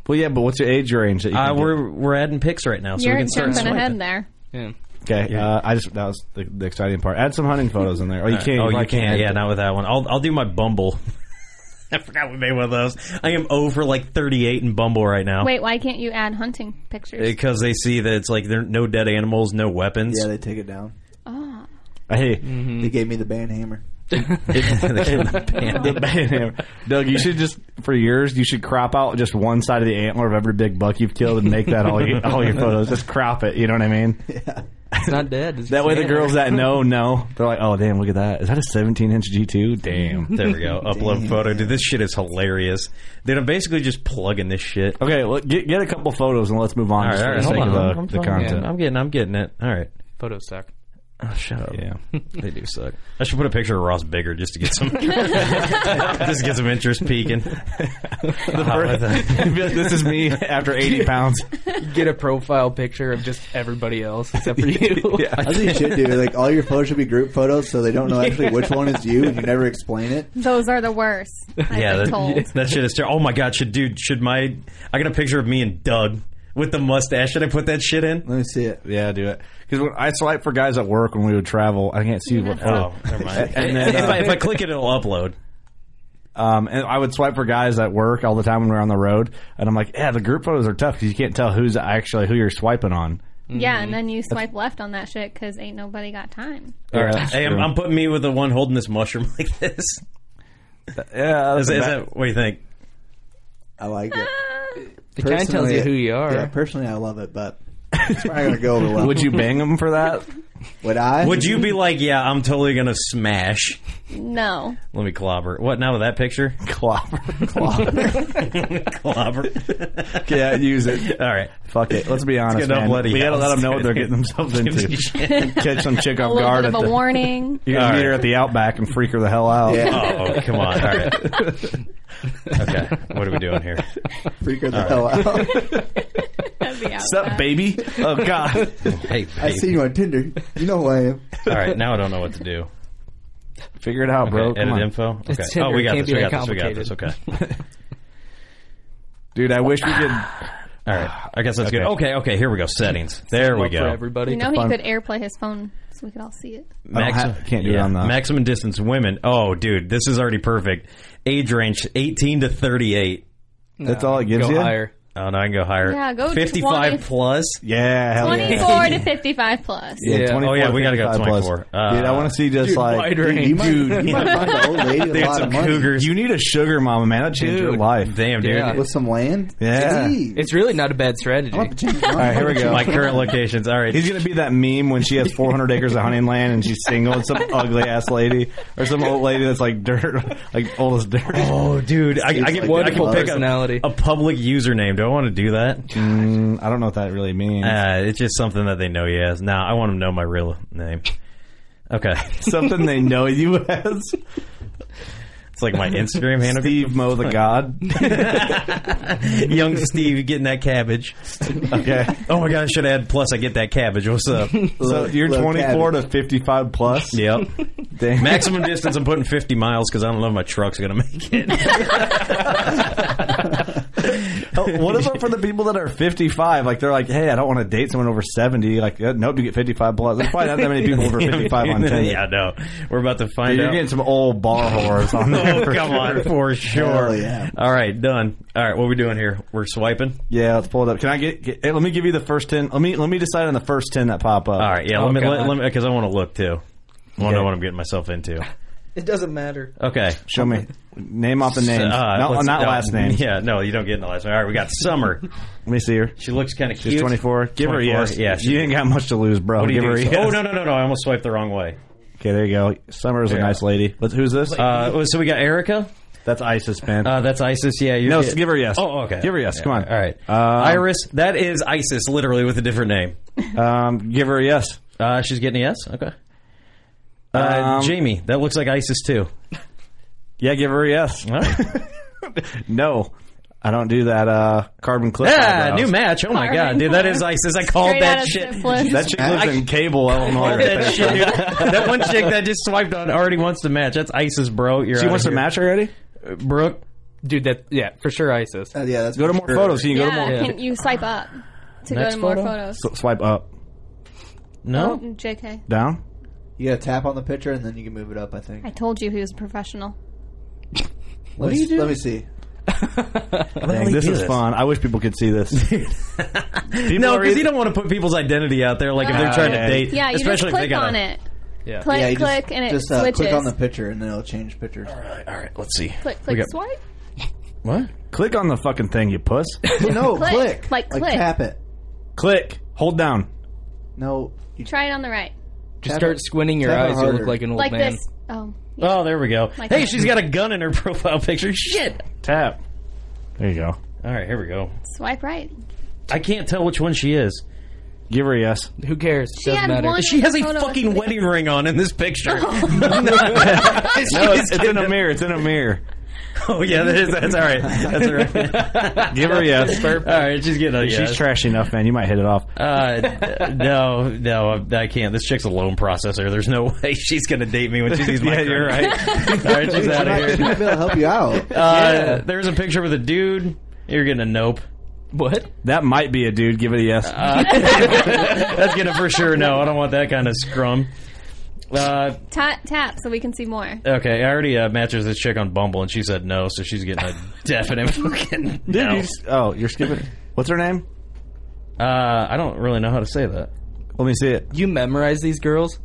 [SPEAKER 9] Well, yeah, but what's your age range? That you
[SPEAKER 6] Uh,
[SPEAKER 9] can
[SPEAKER 6] we're we're adding picks right now, so
[SPEAKER 3] You're
[SPEAKER 6] we can start
[SPEAKER 3] jumping
[SPEAKER 6] swiping.
[SPEAKER 3] ahead there.
[SPEAKER 9] Okay, uh, I just that was the, the exciting part. Add some hunting photos in there. Oh, you can't.
[SPEAKER 6] Oh, you
[SPEAKER 9] probably
[SPEAKER 6] can't.
[SPEAKER 9] add
[SPEAKER 6] Yeah,
[SPEAKER 9] them.
[SPEAKER 6] not with that one. I'll I'll do my Bumble. I forgot we made one of those. I am over like 38 in Bumble right
[SPEAKER 9] Oh.
[SPEAKER 6] now.
[SPEAKER 3] Wait, why can't you add hunting pictures?
[SPEAKER 6] Because they see that it's like there are no dead animals, no weapons.
[SPEAKER 5] Yeah, they take it down.
[SPEAKER 3] Ah.
[SPEAKER 9] Hey,
[SPEAKER 6] Mm.
[SPEAKER 5] They gave me the band hammer.
[SPEAKER 9] The band hammer. Doug, you should just for yours. You should crop out just one side of the antler of every big buck you've killed and make that all your, all your photos. Just crop it. You know what I mean?
[SPEAKER 10] It's not dead. It's
[SPEAKER 9] That way, the
[SPEAKER 10] dead.
[SPEAKER 9] girls that know know. They're like, oh damn, look at that. Is that a 17 inch G2? Damn.
[SPEAKER 6] There we go. Upload photo. Dude, this shit is hilarious. Dude, I'm basically just plugging this shit.
[SPEAKER 9] Okay, well, get get a couple photos and let's move on.
[SPEAKER 6] All right,
[SPEAKER 9] just
[SPEAKER 6] all
[SPEAKER 9] for
[SPEAKER 6] right,
[SPEAKER 9] the sake of
[SPEAKER 6] hold on.
[SPEAKER 9] the-
[SPEAKER 6] I'm, I'm
[SPEAKER 9] the
[SPEAKER 6] trying-
[SPEAKER 9] content.
[SPEAKER 6] I'm getting, I'm getting it. All right.
[SPEAKER 10] photos suck.
[SPEAKER 6] Oh, shut up. Yeah, they do suck. I should put a picture of Ross Bigger just to get some, just to get some interest peaking.
[SPEAKER 10] This is
[SPEAKER 9] me after 80 pounds.
[SPEAKER 10] Get a profile picture of just everybody else except for you.
[SPEAKER 5] I think you should do. Like all your photos should be group photos, so they don't know actually which one is you, and you never explain it.
[SPEAKER 3] Those are the worst. I've
[SPEAKER 6] yeah,
[SPEAKER 3] been told.
[SPEAKER 6] that, that shit is terrible. Oh my god, should dude, should my? I got a picture of me and Doug with the mustache. Should I put that shit in?
[SPEAKER 5] Let me see it.
[SPEAKER 9] Yeah, do it. Because I swipe for guys at work when we would travel. I can't see what. uh,
[SPEAKER 6] Oh, never mind. if, I, if I click it, it'll upload.
[SPEAKER 9] Um, and I would swipe for guys at work all the time when we are on the road, and I'm like, yeah, the group photos are tough because you can't tell who's actually who you're swiping on.
[SPEAKER 3] Yeah, and then you swipe left on that shit because ain't nobody got time.
[SPEAKER 6] All right.
[SPEAKER 9] that's
[SPEAKER 6] Hey, I'm,
[SPEAKER 9] true.
[SPEAKER 6] I'm putting me with the one holding this mushroom like this.
[SPEAKER 9] Yeah,
[SPEAKER 6] Is,
[SPEAKER 9] that-
[SPEAKER 6] is that what do you think?
[SPEAKER 5] I like it.
[SPEAKER 10] It kinda tells
[SPEAKER 5] Personally-
[SPEAKER 10] you who you are.
[SPEAKER 5] Yeah, personally, I love it, but it's probably gonna go over well.
[SPEAKER 9] Would you bang them for that?
[SPEAKER 5] Would I?
[SPEAKER 6] Would you be like, yeah, I'm totally gonna smash?
[SPEAKER 3] No.
[SPEAKER 6] Let me clobber. What now with that picture?
[SPEAKER 9] Clobber,
[SPEAKER 6] clobber,
[SPEAKER 9] yeah, use it.
[SPEAKER 6] All right,
[SPEAKER 9] fuck it. Let's be honest,
[SPEAKER 6] get no
[SPEAKER 9] man.
[SPEAKER 6] bloody
[SPEAKER 9] we gotta let them know what they're
[SPEAKER 6] house.
[SPEAKER 9] getting themselves into.
[SPEAKER 6] Gives a shit.
[SPEAKER 9] Catch some chick
[SPEAKER 3] A
[SPEAKER 9] off
[SPEAKER 3] little
[SPEAKER 9] guard.
[SPEAKER 3] bit of
[SPEAKER 9] at
[SPEAKER 3] a
[SPEAKER 9] the,
[SPEAKER 3] warning.
[SPEAKER 9] You're gonna
[SPEAKER 6] All
[SPEAKER 9] meet
[SPEAKER 6] right.
[SPEAKER 9] her at the outback and freak her the hell out.
[SPEAKER 6] Oh, come on. All right. Okay, what are we doing here?
[SPEAKER 5] freak her the
[SPEAKER 6] All
[SPEAKER 5] hell out?
[SPEAKER 9] What's up, baby? Oh God.
[SPEAKER 6] Hey,
[SPEAKER 5] I
[SPEAKER 6] babe.
[SPEAKER 5] see you on Tinder. You know who I am.
[SPEAKER 6] All right, now I don't know what to do.
[SPEAKER 9] Figure it out, bro.
[SPEAKER 6] Okay,
[SPEAKER 9] Come
[SPEAKER 6] edit
[SPEAKER 9] on.
[SPEAKER 6] info. Okay.
[SPEAKER 10] It's
[SPEAKER 6] oh,
[SPEAKER 10] Tinder.
[SPEAKER 6] we
[SPEAKER 10] It
[SPEAKER 6] got
[SPEAKER 10] can't
[SPEAKER 6] this. We
[SPEAKER 10] be
[SPEAKER 6] got
[SPEAKER 10] that
[SPEAKER 6] this. We got this. Okay.
[SPEAKER 9] Dude, I wish we could.
[SPEAKER 6] Ah, All right. I guess that's good. Okay. Okay. Here we go. Settings. There we go.
[SPEAKER 3] You know he could airplay his phone so we could all see it.
[SPEAKER 9] Oh, ha- can't do it on the-
[SPEAKER 6] Maximum distance women. Oh, dude, this is already perfect. Age range 18 to 38.
[SPEAKER 9] That's all it gives you.
[SPEAKER 6] Oh no, I can go higher.
[SPEAKER 3] Yeah, go
[SPEAKER 6] 55
[SPEAKER 3] 20.
[SPEAKER 6] plus.
[SPEAKER 9] Yeah, hell yeah.
[SPEAKER 3] 24 to 55 plus.
[SPEAKER 9] Yeah,
[SPEAKER 6] Oh, Yeah.
[SPEAKER 9] 24,
[SPEAKER 6] Oh, yeah, we gotta go
[SPEAKER 9] 55 plus.
[SPEAKER 6] 24. Uh,
[SPEAKER 9] dude, I want to see just
[SPEAKER 10] dude,
[SPEAKER 9] like
[SPEAKER 10] wide range.
[SPEAKER 9] you might,
[SPEAKER 5] Dude, you might find an old lady with
[SPEAKER 6] Dude,
[SPEAKER 5] a lot
[SPEAKER 6] some
[SPEAKER 5] of money.
[SPEAKER 6] cougars.
[SPEAKER 9] You need a sugar mama, man. That'll change your
[SPEAKER 10] Dude.
[SPEAKER 9] life.
[SPEAKER 6] Damn, dude.
[SPEAKER 10] Yeah.
[SPEAKER 5] With some land?
[SPEAKER 9] Yeah.
[SPEAKER 5] Gee,
[SPEAKER 10] It's really not a bad strategy.
[SPEAKER 5] I'll have to change my
[SPEAKER 9] All right, here we go.
[SPEAKER 6] My current locations. All right.
[SPEAKER 9] He's gonna be that meme when she has 400 acres of hunting land and she's single and some ugly ass lady or some old lady that's like dirt, like old as dirt.
[SPEAKER 6] Oh, dude, I, I,
[SPEAKER 5] Seems
[SPEAKER 6] can-
[SPEAKER 5] like
[SPEAKER 6] I
[SPEAKER 10] wonderful
[SPEAKER 6] can pick
[SPEAKER 10] personality.
[SPEAKER 6] A, a public username. Do I want to do that?
[SPEAKER 9] Mm, I don't know what that really means.
[SPEAKER 6] Uh, it's just something that they know you as. Now I want them to know my real name. Okay,
[SPEAKER 9] Something they know you as.
[SPEAKER 6] it's like my Instagram handle.
[SPEAKER 9] Steve Mo the God.
[SPEAKER 6] Young Steve getting that cabbage.
[SPEAKER 9] Okay.
[SPEAKER 6] Oh my god, I should add plus I get that cabbage. What's up?
[SPEAKER 9] So you're
[SPEAKER 5] Low
[SPEAKER 9] 24 to 55 plus.
[SPEAKER 6] yep.
[SPEAKER 9] Damn.
[SPEAKER 6] Maximum distance I'm putting 50 miles because I don't know if my truck's gonna make it.
[SPEAKER 9] Oh, what about for the people that are 55? Like, they're like, hey, I don't want to date someone over 70. Like, uh, nope, you get 55 plus. There's probably not that many people over 55 on Tinder.
[SPEAKER 6] yeah, no. We're about to find
[SPEAKER 9] You're
[SPEAKER 6] out.
[SPEAKER 9] getting some old bar whores on there.
[SPEAKER 6] oh
[SPEAKER 9] for
[SPEAKER 6] come
[SPEAKER 9] sure.
[SPEAKER 6] on, for sure.
[SPEAKER 5] Hell yeah.
[SPEAKER 6] All right, done. All right, what are we doing here? We're swiping.
[SPEAKER 9] Yeah, let's pull it up. Can I get? get hey, let me give you the first ten. Let me let me decide on the first ten that pop up.
[SPEAKER 6] All right, yeah. let me
[SPEAKER 10] Okay.
[SPEAKER 6] let, let me because I want to look too. I want to
[SPEAKER 9] Oh, Okay.
[SPEAKER 6] know what I'm getting myself into.
[SPEAKER 10] It doesn't matter.
[SPEAKER 6] Okay.
[SPEAKER 9] show me. Name off the names.
[SPEAKER 6] Uh,
[SPEAKER 9] no,
[SPEAKER 6] let's-
[SPEAKER 9] not
[SPEAKER 6] no,
[SPEAKER 9] last name.
[SPEAKER 6] Yeah, no, you don't get in the last name. All right, we got Summer.
[SPEAKER 9] Let me see her.
[SPEAKER 6] She looks kind of cute.
[SPEAKER 9] She's twenty four. Give her a
[SPEAKER 6] 24,
[SPEAKER 9] yes.
[SPEAKER 6] yeah, she-
[SPEAKER 9] you ain't got much to lose, bro.
[SPEAKER 6] What do you
[SPEAKER 9] Give her a
[SPEAKER 6] do?
[SPEAKER 9] yes.
[SPEAKER 6] Oh no no no no! I almost swiped the wrong way.
[SPEAKER 9] Okay, there you go. Summer's a
[SPEAKER 6] Yeah.
[SPEAKER 9] nice lady. Let's, who's this?
[SPEAKER 6] Uh, oh, so we got Erica.
[SPEAKER 9] That's ISIS, man.
[SPEAKER 6] Uh, that's ISIS. Yeah, you
[SPEAKER 9] No, give her a yes.
[SPEAKER 6] Oh, okay.
[SPEAKER 9] Give her a yes.
[SPEAKER 6] Yeah,
[SPEAKER 9] Come on.
[SPEAKER 6] All right.
[SPEAKER 9] Um,
[SPEAKER 6] Iris. That is ISIS, literally with a different name.
[SPEAKER 9] um, give her a yes.
[SPEAKER 6] Uh, she's getting a yes. Okay. Uh,
[SPEAKER 9] Um,
[SPEAKER 6] Jamie. That looks like ISIS too.
[SPEAKER 9] Yeah, give her a yes.
[SPEAKER 6] All right.
[SPEAKER 9] No, I don't do that. Uh, carbon clip.
[SPEAKER 6] yeah,
[SPEAKER 9] eyebrows.
[SPEAKER 6] new match. Oh my
[SPEAKER 3] Sorry.
[SPEAKER 6] god, dude, that is ISIS. I called
[SPEAKER 3] Straight out
[SPEAKER 6] that
[SPEAKER 3] of
[SPEAKER 6] shit.
[SPEAKER 3] syphilis.
[SPEAKER 9] That chick lives in Cable, Illinois.
[SPEAKER 6] All that shit, dude. That one chick that just swiped on already wants to match. That's ISIS, bro. You're
[SPEAKER 9] She
[SPEAKER 6] outta
[SPEAKER 9] wants to
[SPEAKER 6] here.
[SPEAKER 9] match already.
[SPEAKER 6] Brooke.
[SPEAKER 10] Dude, that yeah, for sure ISIS.
[SPEAKER 5] Uh, yeah, that's
[SPEAKER 9] Go to more photos. You can go to more.
[SPEAKER 3] Yeah, can you swipe up to go
[SPEAKER 6] Next
[SPEAKER 3] to more
[SPEAKER 6] photo?
[SPEAKER 3] photos?
[SPEAKER 9] S- swipe up,
[SPEAKER 3] Oh,
[SPEAKER 6] No.
[SPEAKER 3] JK.
[SPEAKER 9] down.
[SPEAKER 5] You gotta tap on the picture and then you can move it up. I think.
[SPEAKER 3] I told you he was a professional.
[SPEAKER 5] What do you do? Let me see.
[SPEAKER 9] Dang, this is fun. I wish people could see this.
[SPEAKER 6] No,
[SPEAKER 9] are
[SPEAKER 6] because you
[SPEAKER 9] either-
[SPEAKER 6] don't want to put people's identity out there. Like if
[SPEAKER 3] No.
[SPEAKER 6] they're trying
[SPEAKER 9] Ah, Yeah.
[SPEAKER 6] to date,
[SPEAKER 3] Yeah, you
[SPEAKER 6] especially
[SPEAKER 3] just
[SPEAKER 6] if they
[SPEAKER 3] click
[SPEAKER 6] got
[SPEAKER 3] on
[SPEAKER 6] a-
[SPEAKER 3] it. Click,
[SPEAKER 5] Yeah, you just-
[SPEAKER 3] click, and it
[SPEAKER 5] just, uh,
[SPEAKER 3] switches.
[SPEAKER 5] Click on the picture and then it'll change pictures.
[SPEAKER 6] All right, let's see.
[SPEAKER 3] click,
[SPEAKER 6] We
[SPEAKER 3] click,
[SPEAKER 6] got-
[SPEAKER 3] swipe.
[SPEAKER 6] What?
[SPEAKER 9] Click on the fucking thing, you puss.
[SPEAKER 5] No,
[SPEAKER 3] Click.
[SPEAKER 5] click.
[SPEAKER 3] Like, click.
[SPEAKER 5] tap it.
[SPEAKER 9] Click. Hold down.
[SPEAKER 5] No, you
[SPEAKER 3] Try it on the right,
[SPEAKER 10] Just
[SPEAKER 5] Tap
[SPEAKER 10] start
[SPEAKER 5] it-
[SPEAKER 10] squinting your
[SPEAKER 5] tap it
[SPEAKER 10] eyes. You
[SPEAKER 5] harder.
[SPEAKER 10] look like an old
[SPEAKER 3] like
[SPEAKER 10] man.
[SPEAKER 3] this. Oh, yeah.
[SPEAKER 6] Oh, there we go.
[SPEAKER 3] Like
[SPEAKER 6] hey,
[SPEAKER 3] that.
[SPEAKER 6] she's got a gun in her profile picture. Shit.
[SPEAKER 9] Tap. There you go.
[SPEAKER 6] All right, here we go.
[SPEAKER 3] swipe right.
[SPEAKER 6] I can't tell which one she is.
[SPEAKER 9] Give her a yes.
[SPEAKER 10] Who cares?
[SPEAKER 3] She Doesn't had matter. one
[SPEAKER 6] She has a
[SPEAKER 3] photo of Oh.
[SPEAKER 6] fucking wedding ring on in this picture.
[SPEAKER 9] No, it's, it's in a mirror. It's in a mirror.
[SPEAKER 6] oh yeah, that is. That's all right. That's all right.
[SPEAKER 9] Give her a yes.
[SPEAKER 6] All right, she's getting a
[SPEAKER 9] She's
[SPEAKER 6] yes.
[SPEAKER 9] trashy enough, man. You might hit it off.
[SPEAKER 6] uh, no, no, I can't. This chick's a loan processor. There's no way she's gonna date me when she sees my.
[SPEAKER 9] Yeah, you're
[SPEAKER 6] credit. All right, she's out
[SPEAKER 5] She
[SPEAKER 6] of here.
[SPEAKER 5] might be able to help you out.
[SPEAKER 6] Uh, There's a picture with a dude. You're getting a nope.
[SPEAKER 10] What?
[SPEAKER 9] That might be a dude. Give it a yes.
[SPEAKER 6] That's gonna for sure no. I don't want that kind of scrum. Uh,
[SPEAKER 3] Ta- tap so we can see more.
[SPEAKER 6] okay, I already uh, matches this chick on Bumble, and she said no, so she's getting a definite fucking
[SPEAKER 9] Dude,
[SPEAKER 6] no.
[SPEAKER 9] you s- oh, you're skipping. What's her name?
[SPEAKER 6] Uh, I don't really know how to say that.
[SPEAKER 9] Let me see it.
[SPEAKER 10] You memorize these girls?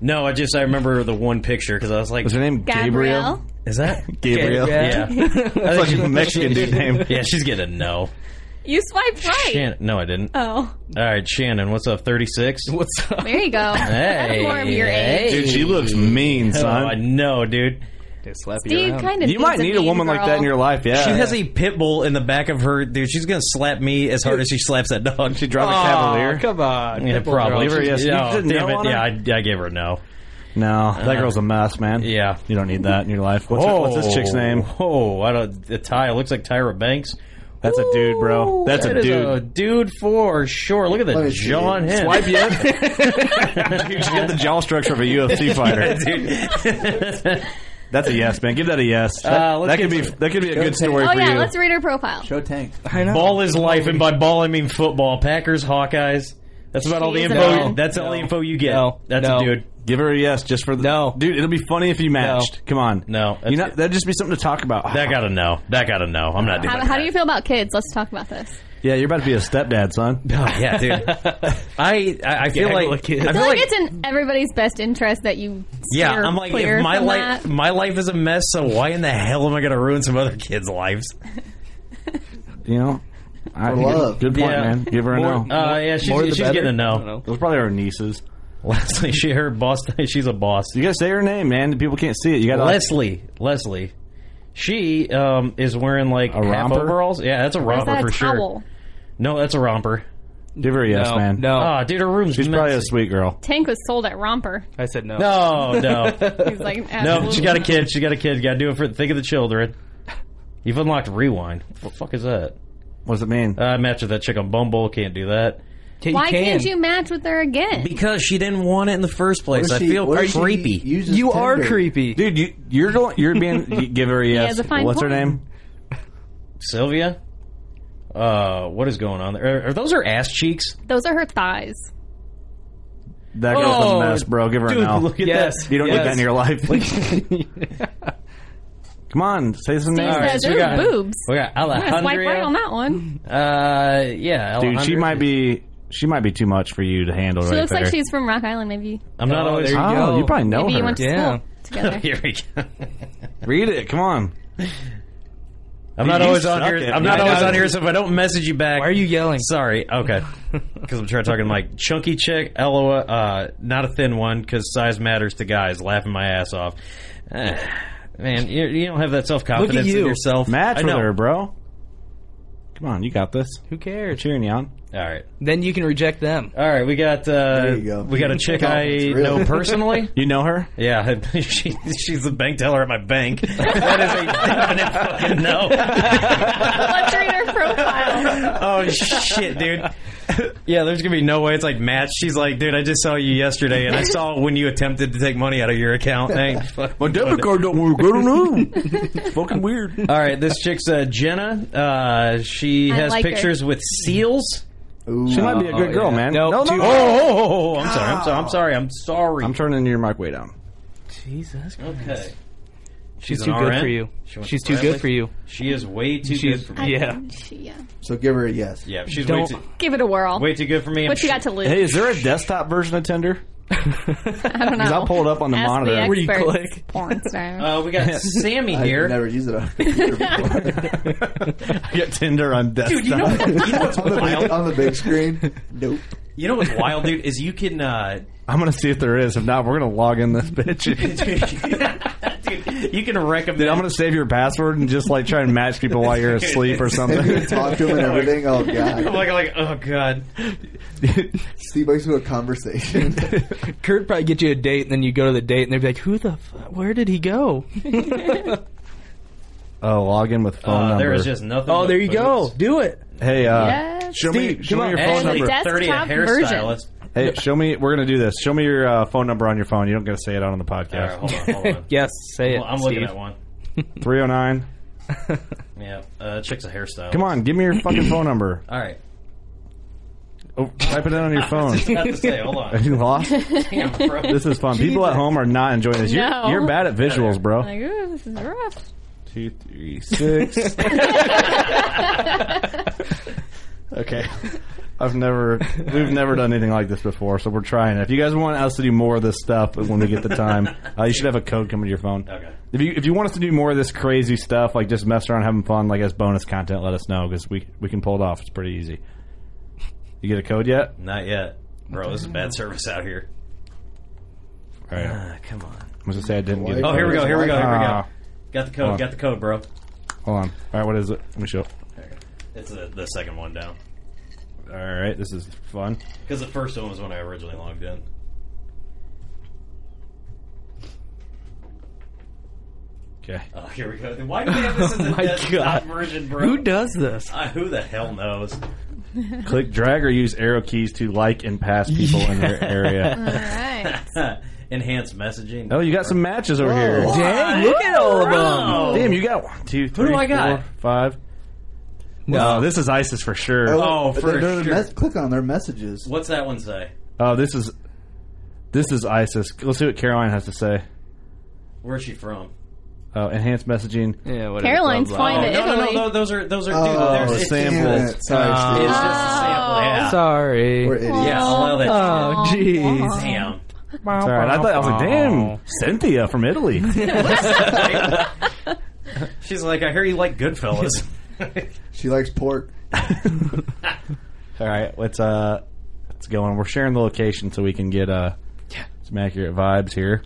[SPEAKER 6] No, I just I remember the one picture because I was like,
[SPEAKER 9] Was her name Gabriel?
[SPEAKER 3] Gabrielle.
[SPEAKER 6] is that?
[SPEAKER 9] Gabriel.
[SPEAKER 6] Yeah,
[SPEAKER 10] Yeah.
[SPEAKER 6] that's
[SPEAKER 9] Fucking Mexican dude name.
[SPEAKER 6] Yeah, she's getting a no.
[SPEAKER 3] You swiped right.
[SPEAKER 6] Shan- no, I didn't.
[SPEAKER 3] Oh,
[SPEAKER 6] All right, Shannon, what's up? Thirty six.
[SPEAKER 10] What's up?
[SPEAKER 3] there you go. That's more of your age.
[SPEAKER 9] Dude, she looks mean,
[SPEAKER 6] Oh, I
[SPEAKER 9] son.
[SPEAKER 6] know, dude.
[SPEAKER 3] Steve kind of
[SPEAKER 9] You might need a woman like that in your life. Yeah.
[SPEAKER 6] She has a pit bull in the back of her. Dude, she's gonna slap me as hard as she slaps that dog. She
[SPEAKER 9] Drive a Cavalier.
[SPEAKER 10] come on.
[SPEAKER 6] Yeah,
[SPEAKER 10] Pitbull
[SPEAKER 6] probably.
[SPEAKER 10] girl.
[SPEAKER 9] her a yes. You
[SPEAKER 6] Yeah,
[SPEAKER 9] didn't
[SPEAKER 6] damn
[SPEAKER 9] know
[SPEAKER 6] it.
[SPEAKER 9] on
[SPEAKER 6] Yeah, I, I gave her a no.
[SPEAKER 9] No, that girl's a mess, man.
[SPEAKER 6] Uh, Yeah.
[SPEAKER 9] You don't need that in your life. What's, her- what's this chick's name?
[SPEAKER 6] Oh, I don't. The tie looks like Tyra Banks.
[SPEAKER 9] That's a dude, bro.
[SPEAKER 6] Ooh,
[SPEAKER 9] That's
[SPEAKER 6] that
[SPEAKER 9] a
[SPEAKER 6] is
[SPEAKER 9] dude.
[SPEAKER 6] dude for sure. Look at
[SPEAKER 5] Let
[SPEAKER 6] the
[SPEAKER 5] me see.
[SPEAKER 6] jaw on him.
[SPEAKER 9] Swipe yet? you just got the jaw structure of a UFC fighter. That's a yes, man. Give that a yes.
[SPEAKER 6] Uh, let's
[SPEAKER 9] that could
[SPEAKER 6] get
[SPEAKER 9] be
[SPEAKER 6] to it.
[SPEAKER 9] that could be a good story
[SPEAKER 3] Oh
[SPEAKER 9] for
[SPEAKER 3] yeah,
[SPEAKER 9] you.
[SPEAKER 3] let's read her profile.
[SPEAKER 5] Show tank.
[SPEAKER 10] I know.
[SPEAKER 6] Ball is life, and by ball I mean football. Packers, Hawkeyes. That's about all the
[SPEAKER 3] She is a
[SPEAKER 6] info.
[SPEAKER 3] man.
[SPEAKER 6] That's all the info you get.
[SPEAKER 10] No.
[SPEAKER 6] That's
[SPEAKER 10] No.
[SPEAKER 6] a dude.
[SPEAKER 9] Give her a yes, just for the,
[SPEAKER 10] No.
[SPEAKER 9] dude. It'll be funny if you matched. Come on,
[SPEAKER 6] No, that's
[SPEAKER 9] you know
[SPEAKER 6] good.
[SPEAKER 9] that'd just be something to talk about.
[SPEAKER 6] That got a no. That got a no. I'm not doing
[SPEAKER 3] How,
[SPEAKER 6] that.
[SPEAKER 3] how do you feel about kids? Let's talk about this.
[SPEAKER 9] yeah, you're about to be a stepdad, son.
[SPEAKER 6] Oh, yeah, dude. I I, I feel
[SPEAKER 10] Yeah,
[SPEAKER 6] like I
[SPEAKER 10] look at it.
[SPEAKER 6] feel
[SPEAKER 3] I feel like,
[SPEAKER 6] like
[SPEAKER 3] it's in everybody's best interest that you
[SPEAKER 6] yeah.
[SPEAKER 3] steer
[SPEAKER 6] I'm like
[SPEAKER 3] clear
[SPEAKER 6] if my
[SPEAKER 3] from
[SPEAKER 6] life
[SPEAKER 3] that.
[SPEAKER 6] my life is a mess, so why in the hell am I going to ruin some other kids' lives?
[SPEAKER 9] You know, I,
[SPEAKER 5] For love.
[SPEAKER 9] Good, good point,
[SPEAKER 6] Yeah.
[SPEAKER 9] man. Give her a
[SPEAKER 6] More-
[SPEAKER 9] no.
[SPEAKER 6] Uh, yeah, she's,
[SPEAKER 5] More the
[SPEAKER 6] she's
[SPEAKER 5] better.
[SPEAKER 6] getting a
[SPEAKER 10] I
[SPEAKER 6] no.
[SPEAKER 10] don't know.
[SPEAKER 9] Those are probably our nieces.
[SPEAKER 6] Leslie, she her boss. She's a boss.
[SPEAKER 9] You gotta say her name, man. People can't see it. You gotta
[SPEAKER 6] Leslie, Leslie, she um, is wearing like
[SPEAKER 9] A
[SPEAKER 6] half
[SPEAKER 9] romper?
[SPEAKER 6] overalls. Yeah, that's a
[SPEAKER 3] Is
[SPEAKER 6] romper
[SPEAKER 3] that a
[SPEAKER 6] for
[SPEAKER 3] towel?
[SPEAKER 6] sure. No, that's a romper.
[SPEAKER 9] give her a yes,
[SPEAKER 10] no,
[SPEAKER 9] man.
[SPEAKER 10] No.
[SPEAKER 6] Ah, dude, her room's
[SPEAKER 9] she's probably a
[SPEAKER 6] messy.
[SPEAKER 9] sweet girl.
[SPEAKER 3] Tank was sold at Romper.
[SPEAKER 10] I said no.
[SPEAKER 6] no, no,
[SPEAKER 3] He's like,
[SPEAKER 6] no.
[SPEAKER 3] absolutely.
[SPEAKER 6] She got a kid. She got a kid. Got to do it for the think of the children. You've unlocked rewind. What the fuck is that?
[SPEAKER 9] What does it mean?
[SPEAKER 6] I matched with that chick on Bumble. Can't do that
[SPEAKER 10] Okay,
[SPEAKER 3] Why
[SPEAKER 10] can.
[SPEAKER 3] can't you match with her again?
[SPEAKER 6] because she didn't want it in the first place.
[SPEAKER 5] What if she- what if she uses
[SPEAKER 10] You are
[SPEAKER 5] Tinder?
[SPEAKER 10] creepy.
[SPEAKER 9] Dude, you you're going. You're being. you give her a yes.
[SPEAKER 3] has a fine
[SPEAKER 9] What's her
[SPEAKER 3] point.
[SPEAKER 9] name?
[SPEAKER 6] Sylvia, uh, what is going on there? Are, are those her ass cheeks?
[SPEAKER 3] Those are her thighs.
[SPEAKER 9] That girl's
[SPEAKER 10] Oh,
[SPEAKER 9] a mess, bro. Give her
[SPEAKER 6] Dude,
[SPEAKER 9] a no.
[SPEAKER 6] look at
[SPEAKER 10] Yes.
[SPEAKER 6] that.
[SPEAKER 9] you don't
[SPEAKER 10] yes.
[SPEAKER 9] need that in your life. Come on, say some
[SPEAKER 3] Steve
[SPEAKER 9] names.
[SPEAKER 3] says,
[SPEAKER 6] so we
[SPEAKER 3] "Ooh,
[SPEAKER 6] got-
[SPEAKER 3] boobs."
[SPEAKER 6] We got
[SPEAKER 3] I'm gonna swipe right on
[SPEAKER 6] Alejandra.
[SPEAKER 3] that one.
[SPEAKER 6] Uh, yeah,
[SPEAKER 9] Dude, she
[SPEAKER 6] Alejandra.
[SPEAKER 9] might be. She might be too much for you to handle.
[SPEAKER 3] She
[SPEAKER 9] right
[SPEAKER 3] looks like
[SPEAKER 9] there.
[SPEAKER 3] she's from Rock Island, maybe.
[SPEAKER 6] I'm not
[SPEAKER 10] Oh,
[SPEAKER 6] always.
[SPEAKER 10] there
[SPEAKER 9] Oh,
[SPEAKER 10] Yo.
[SPEAKER 9] you probably know
[SPEAKER 3] maybe
[SPEAKER 9] her.
[SPEAKER 3] you went to
[SPEAKER 10] Yeah.
[SPEAKER 3] school together.
[SPEAKER 6] Here we go.
[SPEAKER 9] Read it. Come on.
[SPEAKER 6] I'm not
[SPEAKER 9] You
[SPEAKER 6] always on
[SPEAKER 9] suck
[SPEAKER 6] here.
[SPEAKER 9] at
[SPEAKER 6] I'm
[SPEAKER 9] it.
[SPEAKER 6] not
[SPEAKER 9] I
[SPEAKER 6] always
[SPEAKER 9] know.
[SPEAKER 6] on here. So if I don't message you back,
[SPEAKER 10] Why are you yelling?
[SPEAKER 6] Sorry. Okay. Because I'm trying to talk to Mike. Chunky chick, Eloa, uh, not a thin one because size matters to guys. Laughing my ass off. Eh, man, you, you don't have that self confidence in
[SPEAKER 10] you.
[SPEAKER 6] yourself.
[SPEAKER 9] Match
[SPEAKER 6] I
[SPEAKER 9] with
[SPEAKER 6] know.
[SPEAKER 9] her, bro. Come on, you got this.
[SPEAKER 10] Who cares?
[SPEAKER 9] Cheering you on.
[SPEAKER 6] All right.
[SPEAKER 10] Then you can reject them.
[SPEAKER 6] All right. We got. Uh,
[SPEAKER 5] There you go.
[SPEAKER 6] We got a chick I
[SPEAKER 5] Confidence, really.
[SPEAKER 6] know personally.
[SPEAKER 9] You know her?
[SPEAKER 6] Yeah, she, she's the bank teller at my bank. That is a definite fucking no.
[SPEAKER 3] Let's read her profile.
[SPEAKER 6] oh shit, dude. Yeah, there's gonna be no way. It's like Matt. She's like, dude, I just saw you yesterday, and I saw when you attempted to take money out of your account. Thanks.
[SPEAKER 9] My debit card don't work. I don't know. It's fucking weird.
[SPEAKER 6] All right, this chick's uh, Jenna. Uh, she
[SPEAKER 3] I
[SPEAKER 6] has
[SPEAKER 3] like her.
[SPEAKER 6] pictures with seals.
[SPEAKER 5] Ooh.
[SPEAKER 9] She might be a good girl, man.
[SPEAKER 10] Nope.
[SPEAKER 9] No, no.
[SPEAKER 10] Too-
[SPEAKER 6] Oh, oh, oh, oh, I'm sorry. I'm sorry. I'm sorry. I'm sorry.
[SPEAKER 9] I'm turning your mic way down.
[SPEAKER 10] Jesus.
[SPEAKER 6] okay.
[SPEAKER 10] She's,
[SPEAKER 6] She's
[SPEAKER 10] too
[SPEAKER 6] an
[SPEAKER 10] good
[SPEAKER 6] RN.
[SPEAKER 10] for you.
[SPEAKER 6] She went
[SPEAKER 10] She's
[SPEAKER 6] to
[SPEAKER 10] too good
[SPEAKER 6] Bradley.
[SPEAKER 10] for you.
[SPEAKER 6] She is way too
[SPEAKER 10] She's-
[SPEAKER 6] good for
[SPEAKER 3] I
[SPEAKER 6] me.
[SPEAKER 10] Yeah.
[SPEAKER 3] think she- yeah.
[SPEAKER 5] So give her a yes.
[SPEAKER 6] Yeah, she's way
[SPEAKER 10] Don't-
[SPEAKER 6] too,
[SPEAKER 3] Give it a whirl.
[SPEAKER 6] way too good for me.
[SPEAKER 3] what you got to lose?
[SPEAKER 9] Hey, is there a desktop version of Tinder?
[SPEAKER 3] I don't know.
[SPEAKER 9] 'Cause I pulled up on the
[SPEAKER 3] Ask
[SPEAKER 9] monitor.
[SPEAKER 3] The
[SPEAKER 9] Where
[SPEAKER 10] you
[SPEAKER 3] experts.
[SPEAKER 10] click.
[SPEAKER 3] Porn star.
[SPEAKER 6] Uh, we got Sammy
[SPEAKER 5] I've
[SPEAKER 6] here.
[SPEAKER 5] never used it on a computer before.
[SPEAKER 9] I got Tinder on desktop.
[SPEAKER 6] Dude, you know, you know what's
[SPEAKER 5] on, the big,
[SPEAKER 6] wild?
[SPEAKER 5] on the big screen. Nope.
[SPEAKER 6] You know what's wild, dude, is you can. Uh,
[SPEAKER 9] I'm gonna see if there is. If not, we're gonna log in this bitch.
[SPEAKER 6] dude, Dude, you can wreck them.
[SPEAKER 9] Dude, I'm gonna save your password and just like try and match people while you're asleep or something.
[SPEAKER 5] Talk to him and everything. Oh god.
[SPEAKER 6] I'm like, like, oh god.
[SPEAKER 5] Steve likes to do a conversation.
[SPEAKER 10] Kurt probably get you a date, and then you go to the date, and they'd be like, "Who the? F- where did he go?"
[SPEAKER 9] Oh, log in with phone
[SPEAKER 6] Uh,
[SPEAKER 9] number.
[SPEAKER 6] there is just nothing.
[SPEAKER 10] Oh, there you go. Do it.
[SPEAKER 9] Hey, uh,
[SPEAKER 3] Yes.
[SPEAKER 9] show
[SPEAKER 3] Steve,
[SPEAKER 9] me, show
[SPEAKER 3] come
[SPEAKER 9] me
[SPEAKER 3] on.
[SPEAKER 9] your
[SPEAKER 3] Hey,
[SPEAKER 9] phone
[SPEAKER 3] the
[SPEAKER 9] number.
[SPEAKER 3] desk-
[SPEAKER 6] Thirty a
[SPEAKER 3] Desktop version.
[SPEAKER 6] hairstylist.
[SPEAKER 9] Hey, show me. We're gonna do this. Show me your uh, phone number on your phone. You don't gotta say it out on the
[SPEAKER 6] All right,
[SPEAKER 9] podcast.
[SPEAKER 6] hold on, hold on.
[SPEAKER 10] yes, say it.
[SPEAKER 6] Well, I'm looking
[SPEAKER 10] Steve.
[SPEAKER 6] at one.
[SPEAKER 9] Three zero nine.
[SPEAKER 6] Yeah, uh, chick's a hairstyle.
[SPEAKER 9] Come on, give me your fucking phone number.
[SPEAKER 6] All right.
[SPEAKER 9] Oh, type it in on your phone.
[SPEAKER 6] Just about to say, hold
[SPEAKER 9] Are
[SPEAKER 6] on.
[SPEAKER 9] you lost?
[SPEAKER 6] Damn, bro.
[SPEAKER 9] This is fun. People at home are not enjoying this. You're,
[SPEAKER 3] No.
[SPEAKER 9] you're bad at visuals, bro.
[SPEAKER 3] Like, ooh, this is rough.
[SPEAKER 9] Two, three, six. okay. I've never, we've never done anything like this before, so we're trying. it. If you guys want us to do more of this stuff when we get the time, uh, you should have a code coming to your phone.
[SPEAKER 6] Okay.
[SPEAKER 9] If you if you want us to do more of this crazy stuff, like just mess around, having fun, like as bonus content, let us know because we we can pull it off. It's pretty easy. You get a code yet?
[SPEAKER 6] Not yet, bro. This is bad service out here.
[SPEAKER 9] All right.
[SPEAKER 6] Ah, come on.
[SPEAKER 9] I was gonna say I didn't get.
[SPEAKER 6] Oh, here we go. Here we go. Here we go.
[SPEAKER 9] Ah,
[SPEAKER 6] Got the code. Got the code, bro.
[SPEAKER 9] hold on. All right, what is it? Let me show. it.
[SPEAKER 6] It's uh, the, the second one down.
[SPEAKER 9] All right, this is fun.
[SPEAKER 6] Because the first one was when I originally logged in.
[SPEAKER 9] Okay.
[SPEAKER 6] Oh, here we go. Why do we have this in the
[SPEAKER 10] Oh my
[SPEAKER 6] desktop
[SPEAKER 10] God.
[SPEAKER 6] version, bro?
[SPEAKER 10] Who does this?
[SPEAKER 6] Uh, who the hell knows?
[SPEAKER 9] Click drag or use arrow keys to like and pass people in your area.
[SPEAKER 3] All right.
[SPEAKER 6] Enhanced messaging.
[SPEAKER 9] Oh, you got some matches over here.
[SPEAKER 10] Dang! Look at all of them.
[SPEAKER 6] Oh.
[SPEAKER 9] Damn, you got one, two, three,
[SPEAKER 6] do I got?
[SPEAKER 9] four, five. No, this is ISIS for sure.
[SPEAKER 6] Oh, for
[SPEAKER 5] They're- they're
[SPEAKER 6] sure.
[SPEAKER 5] mes- click on their messages.
[SPEAKER 6] What's that one say?
[SPEAKER 9] Oh, this is this is ISIS. Let's see what Caroline has to say.
[SPEAKER 6] Where's she from?
[SPEAKER 9] Oh, enhanced messaging.
[SPEAKER 10] Yeah, whatever.
[SPEAKER 3] Caroline's
[SPEAKER 10] Blah, blah,
[SPEAKER 3] flying
[SPEAKER 6] Oh,
[SPEAKER 3] to
[SPEAKER 6] no, no,
[SPEAKER 3] Italy.
[SPEAKER 6] no, those are those are
[SPEAKER 5] Oh,
[SPEAKER 6] dude, there's- it's,
[SPEAKER 9] Sam.
[SPEAKER 5] Damn
[SPEAKER 6] it's
[SPEAKER 9] samples.
[SPEAKER 5] it. Sorry,
[SPEAKER 6] just
[SPEAKER 3] Oh.
[SPEAKER 5] Steve.
[SPEAKER 6] a sample. Yeah,
[SPEAKER 10] blah. Sorry.
[SPEAKER 5] We're idiots.
[SPEAKER 6] Uh, yeah, I'll allow that.
[SPEAKER 10] Oh, jeez.
[SPEAKER 6] Damn.
[SPEAKER 9] It's all right. I thought I was like, damn, Cynthia from Italy.
[SPEAKER 6] She's like, I hear you like Goodfellas.
[SPEAKER 5] She likes pork.
[SPEAKER 9] all right, let's uh, let's go on. We're sharing the location so we can get uh, some accurate vibes here.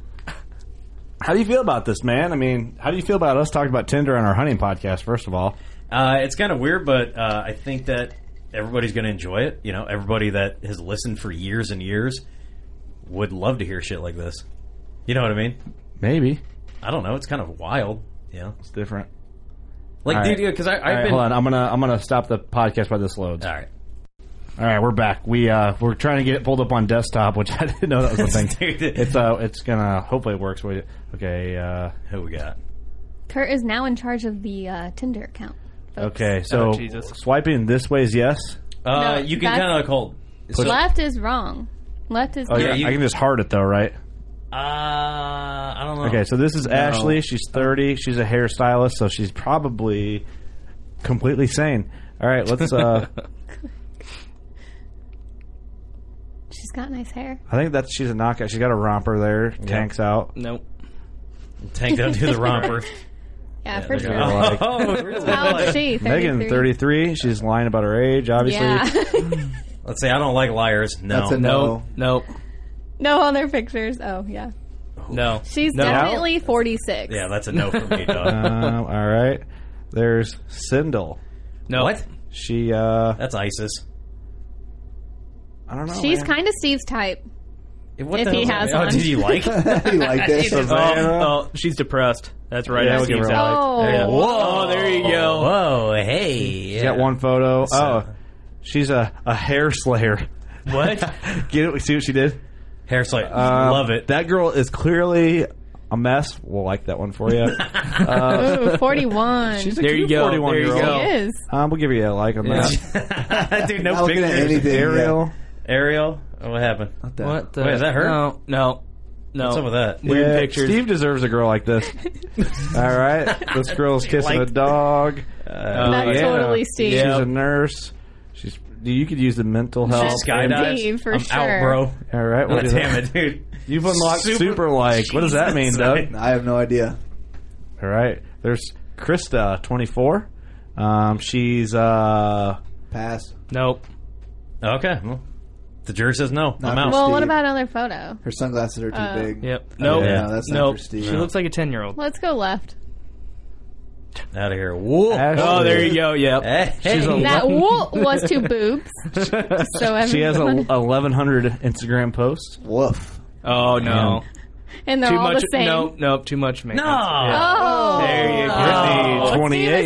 [SPEAKER 9] How do you feel about this, man? I mean, how do you feel about us talking about Tinder on our hunting podcast? First of all,
[SPEAKER 6] Uh, it's kind of weird, but uh, I think that everybody's going to enjoy it. You know, everybody that has listened for years and years would love to hear shit like this. You know what I mean?
[SPEAKER 9] maybe
[SPEAKER 6] I don't know. It's kind of wild. Yeah.
[SPEAKER 9] it's different.
[SPEAKER 6] Like,
[SPEAKER 9] All right.
[SPEAKER 6] dude, because I've
[SPEAKER 9] All right,
[SPEAKER 6] been.
[SPEAKER 9] hold on. I'm gonna I'm gonna stop the podcast while this loads.
[SPEAKER 6] All right.
[SPEAKER 9] All right, we're back. We uh, we're trying to get it pulled up on desktop, which I didn't know that was a thing.
[SPEAKER 6] Dude.
[SPEAKER 9] it's uh, it's gonna hopefully it works. Wait, okay, uh,
[SPEAKER 6] Who we got?
[SPEAKER 3] Kurt is now in charge of the uh, Tinder account.
[SPEAKER 9] okay. So
[SPEAKER 10] Oh, Jesus.
[SPEAKER 9] swiping this way is yes.
[SPEAKER 6] Uh,
[SPEAKER 3] No,
[SPEAKER 6] you can
[SPEAKER 3] that's-
[SPEAKER 6] kind of hold. So, uh,
[SPEAKER 3] Left is wrong. Left is
[SPEAKER 9] Oh
[SPEAKER 3] not.
[SPEAKER 9] yeah,
[SPEAKER 6] you-
[SPEAKER 9] I can just heart it though, right?
[SPEAKER 10] Uh,
[SPEAKER 6] I don't know.
[SPEAKER 9] Okay, so this is Ashley. She's thirty. She's a hairstylist, so she's probably completely sane. All right, let's. Uh,
[SPEAKER 3] She's got nice hair.
[SPEAKER 9] I think that's she's a knockout. She's got a romper there. Tanks out.
[SPEAKER 10] Nope.
[SPEAKER 6] Tank don't do the romper.
[SPEAKER 3] Yeah,
[SPEAKER 9] there
[SPEAKER 3] for sure.
[SPEAKER 9] you go. Like-
[SPEAKER 6] oh, really?
[SPEAKER 3] How old is she? 33?
[SPEAKER 9] Megan, thirty-three. She's lying about her age, obviously.
[SPEAKER 3] Yeah.
[SPEAKER 6] Let's say I don't like liars. No.
[SPEAKER 5] That's a no.
[SPEAKER 10] Nope.
[SPEAKER 3] no other pictures. Oh, yeah.
[SPEAKER 10] No.
[SPEAKER 3] She's definitely 46.
[SPEAKER 6] Yeah, that's a no for me, dog.
[SPEAKER 9] Um, all right. There's Sindel.
[SPEAKER 10] No.
[SPEAKER 6] What?
[SPEAKER 9] She, uh,
[SPEAKER 6] That's ISIS.
[SPEAKER 9] I don't know.
[SPEAKER 3] She's
[SPEAKER 6] Oh,
[SPEAKER 9] man.
[SPEAKER 3] kind of Steve's type.
[SPEAKER 6] What
[SPEAKER 3] If
[SPEAKER 6] the
[SPEAKER 3] he
[SPEAKER 6] hell-
[SPEAKER 3] has
[SPEAKER 6] oh,
[SPEAKER 3] one.
[SPEAKER 6] did you like? it?
[SPEAKER 5] he liked
[SPEAKER 10] Oh,
[SPEAKER 5] it.
[SPEAKER 10] oh, she's depressed. That's right.
[SPEAKER 9] Yeah,
[SPEAKER 10] I
[SPEAKER 9] we'll
[SPEAKER 10] see
[SPEAKER 9] give her
[SPEAKER 10] that.
[SPEAKER 9] a like.
[SPEAKER 3] Oh.
[SPEAKER 6] There
[SPEAKER 10] Whoa, there you
[SPEAKER 6] you go.
[SPEAKER 10] go.
[SPEAKER 6] Whoa, hey. Yeah.
[SPEAKER 9] She's got one photo. oh, she's a, a hair slayer.
[SPEAKER 6] What?
[SPEAKER 9] Get it? See what she did?
[SPEAKER 6] Hair slice.
[SPEAKER 9] Um,
[SPEAKER 6] Love it.
[SPEAKER 9] That girl is clearly a mess. We'll like that one for you.
[SPEAKER 6] Uh.
[SPEAKER 3] Ooh, 41.
[SPEAKER 9] She's a
[SPEAKER 10] There you
[SPEAKER 9] cute
[SPEAKER 10] go.
[SPEAKER 9] 41
[SPEAKER 10] There you
[SPEAKER 9] year
[SPEAKER 3] she
[SPEAKER 9] old.
[SPEAKER 10] go.
[SPEAKER 3] is.
[SPEAKER 9] Um, we'll give you a like on that.
[SPEAKER 6] Dude,
[SPEAKER 5] Not
[SPEAKER 6] no
[SPEAKER 5] looking at
[SPEAKER 6] pictures.
[SPEAKER 5] anything.
[SPEAKER 9] Ariel.
[SPEAKER 6] Ariel, Oh, what happened?
[SPEAKER 5] yet.
[SPEAKER 10] What the?
[SPEAKER 6] Wait, is that her?
[SPEAKER 10] No. No. No.
[SPEAKER 6] What's up with that?
[SPEAKER 10] Weird
[SPEAKER 9] Yeah,
[SPEAKER 10] pictures.
[SPEAKER 9] Steve deserves a girl like this. All right. This girl's kissing a
[SPEAKER 6] liked-
[SPEAKER 9] dog. Uh,
[SPEAKER 3] That's
[SPEAKER 9] yeah.
[SPEAKER 3] totally Steve.
[SPEAKER 9] She's
[SPEAKER 10] Yeah.
[SPEAKER 9] a nurse. She's. You could use the mental
[SPEAKER 6] She
[SPEAKER 10] Oh.
[SPEAKER 9] health.
[SPEAKER 6] skydives.
[SPEAKER 3] Steve, for
[SPEAKER 6] I'm
[SPEAKER 3] sure.
[SPEAKER 6] out, bro.
[SPEAKER 9] All right, what
[SPEAKER 6] God
[SPEAKER 9] is
[SPEAKER 6] damn
[SPEAKER 9] that?
[SPEAKER 6] it, dude.
[SPEAKER 9] You've unlocked super,
[SPEAKER 6] Super-
[SPEAKER 9] like. What does that mean,
[SPEAKER 6] Jesus.
[SPEAKER 9] Doug?
[SPEAKER 5] I have no idea.
[SPEAKER 9] All right, there's Krista, 24. Um, she's uh,
[SPEAKER 5] Pass.
[SPEAKER 10] Nope.
[SPEAKER 6] Okay. well, The jury says no.
[SPEAKER 5] Not
[SPEAKER 6] I'm out.
[SPEAKER 5] for
[SPEAKER 3] Well, what
[SPEAKER 5] Steve.
[SPEAKER 3] about another photo?
[SPEAKER 5] Her sunglasses are too
[SPEAKER 3] Oh.
[SPEAKER 5] big.
[SPEAKER 10] Yep.
[SPEAKER 5] Oh,
[SPEAKER 10] Nope.
[SPEAKER 5] yeah, no, that's not
[SPEAKER 10] Nope.
[SPEAKER 5] for Steve.
[SPEAKER 10] She looks like a ten-year-old.
[SPEAKER 3] Let's go left.
[SPEAKER 6] Out of here. Whoa.
[SPEAKER 9] Ashley.
[SPEAKER 10] Oh, there you go. Yep. She's a
[SPEAKER 3] That wool was two boobs. So everyone,
[SPEAKER 9] She has a 1,100 Instagram posts.
[SPEAKER 5] Woof.
[SPEAKER 10] Oh no.
[SPEAKER 3] and they're
[SPEAKER 10] too
[SPEAKER 3] all
[SPEAKER 10] much.
[SPEAKER 3] the same.
[SPEAKER 10] Nope. Nope. Too much man.
[SPEAKER 6] No.
[SPEAKER 3] Oh,
[SPEAKER 10] There you go.
[SPEAKER 9] Brittany,
[SPEAKER 10] Oh.
[SPEAKER 3] Steve is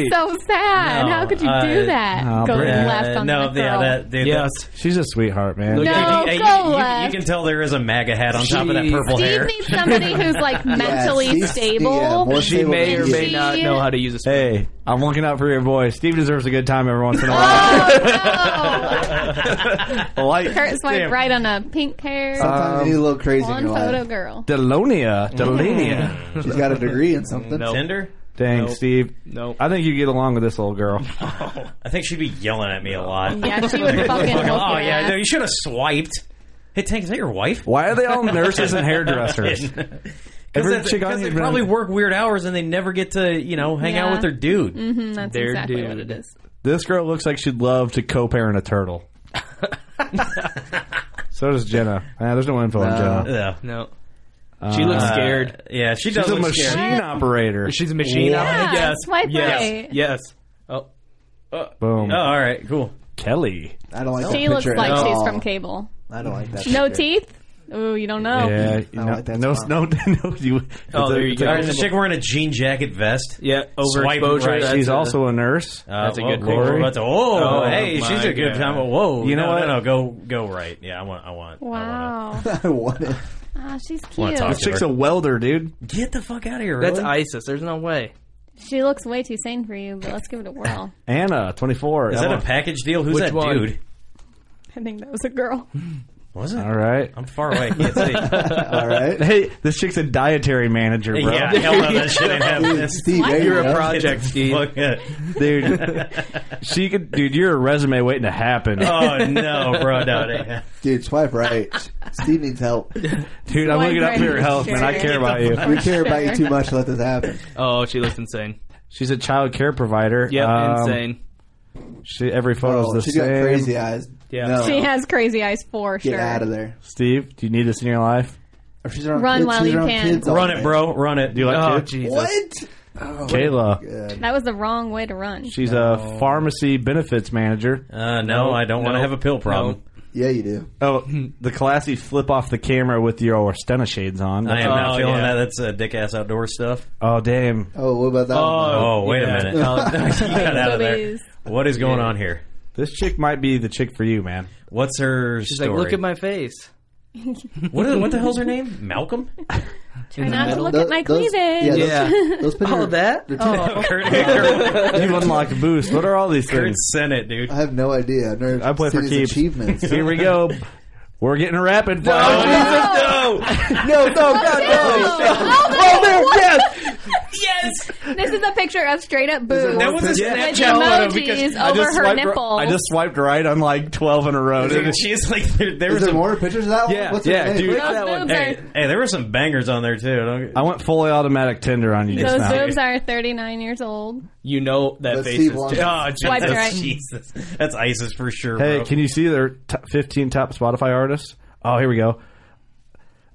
[SPEAKER 9] 28.
[SPEAKER 3] so sad.
[SPEAKER 6] No,
[SPEAKER 3] How could you
[SPEAKER 6] uh,
[SPEAKER 3] do that?
[SPEAKER 9] no,
[SPEAKER 3] go
[SPEAKER 9] Brittany.
[SPEAKER 3] left
[SPEAKER 6] Uh,
[SPEAKER 3] on
[SPEAKER 6] no,
[SPEAKER 3] the
[SPEAKER 6] yeah,
[SPEAKER 3] girl.
[SPEAKER 6] that, dude,
[SPEAKER 10] Yes.
[SPEAKER 9] She's a sweetheart, man.
[SPEAKER 6] Look,
[SPEAKER 3] No,
[SPEAKER 6] you, you-
[SPEAKER 3] Oh, go
[SPEAKER 6] you- you-
[SPEAKER 3] left.
[SPEAKER 6] you can tell there is a MAGA hat on top of that
[SPEAKER 10] Jeez.
[SPEAKER 6] purple
[SPEAKER 3] Steve
[SPEAKER 6] hair.
[SPEAKER 3] needs somebody who's like
[SPEAKER 5] Yeah,
[SPEAKER 3] mentally
[SPEAKER 5] she's-
[SPEAKER 3] stable.
[SPEAKER 5] yeah, more
[SPEAKER 10] She
[SPEAKER 5] stable
[SPEAKER 10] may
[SPEAKER 5] than
[SPEAKER 10] or
[SPEAKER 5] you.
[SPEAKER 10] may not know how to use a spoon.
[SPEAKER 9] Hey, I'm looking out for your boy. Steve deserves a good time every once in a while.
[SPEAKER 3] Oh
[SPEAKER 9] Like
[SPEAKER 3] no! Kurt swiped
[SPEAKER 9] damn,
[SPEAKER 3] right on a pink hair.
[SPEAKER 5] Sometimes
[SPEAKER 10] um,
[SPEAKER 5] you need a little crazy in
[SPEAKER 3] one
[SPEAKER 5] your
[SPEAKER 3] photo
[SPEAKER 5] life.
[SPEAKER 3] girl.
[SPEAKER 9] Delonia, Delonia.
[SPEAKER 5] She's got a degree in something.
[SPEAKER 10] No.
[SPEAKER 6] Tinder?
[SPEAKER 9] Dang,
[SPEAKER 10] Nope.
[SPEAKER 9] Steve.
[SPEAKER 10] Nope.
[SPEAKER 9] I think you get along with this old girl.
[SPEAKER 6] I think she'd be yelling at me a lot.
[SPEAKER 3] Yeah, she would fucking.
[SPEAKER 6] Fucking,
[SPEAKER 3] look
[SPEAKER 6] oh,
[SPEAKER 3] your
[SPEAKER 6] yeah,
[SPEAKER 3] ass.
[SPEAKER 6] no, you should have swiped. Hey, Tank, is that your wife?
[SPEAKER 9] Why are they all nurses and hairdressers? Every
[SPEAKER 6] Because
[SPEAKER 9] chick on
[SPEAKER 6] they
[SPEAKER 9] here's been-
[SPEAKER 6] probably work weird hours and they never get to, you know, hang out
[SPEAKER 3] Yeah.
[SPEAKER 6] with their dude.
[SPEAKER 3] Mm, That's
[SPEAKER 10] They're
[SPEAKER 3] exactly what
[SPEAKER 10] dude.
[SPEAKER 3] it is.
[SPEAKER 9] This girl looks like she'd love to co-parent a turtle. so does Jenna. Ah, there's no info on Jenna.
[SPEAKER 6] Yeah.
[SPEAKER 10] No. She looks
[SPEAKER 6] Uh,
[SPEAKER 10] scared.
[SPEAKER 6] yeah, she does
[SPEAKER 9] She's a
[SPEAKER 6] look
[SPEAKER 9] machine
[SPEAKER 6] scared.
[SPEAKER 9] operator.
[SPEAKER 10] She's a machine.
[SPEAKER 3] Yeah,
[SPEAKER 10] Yes.
[SPEAKER 3] swipe
[SPEAKER 10] yes.
[SPEAKER 3] right.
[SPEAKER 10] Yes. Oh.
[SPEAKER 9] Boom.
[SPEAKER 6] Oh, all right, cool.
[SPEAKER 9] Kelly.
[SPEAKER 5] I don't like
[SPEAKER 6] Oh,
[SPEAKER 5] that
[SPEAKER 3] She
[SPEAKER 5] picture
[SPEAKER 3] looks
[SPEAKER 5] at
[SPEAKER 3] like she's
[SPEAKER 5] all.
[SPEAKER 3] from cable.
[SPEAKER 5] I don't like that.
[SPEAKER 3] No
[SPEAKER 5] picture.
[SPEAKER 3] teeth. Ooh, you don't
[SPEAKER 6] Oh.
[SPEAKER 3] know.
[SPEAKER 9] Yeah.
[SPEAKER 5] I
[SPEAKER 9] no,
[SPEAKER 5] like that
[SPEAKER 9] no,
[SPEAKER 5] spot.
[SPEAKER 9] no, no, you,
[SPEAKER 10] Oh, there you
[SPEAKER 9] it's a-
[SPEAKER 10] go.
[SPEAKER 6] All
[SPEAKER 9] it's
[SPEAKER 6] right, the chick wearing a jean jacket vest.
[SPEAKER 10] Yeah.
[SPEAKER 6] Swipe
[SPEAKER 10] Overexposure.
[SPEAKER 6] right.
[SPEAKER 9] a-
[SPEAKER 10] that's
[SPEAKER 9] She's
[SPEAKER 10] a-
[SPEAKER 9] also a nurse.
[SPEAKER 6] Uh,
[SPEAKER 10] That's a
[SPEAKER 8] Oh,
[SPEAKER 6] whoa,
[SPEAKER 10] good
[SPEAKER 6] whoa,
[SPEAKER 10] picture.
[SPEAKER 6] we're about to- whoa,
[SPEAKER 10] Oh,
[SPEAKER 6] hey,
[SPEAKER 10] my
[SPEAKER 6] she's a good
[SPEAKER 10] God.
[SPEAKER 6] time. Whoa,
[SPEAKER 9] You know
[SPEAKER 6] no,
[SPEAKER 9] what?
[SPEAKER 6] No, no, go, go right. Yeah, I want, I want. I want
[SPEAKER 3] Wow.
[SPEAKER 5] I want it.
[SPEAKER 3] Ah, she's
[SPEAKER 6] Wanna
[SPEAKER 3] cute.
[SPEAKER 6] talk
[SPEAKER 9] This chick's a welder, dude.
[SPEAKER 6] to- Get the fuck out of here.
[SPEAKER 10] That's
[SPEAKER 6] really?
[SPEAKER 10] ISIS. There's no way.
[SPEAKER 3] She looks way too sane for you, but let's give it a whirl.
[SPEAKER 9] Anna, 24.
[SPEAKER 6] Is that
[SPEAKER 9] Ella.
[SPEAKER 6] a package deal? Who's
[SPEAKER 10] Which
[SPEAKER 6] that
[SPEAKER 10] one?
[SPEAKER 6] dude?
[SPEAKER 3] I think that was a girl.
[SPEAKER 6] Was it?
[SPEAKER 9] All right.
[SPEAKER 6] I'm far away. I can't see.
[SPEAKER 5] All right.
[SPEAKER 9] Hey, this chick's a dietary manager, bro.
[SPEAKER 6] yeah, hell no, that shit ain't happening.
[SPEAKER 5] Steve, there
[SPEAKER 10] You're a
[SPEAKER 5] go.
[SPEAKER 10] project, Steve.
[SPEAKER 6] Fuck it.
[SPEAKER 9] Dude, she could, dude, you're a resume waiting to happen.
[SPEAKER 6] Oh no, bro, no. it ain't happening.
[SPEAKER 5] Dude, swipe right. Steve needs help.
[SPEAKER 9] Dude, I'm
[SPEAKER 3] Why
[SPEAKER 9] looking up for your
[SPEAKER 3] Brendan
[SPEAKER 9] health, man. I
[SPEAKER 3] Sherry?
[SPEAKER 9] care about you.
[SPEAKER 5] We care about you too much to let this happen.
[SPEAKER 10] Oh, she looks insane.
[SPEAKER 9] She's a child care provider.
[SPEAKER 10] Yep,
[SPEAKER 9] Um,
[SPEAKER 10] insane.
[SPEAKER 9] She, every photo's
[SPEAKER 5] Oh,
[SPEAKER 9] the
[SPEAKER 5] she's
[SPEAKER 9] same.
[SPEAKER 5] got crazy eyes.
[SPEAKER 10] Yeah.
[SPEAKER 5] No.
[SPEAKER 3] She has crazy eyes for
[SPEAKER 5] Get
[SPEAKER 3] sure.
[SPEAKER 5] out of there.
[SPEAKER 9] Steve, do you need this in your life?
[SPEAKER 5] Or she's around
[SPEAKER 3] Run
[SPEAKER 5] kids.
[SPEAKER 3] while
[SPEAKER 5] she's
[SPEAKER 3] you
[SPEAKER 5] around
[SPEAKER 3] can.
[SPEAKER 5] Kids all
[SPEAKER 6] Run
[SPEAKER 5] day.
[SPEAKER 6] it, bro. Run it.
[SPEAKER 9] Do you like
[SPEAKER 10] Oh,
[SPEAKER 9] kids?
[SPEAKER 10] Jesus.
[SPEAKER 5] What? Oh,
[SPEAKER 9] Kayla.
[SPEAKER 5] good.
[SPEAKER 3] That was the wrong way to run.
[SPEAKER 9] She's a pharmacy benefits manager.
[SPEAKER 6] Uh, no, I don't want to
[SPEAKER 10] no,
[SPEAKER 6] have a pill problem.
[SPEAKER 5] Yeah, you do.
[SPEAKER 9] Oh, the classy flip off the camera with your Stena shades on.
[SPEAKER 6] I am not
[SPEAKER 10] Oh,
[SPEAKER 6] feeling
[SPEAKER 10] yeah.
[SPEAKER 6] that. That's uh, dick ass outdoor stuff.
[SPEAKER 9] Oh, damn.
[SPEAKER 5] Oh, what about that? one?
[SPEAKER 6] Oh, wait a minute. You got out of there.
[SPEAKER 3] Boobies.
[SPEAKER 6] What is going on here?
[SPEAKER 9] This chick might be the chick for you, man.
[SPEAKER 6] What's her
[SPEAKER 10] She's
[SPEAKER 6] story?
[SPEAKER 10] like, look at my face.
[SPEAKER 6] what, is- what the hell's her name? Malcolm?
[SPEAKER 3] Try not to look
[SPEAKER 5] Tho-
[SPEAKER 3] at my
[SPEAKER 5] those-
[SPEAKER 3] cleavage.
[SPEAKER 5] Yeah. Those, those pictures
[SPEAKER 10] All
[SPEAKER 5] are-
[SPEAKER 10] that? Oh.
[SPEAKER 5] they're too-
[SPEAKER 8] Oh.
[SPEAKER 6] Kurt, Kurt,
[SPEAKER 9] You've unlocked Boost. What are all these
[SPEAKER 6] Kurt
[SPEAKER 9] things?
[SPEAKER 6] sent it, dude.
[SPEAKER 5] I
[SPEAKER 10] Oh.
[SPEAKER 5] have no idea. I've never
[SPEAKER 9] I play for
[SPEAKER 5] seen his
[SPEAKER 9] keeps.
[SPEAKER 5] achievements.
[SPEAKER 9] Here we go. We're getting rapid fire.
[SPEAKER 6] Oh, Jesus, no!
[SPEAKER 5] no, Oh, no, God,
[SPEAKER 3] Oh,
[SPEAKER 5] no.
[SPEAKER 3] my
[SPEAKER 9] there,
[SPEAKER 3] God.
[SPEAKER 9] yes!
[SPEAKER 3] Yes! This is a picture of straight up boobs.
[SPEAKER 6] That was a
[SPEAKER 3] With
[SPEAKER 6] Snapchat photo because
[SPEAKER 3] emojis over her
[SPEAKER 9] swiped,
[SPEAKER 3] nipples.
[SPEAKER 9] I just swiped right on like 12 in a row.
[SPEAKER 6] Dude, she's like, there, there
[SPEAKER 5] Is
[SPEAKER 6] was
[SPEAKER 5] there
[SPEAKER 6] a
[SPEAKER 5] more pictures of that one?
[SPEAKER 9] Yeah,
[SPEAKER 5] What's
[SPEAKER 9] yeah,
[SPEAKER 5] her name?
[SPEAKER 9] dude.
[SPEAKER 3] Those
[SPEAKER 9] that one.
[SPEAKER 3] boobs
[SPEAKER 6] Hey,
[SPEAKER 3] are
[SPEAKER 6] hey, there were some bangers on there too. Don't,
[SPEAKER 9] I went fully automatic Tinder on you just
[SPEAKER 3] those
[SPEAKER 9] now.
[SPEAKER 3] boobs are 39 years old.
[SPEAKER 10] You know that
[SPEAKER 5] Let's
[SPEAKER 10] face
[SPEAKER 5] see
[SPEAKER 10] is.
[SPEAKER 5] one.
[SPEAKER 10] Oh, Jesus.
[SPEAKER 3] Swipe right.
[SPEAKER 6] Jesus, that's ISIS for sure.
[SPEAKER 9] Hey,
[SPEAKER 6] bro.
[SPEAKER 9] can you see their top 15 top Spotify artists? Oh, here we go.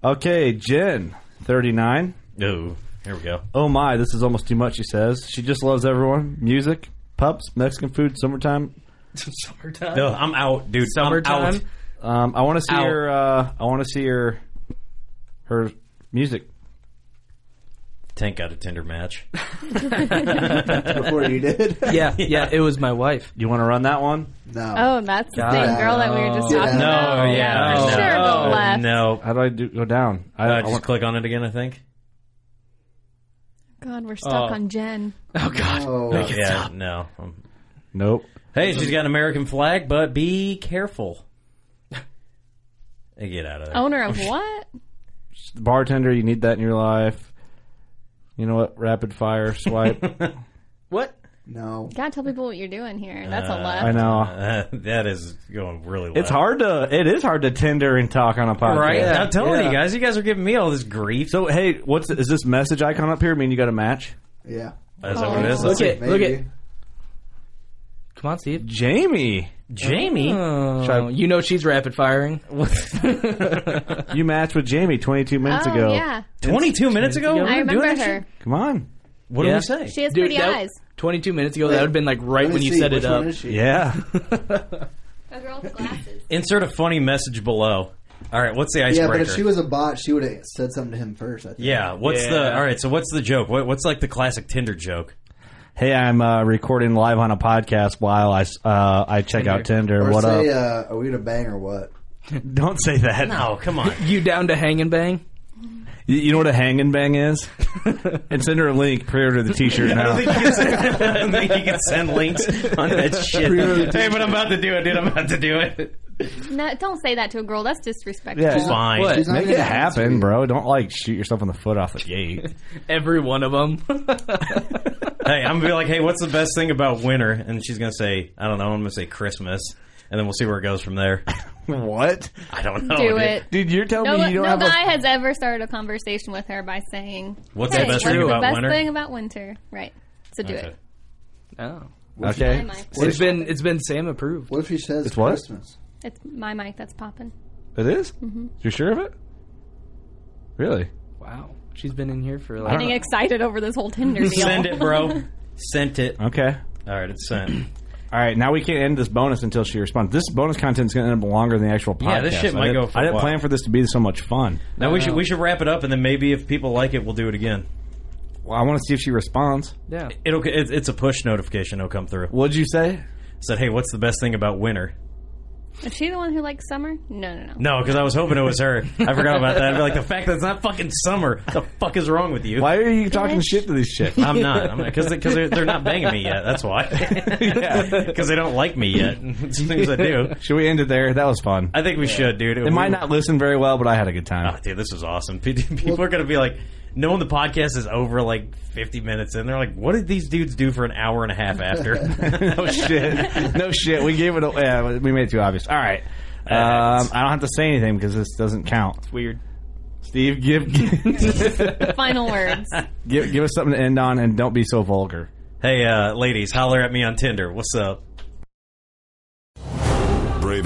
[SPEAKER 9] Okay, Jen, 39.
[SPEAKER 6] No, here we go.
[SPEAKER 9] Oh my, this is almost too much, she says. She just loves everyone. Music, pups, Mexican food, summertime.
[SPEAKER 10] Summertime.
[SPEAKER 6] No, I'm out, dude. I'm
[SPEAKER 10] Summertime.
[SPEAKER 6] out.
[SPEAKER 9] Um, I want to see
[SPEAKER 10] Out.
[SPEAKER 9] her. Uh, I want to see her. Her music.
[SPEAKER 6] Tank got a Tinder match.
[SPEAKER 5] Before you did.
[SPEAKER 10] Yeah, yeah, it was my wife.
[SPEAKER 9] You want to run that one?
[SPEAKER 5] No.
[SPEAKER 3] Oh, that's the same girl that we were just
[SPEAKER 5] Yeah.
[SPEAKER 3] talking
[SPEAKER 5] No,
[SPEAKER 3] about.
[SPEAKER 6] Oh. yeah, Oh,
[SPEAKER 3] For
[SPEAKER 6] no,
[SPEAKER 3] sure, go
[SPEAKER 6] no,
[SPEAKER 3] left.
[SPEAKER 6] no.
[SPEAKER 9] How do I do, go down? I,
[SPEAKER 6] Uh,
[SPEAKER 9] I
[SPEAKER 6] just
[SPEAKER 9] want-
[SPEAKER 6] click on it again. I think.
[SPEAKER 3] God, we're stuck
[SPEAKER 10] Oh.
[SPEAKER 3] on Jen.
[SPEAKER 5] Oh,
[SPEAKER 6] Oh, yeah, no. Um,
[SPEAKER 9] nope.
[SPEAKER 6] Hey, she's got an American flag, but be careful. Hey, Get out of there.
[SPEAKER 3] Owner of what?
[SPEAKER 9] Bartender, you need that in your life. You know what? Rapid fire swipe.
[SPEAKER 10] What?
[SPEAKER 5] no.
[SPEAKER 3] God, tell people what you're doing here. That's a left.
[SPEAKER 9] I know.
[SPEAKER 6] Uh, that is going really. Well.
[SPEAKER 9] It's hard to. It is hard to Tinder and talk on a podcast.
[SPEAKER 6] Uh, right?
[SPEAKER 10] Yeah,
[SPEAKER 6] I'm telling
[SPEAKER 10] yeah.
[SPEAKER 6] you guys, you guys are giving me all this grief.
[SPEAKER 9] So hey, what's is this message icon up here? Mean you got a match?
[SPEAKER 5] Yeah.
[SPEAKER 6] Is that what it is?
[SPEAKER 3] Look
[SPEAKER 6] Let's see.
[SPEAKER 10] Look at-
[SPEAKER 5] Maybe.
[SPEAKER 10] look at-
[SPEAKER 8] Come on, Steve.
[SPEAKER 9] Jamie.
[SPEAKER 8] Jamie?
[SPEAKER 9] Oh.
[SPEAKER 8] Should I- you know she's rapid firing.
[SPEAKER 9] you matched with Jamie 22 minutes
[SPEAKER 3] Oh,
[SPEAKER 9] ago.
[SPEAKER 3] yeah.
[SPEAKER 8] 22 minutes
[SPEAKER 3] I
[SPEAKER 8] ago? We were doing
[SPEAKER 3] remember
[SPEAKER 8] that
[SPEAKER 3] her.
[SPEAKER 9] Come on.
[SPEAKER 8] What
[SPEAKER 9] Yeah.
[SPEAKER 8] do we say?
[SPEAKER 3] She has
[SPEAKER 8] Dude,
[SPEAKER 3] pretty
[SPEAKER 8] that-
[SPEAKER 3] eyes.
[SPEAKER 8] 22 minutes ago, that would have been like right
[SPEAKER 5] Let
[SPEAKER 8] when
[SPEAKER 5] me
[SPEAKER 8] you
[SPEAKER 5] see,
[SPEAKER 8] set
[SPEAKER 5] which
[SPEAKER 8] it up.
[SPEAKER 5] one is she?
[SPEAKER 6] Yeah.
[SPEAKER 3] A girl with glasses.
[SPEAKER 6] Insert a funny message below. All right, what's the
[SPEAKER 5] yeah,
[SPEAKER 6] icebreaker?
[SPEAKER 5] but if she was a bot, she would have said something to him first. I think.
[SPEAKER 6] Yeah, what's the all right? So what's the joke? What, what's like the classic Tinder joke?
[SPEAKER 9] Hey, I'm uh, recording live on a podcast while I, s- uh, I check out Tinder.
[SPEAKER 5] Or
[SPEAKER 9] what
[SPEAKER 5] say,
[SPEAKER 9] up?
[SPEAKER 5] Uh, are we to bang or what?
[SPEAKER 9] Don't say that.
[SPEAKER 6] No, come on.
[SPEAKER 8] You down to hang and bang?
[SPEAKER 9] You, you know what a hang and bang is? and send her a link prior to the T-shirt now.
[SPEAKER 6] I don't think you can send links on that shit. hey, but I'm about to do it, dude. I'm about to do it.
[SPEAKER 3] No, don't say that to a girl. That's disrespectful.
[SPEAKER 9] yeah,
[SPEAKER 6] fine. What? She's not
[SPEAKER 9] Make
[SPEAKER 6] gonna
[SPEAKER 9] it happen, bro. Don't like shoot yourself in the foot off the gate.
[SPEAKER 8] Every one of them.
[SPEAKER 6] Hey, I'm gonna be like, hey, what's the best thing about winter? And she's gonna say, I don't know. I'm gonna say Christmas, and then we'll see where it goes from there.
[SPEAKER 9] what?
[SPEAKER 6] I don't know.
[SPEAKER 3] Do
[SPEAKER 6] dude.
[SPEAKER 3] it.
[SPEAKER 9] dude. You're telling
[SPEAKER 3] No,
[SPEAKER 9] me you
[SPEAKER 3] no
[SPEAKER 9] don't have
[SPEAKER 3] guy
[SPEAKER 9] a
[SPEAKER 3] has ever started a conversation with her by saying,
[SPEAKER 6] What's
[SPEAKER 3] hey,
[SPEAKER 6] the best
[SPEAKER 3] what's
[SPEAKER 6] thing
[SPEAKER 3] the
[SPEAKER 6] about
[SPEAKER 3] best
[SPEAKER 6] winter?
[SPEAKER 3] thing about winter?" Right. So do it.
[SPEAKER 8] Oh.
[SPEAKER 9] Okay.
[SPEAKER 3] My mic.
[SPEAKER 8] It's been it's been Sam approved.
[SPEAKER 5] What if she says
[SPEAKER 9] It's what?
[SPEAKER 5] Christmas?
[SPEAKER 3] It's my mic that's popping.
[SPEAKER 9] It is?
[SPEAKER 3] Mhm.
[SPEAKER 9] You're sure of it? Really?
[SPEAKER 8] Wow. She's been in here for like
[SPEAKER 3] Getting excited over this whole Tinder deal.
[SPEAKER 6] Send it, bro. Sent it.
[SPEAKER 9] Okay.
[SPEAKER 6] All right, it's sent.
[SPEAKER 9] All right, now we can't end this bonus until she responds. This bonus content's going to end up longer than the actual podcast.
[SPEAKER 6] Yeah, this shit
[SPEAKER 9] I
[SPEAKER 6] might
[SPEAKER 9] didn't-
[SPEAKER 6] go for
[SPEAKER 9] I didn't
[SPEAKER 6] a while.
[SPEAKER 9] plan for this to be so much fun.
[SPEAKER 6] Now we should
[SPEAKER 8] um,
[SPEAKER 6] we should wrap it up, and then maybe if people like it, we'll do it again.
[SPEAKER 9] Well, I want to see if she responds.
[SPEAKER 8] Yeah.
[SPEAKER 6] It'll it's, it's a push notification. It'll come through.
[SPEAKER 9] What'd you say?
[SPEAKER 6] Said, hey, what's the best thing about winter?
[SPEAKER 3] Is she the one who likes summer? No, no, no.
[SPEAKER 6] No, because I was hoping it was her. I forgot about that. I'd be like, the fact that it's not fucking summer. The fuck is wrong with you?
[SPEAKER 9] Why are you talking shit to these chicks?
[SPEAKER 6] I'm not. I'm not because because they're, they're not banging me yet. That's why. Because they don't like me yet. It's things I do.
[SPEAKER 9] Should we end it there? That was fun.
[SPEAKER 6] I think we should, dude.
[SPEAKER 9] It might not listen very well, but I had a good time.
[SPEAKER 6] Oh, dude, this is awesome. People are going to be like, knowing the podcast is over like 50 minutes in, they're like, what did these dudes do for an hour and a half after?
[SPEAKER 9] no shit. No shit. We gave it. A, yeah, we made it too obvious. All right. Um, I don't have to say anything because this doesn't count.
[SPEAKER 8] weird.
[SPEAKER 9] Steve, give, give
[SPEAKER 3] Final words.
[SPEAKER 9] give give us something to end on, and don't be so vulgar.
[SPEAKER 6] hey, uh, ladies, holler at me on Tinder. What's up?
[SPEAKER 2] Brave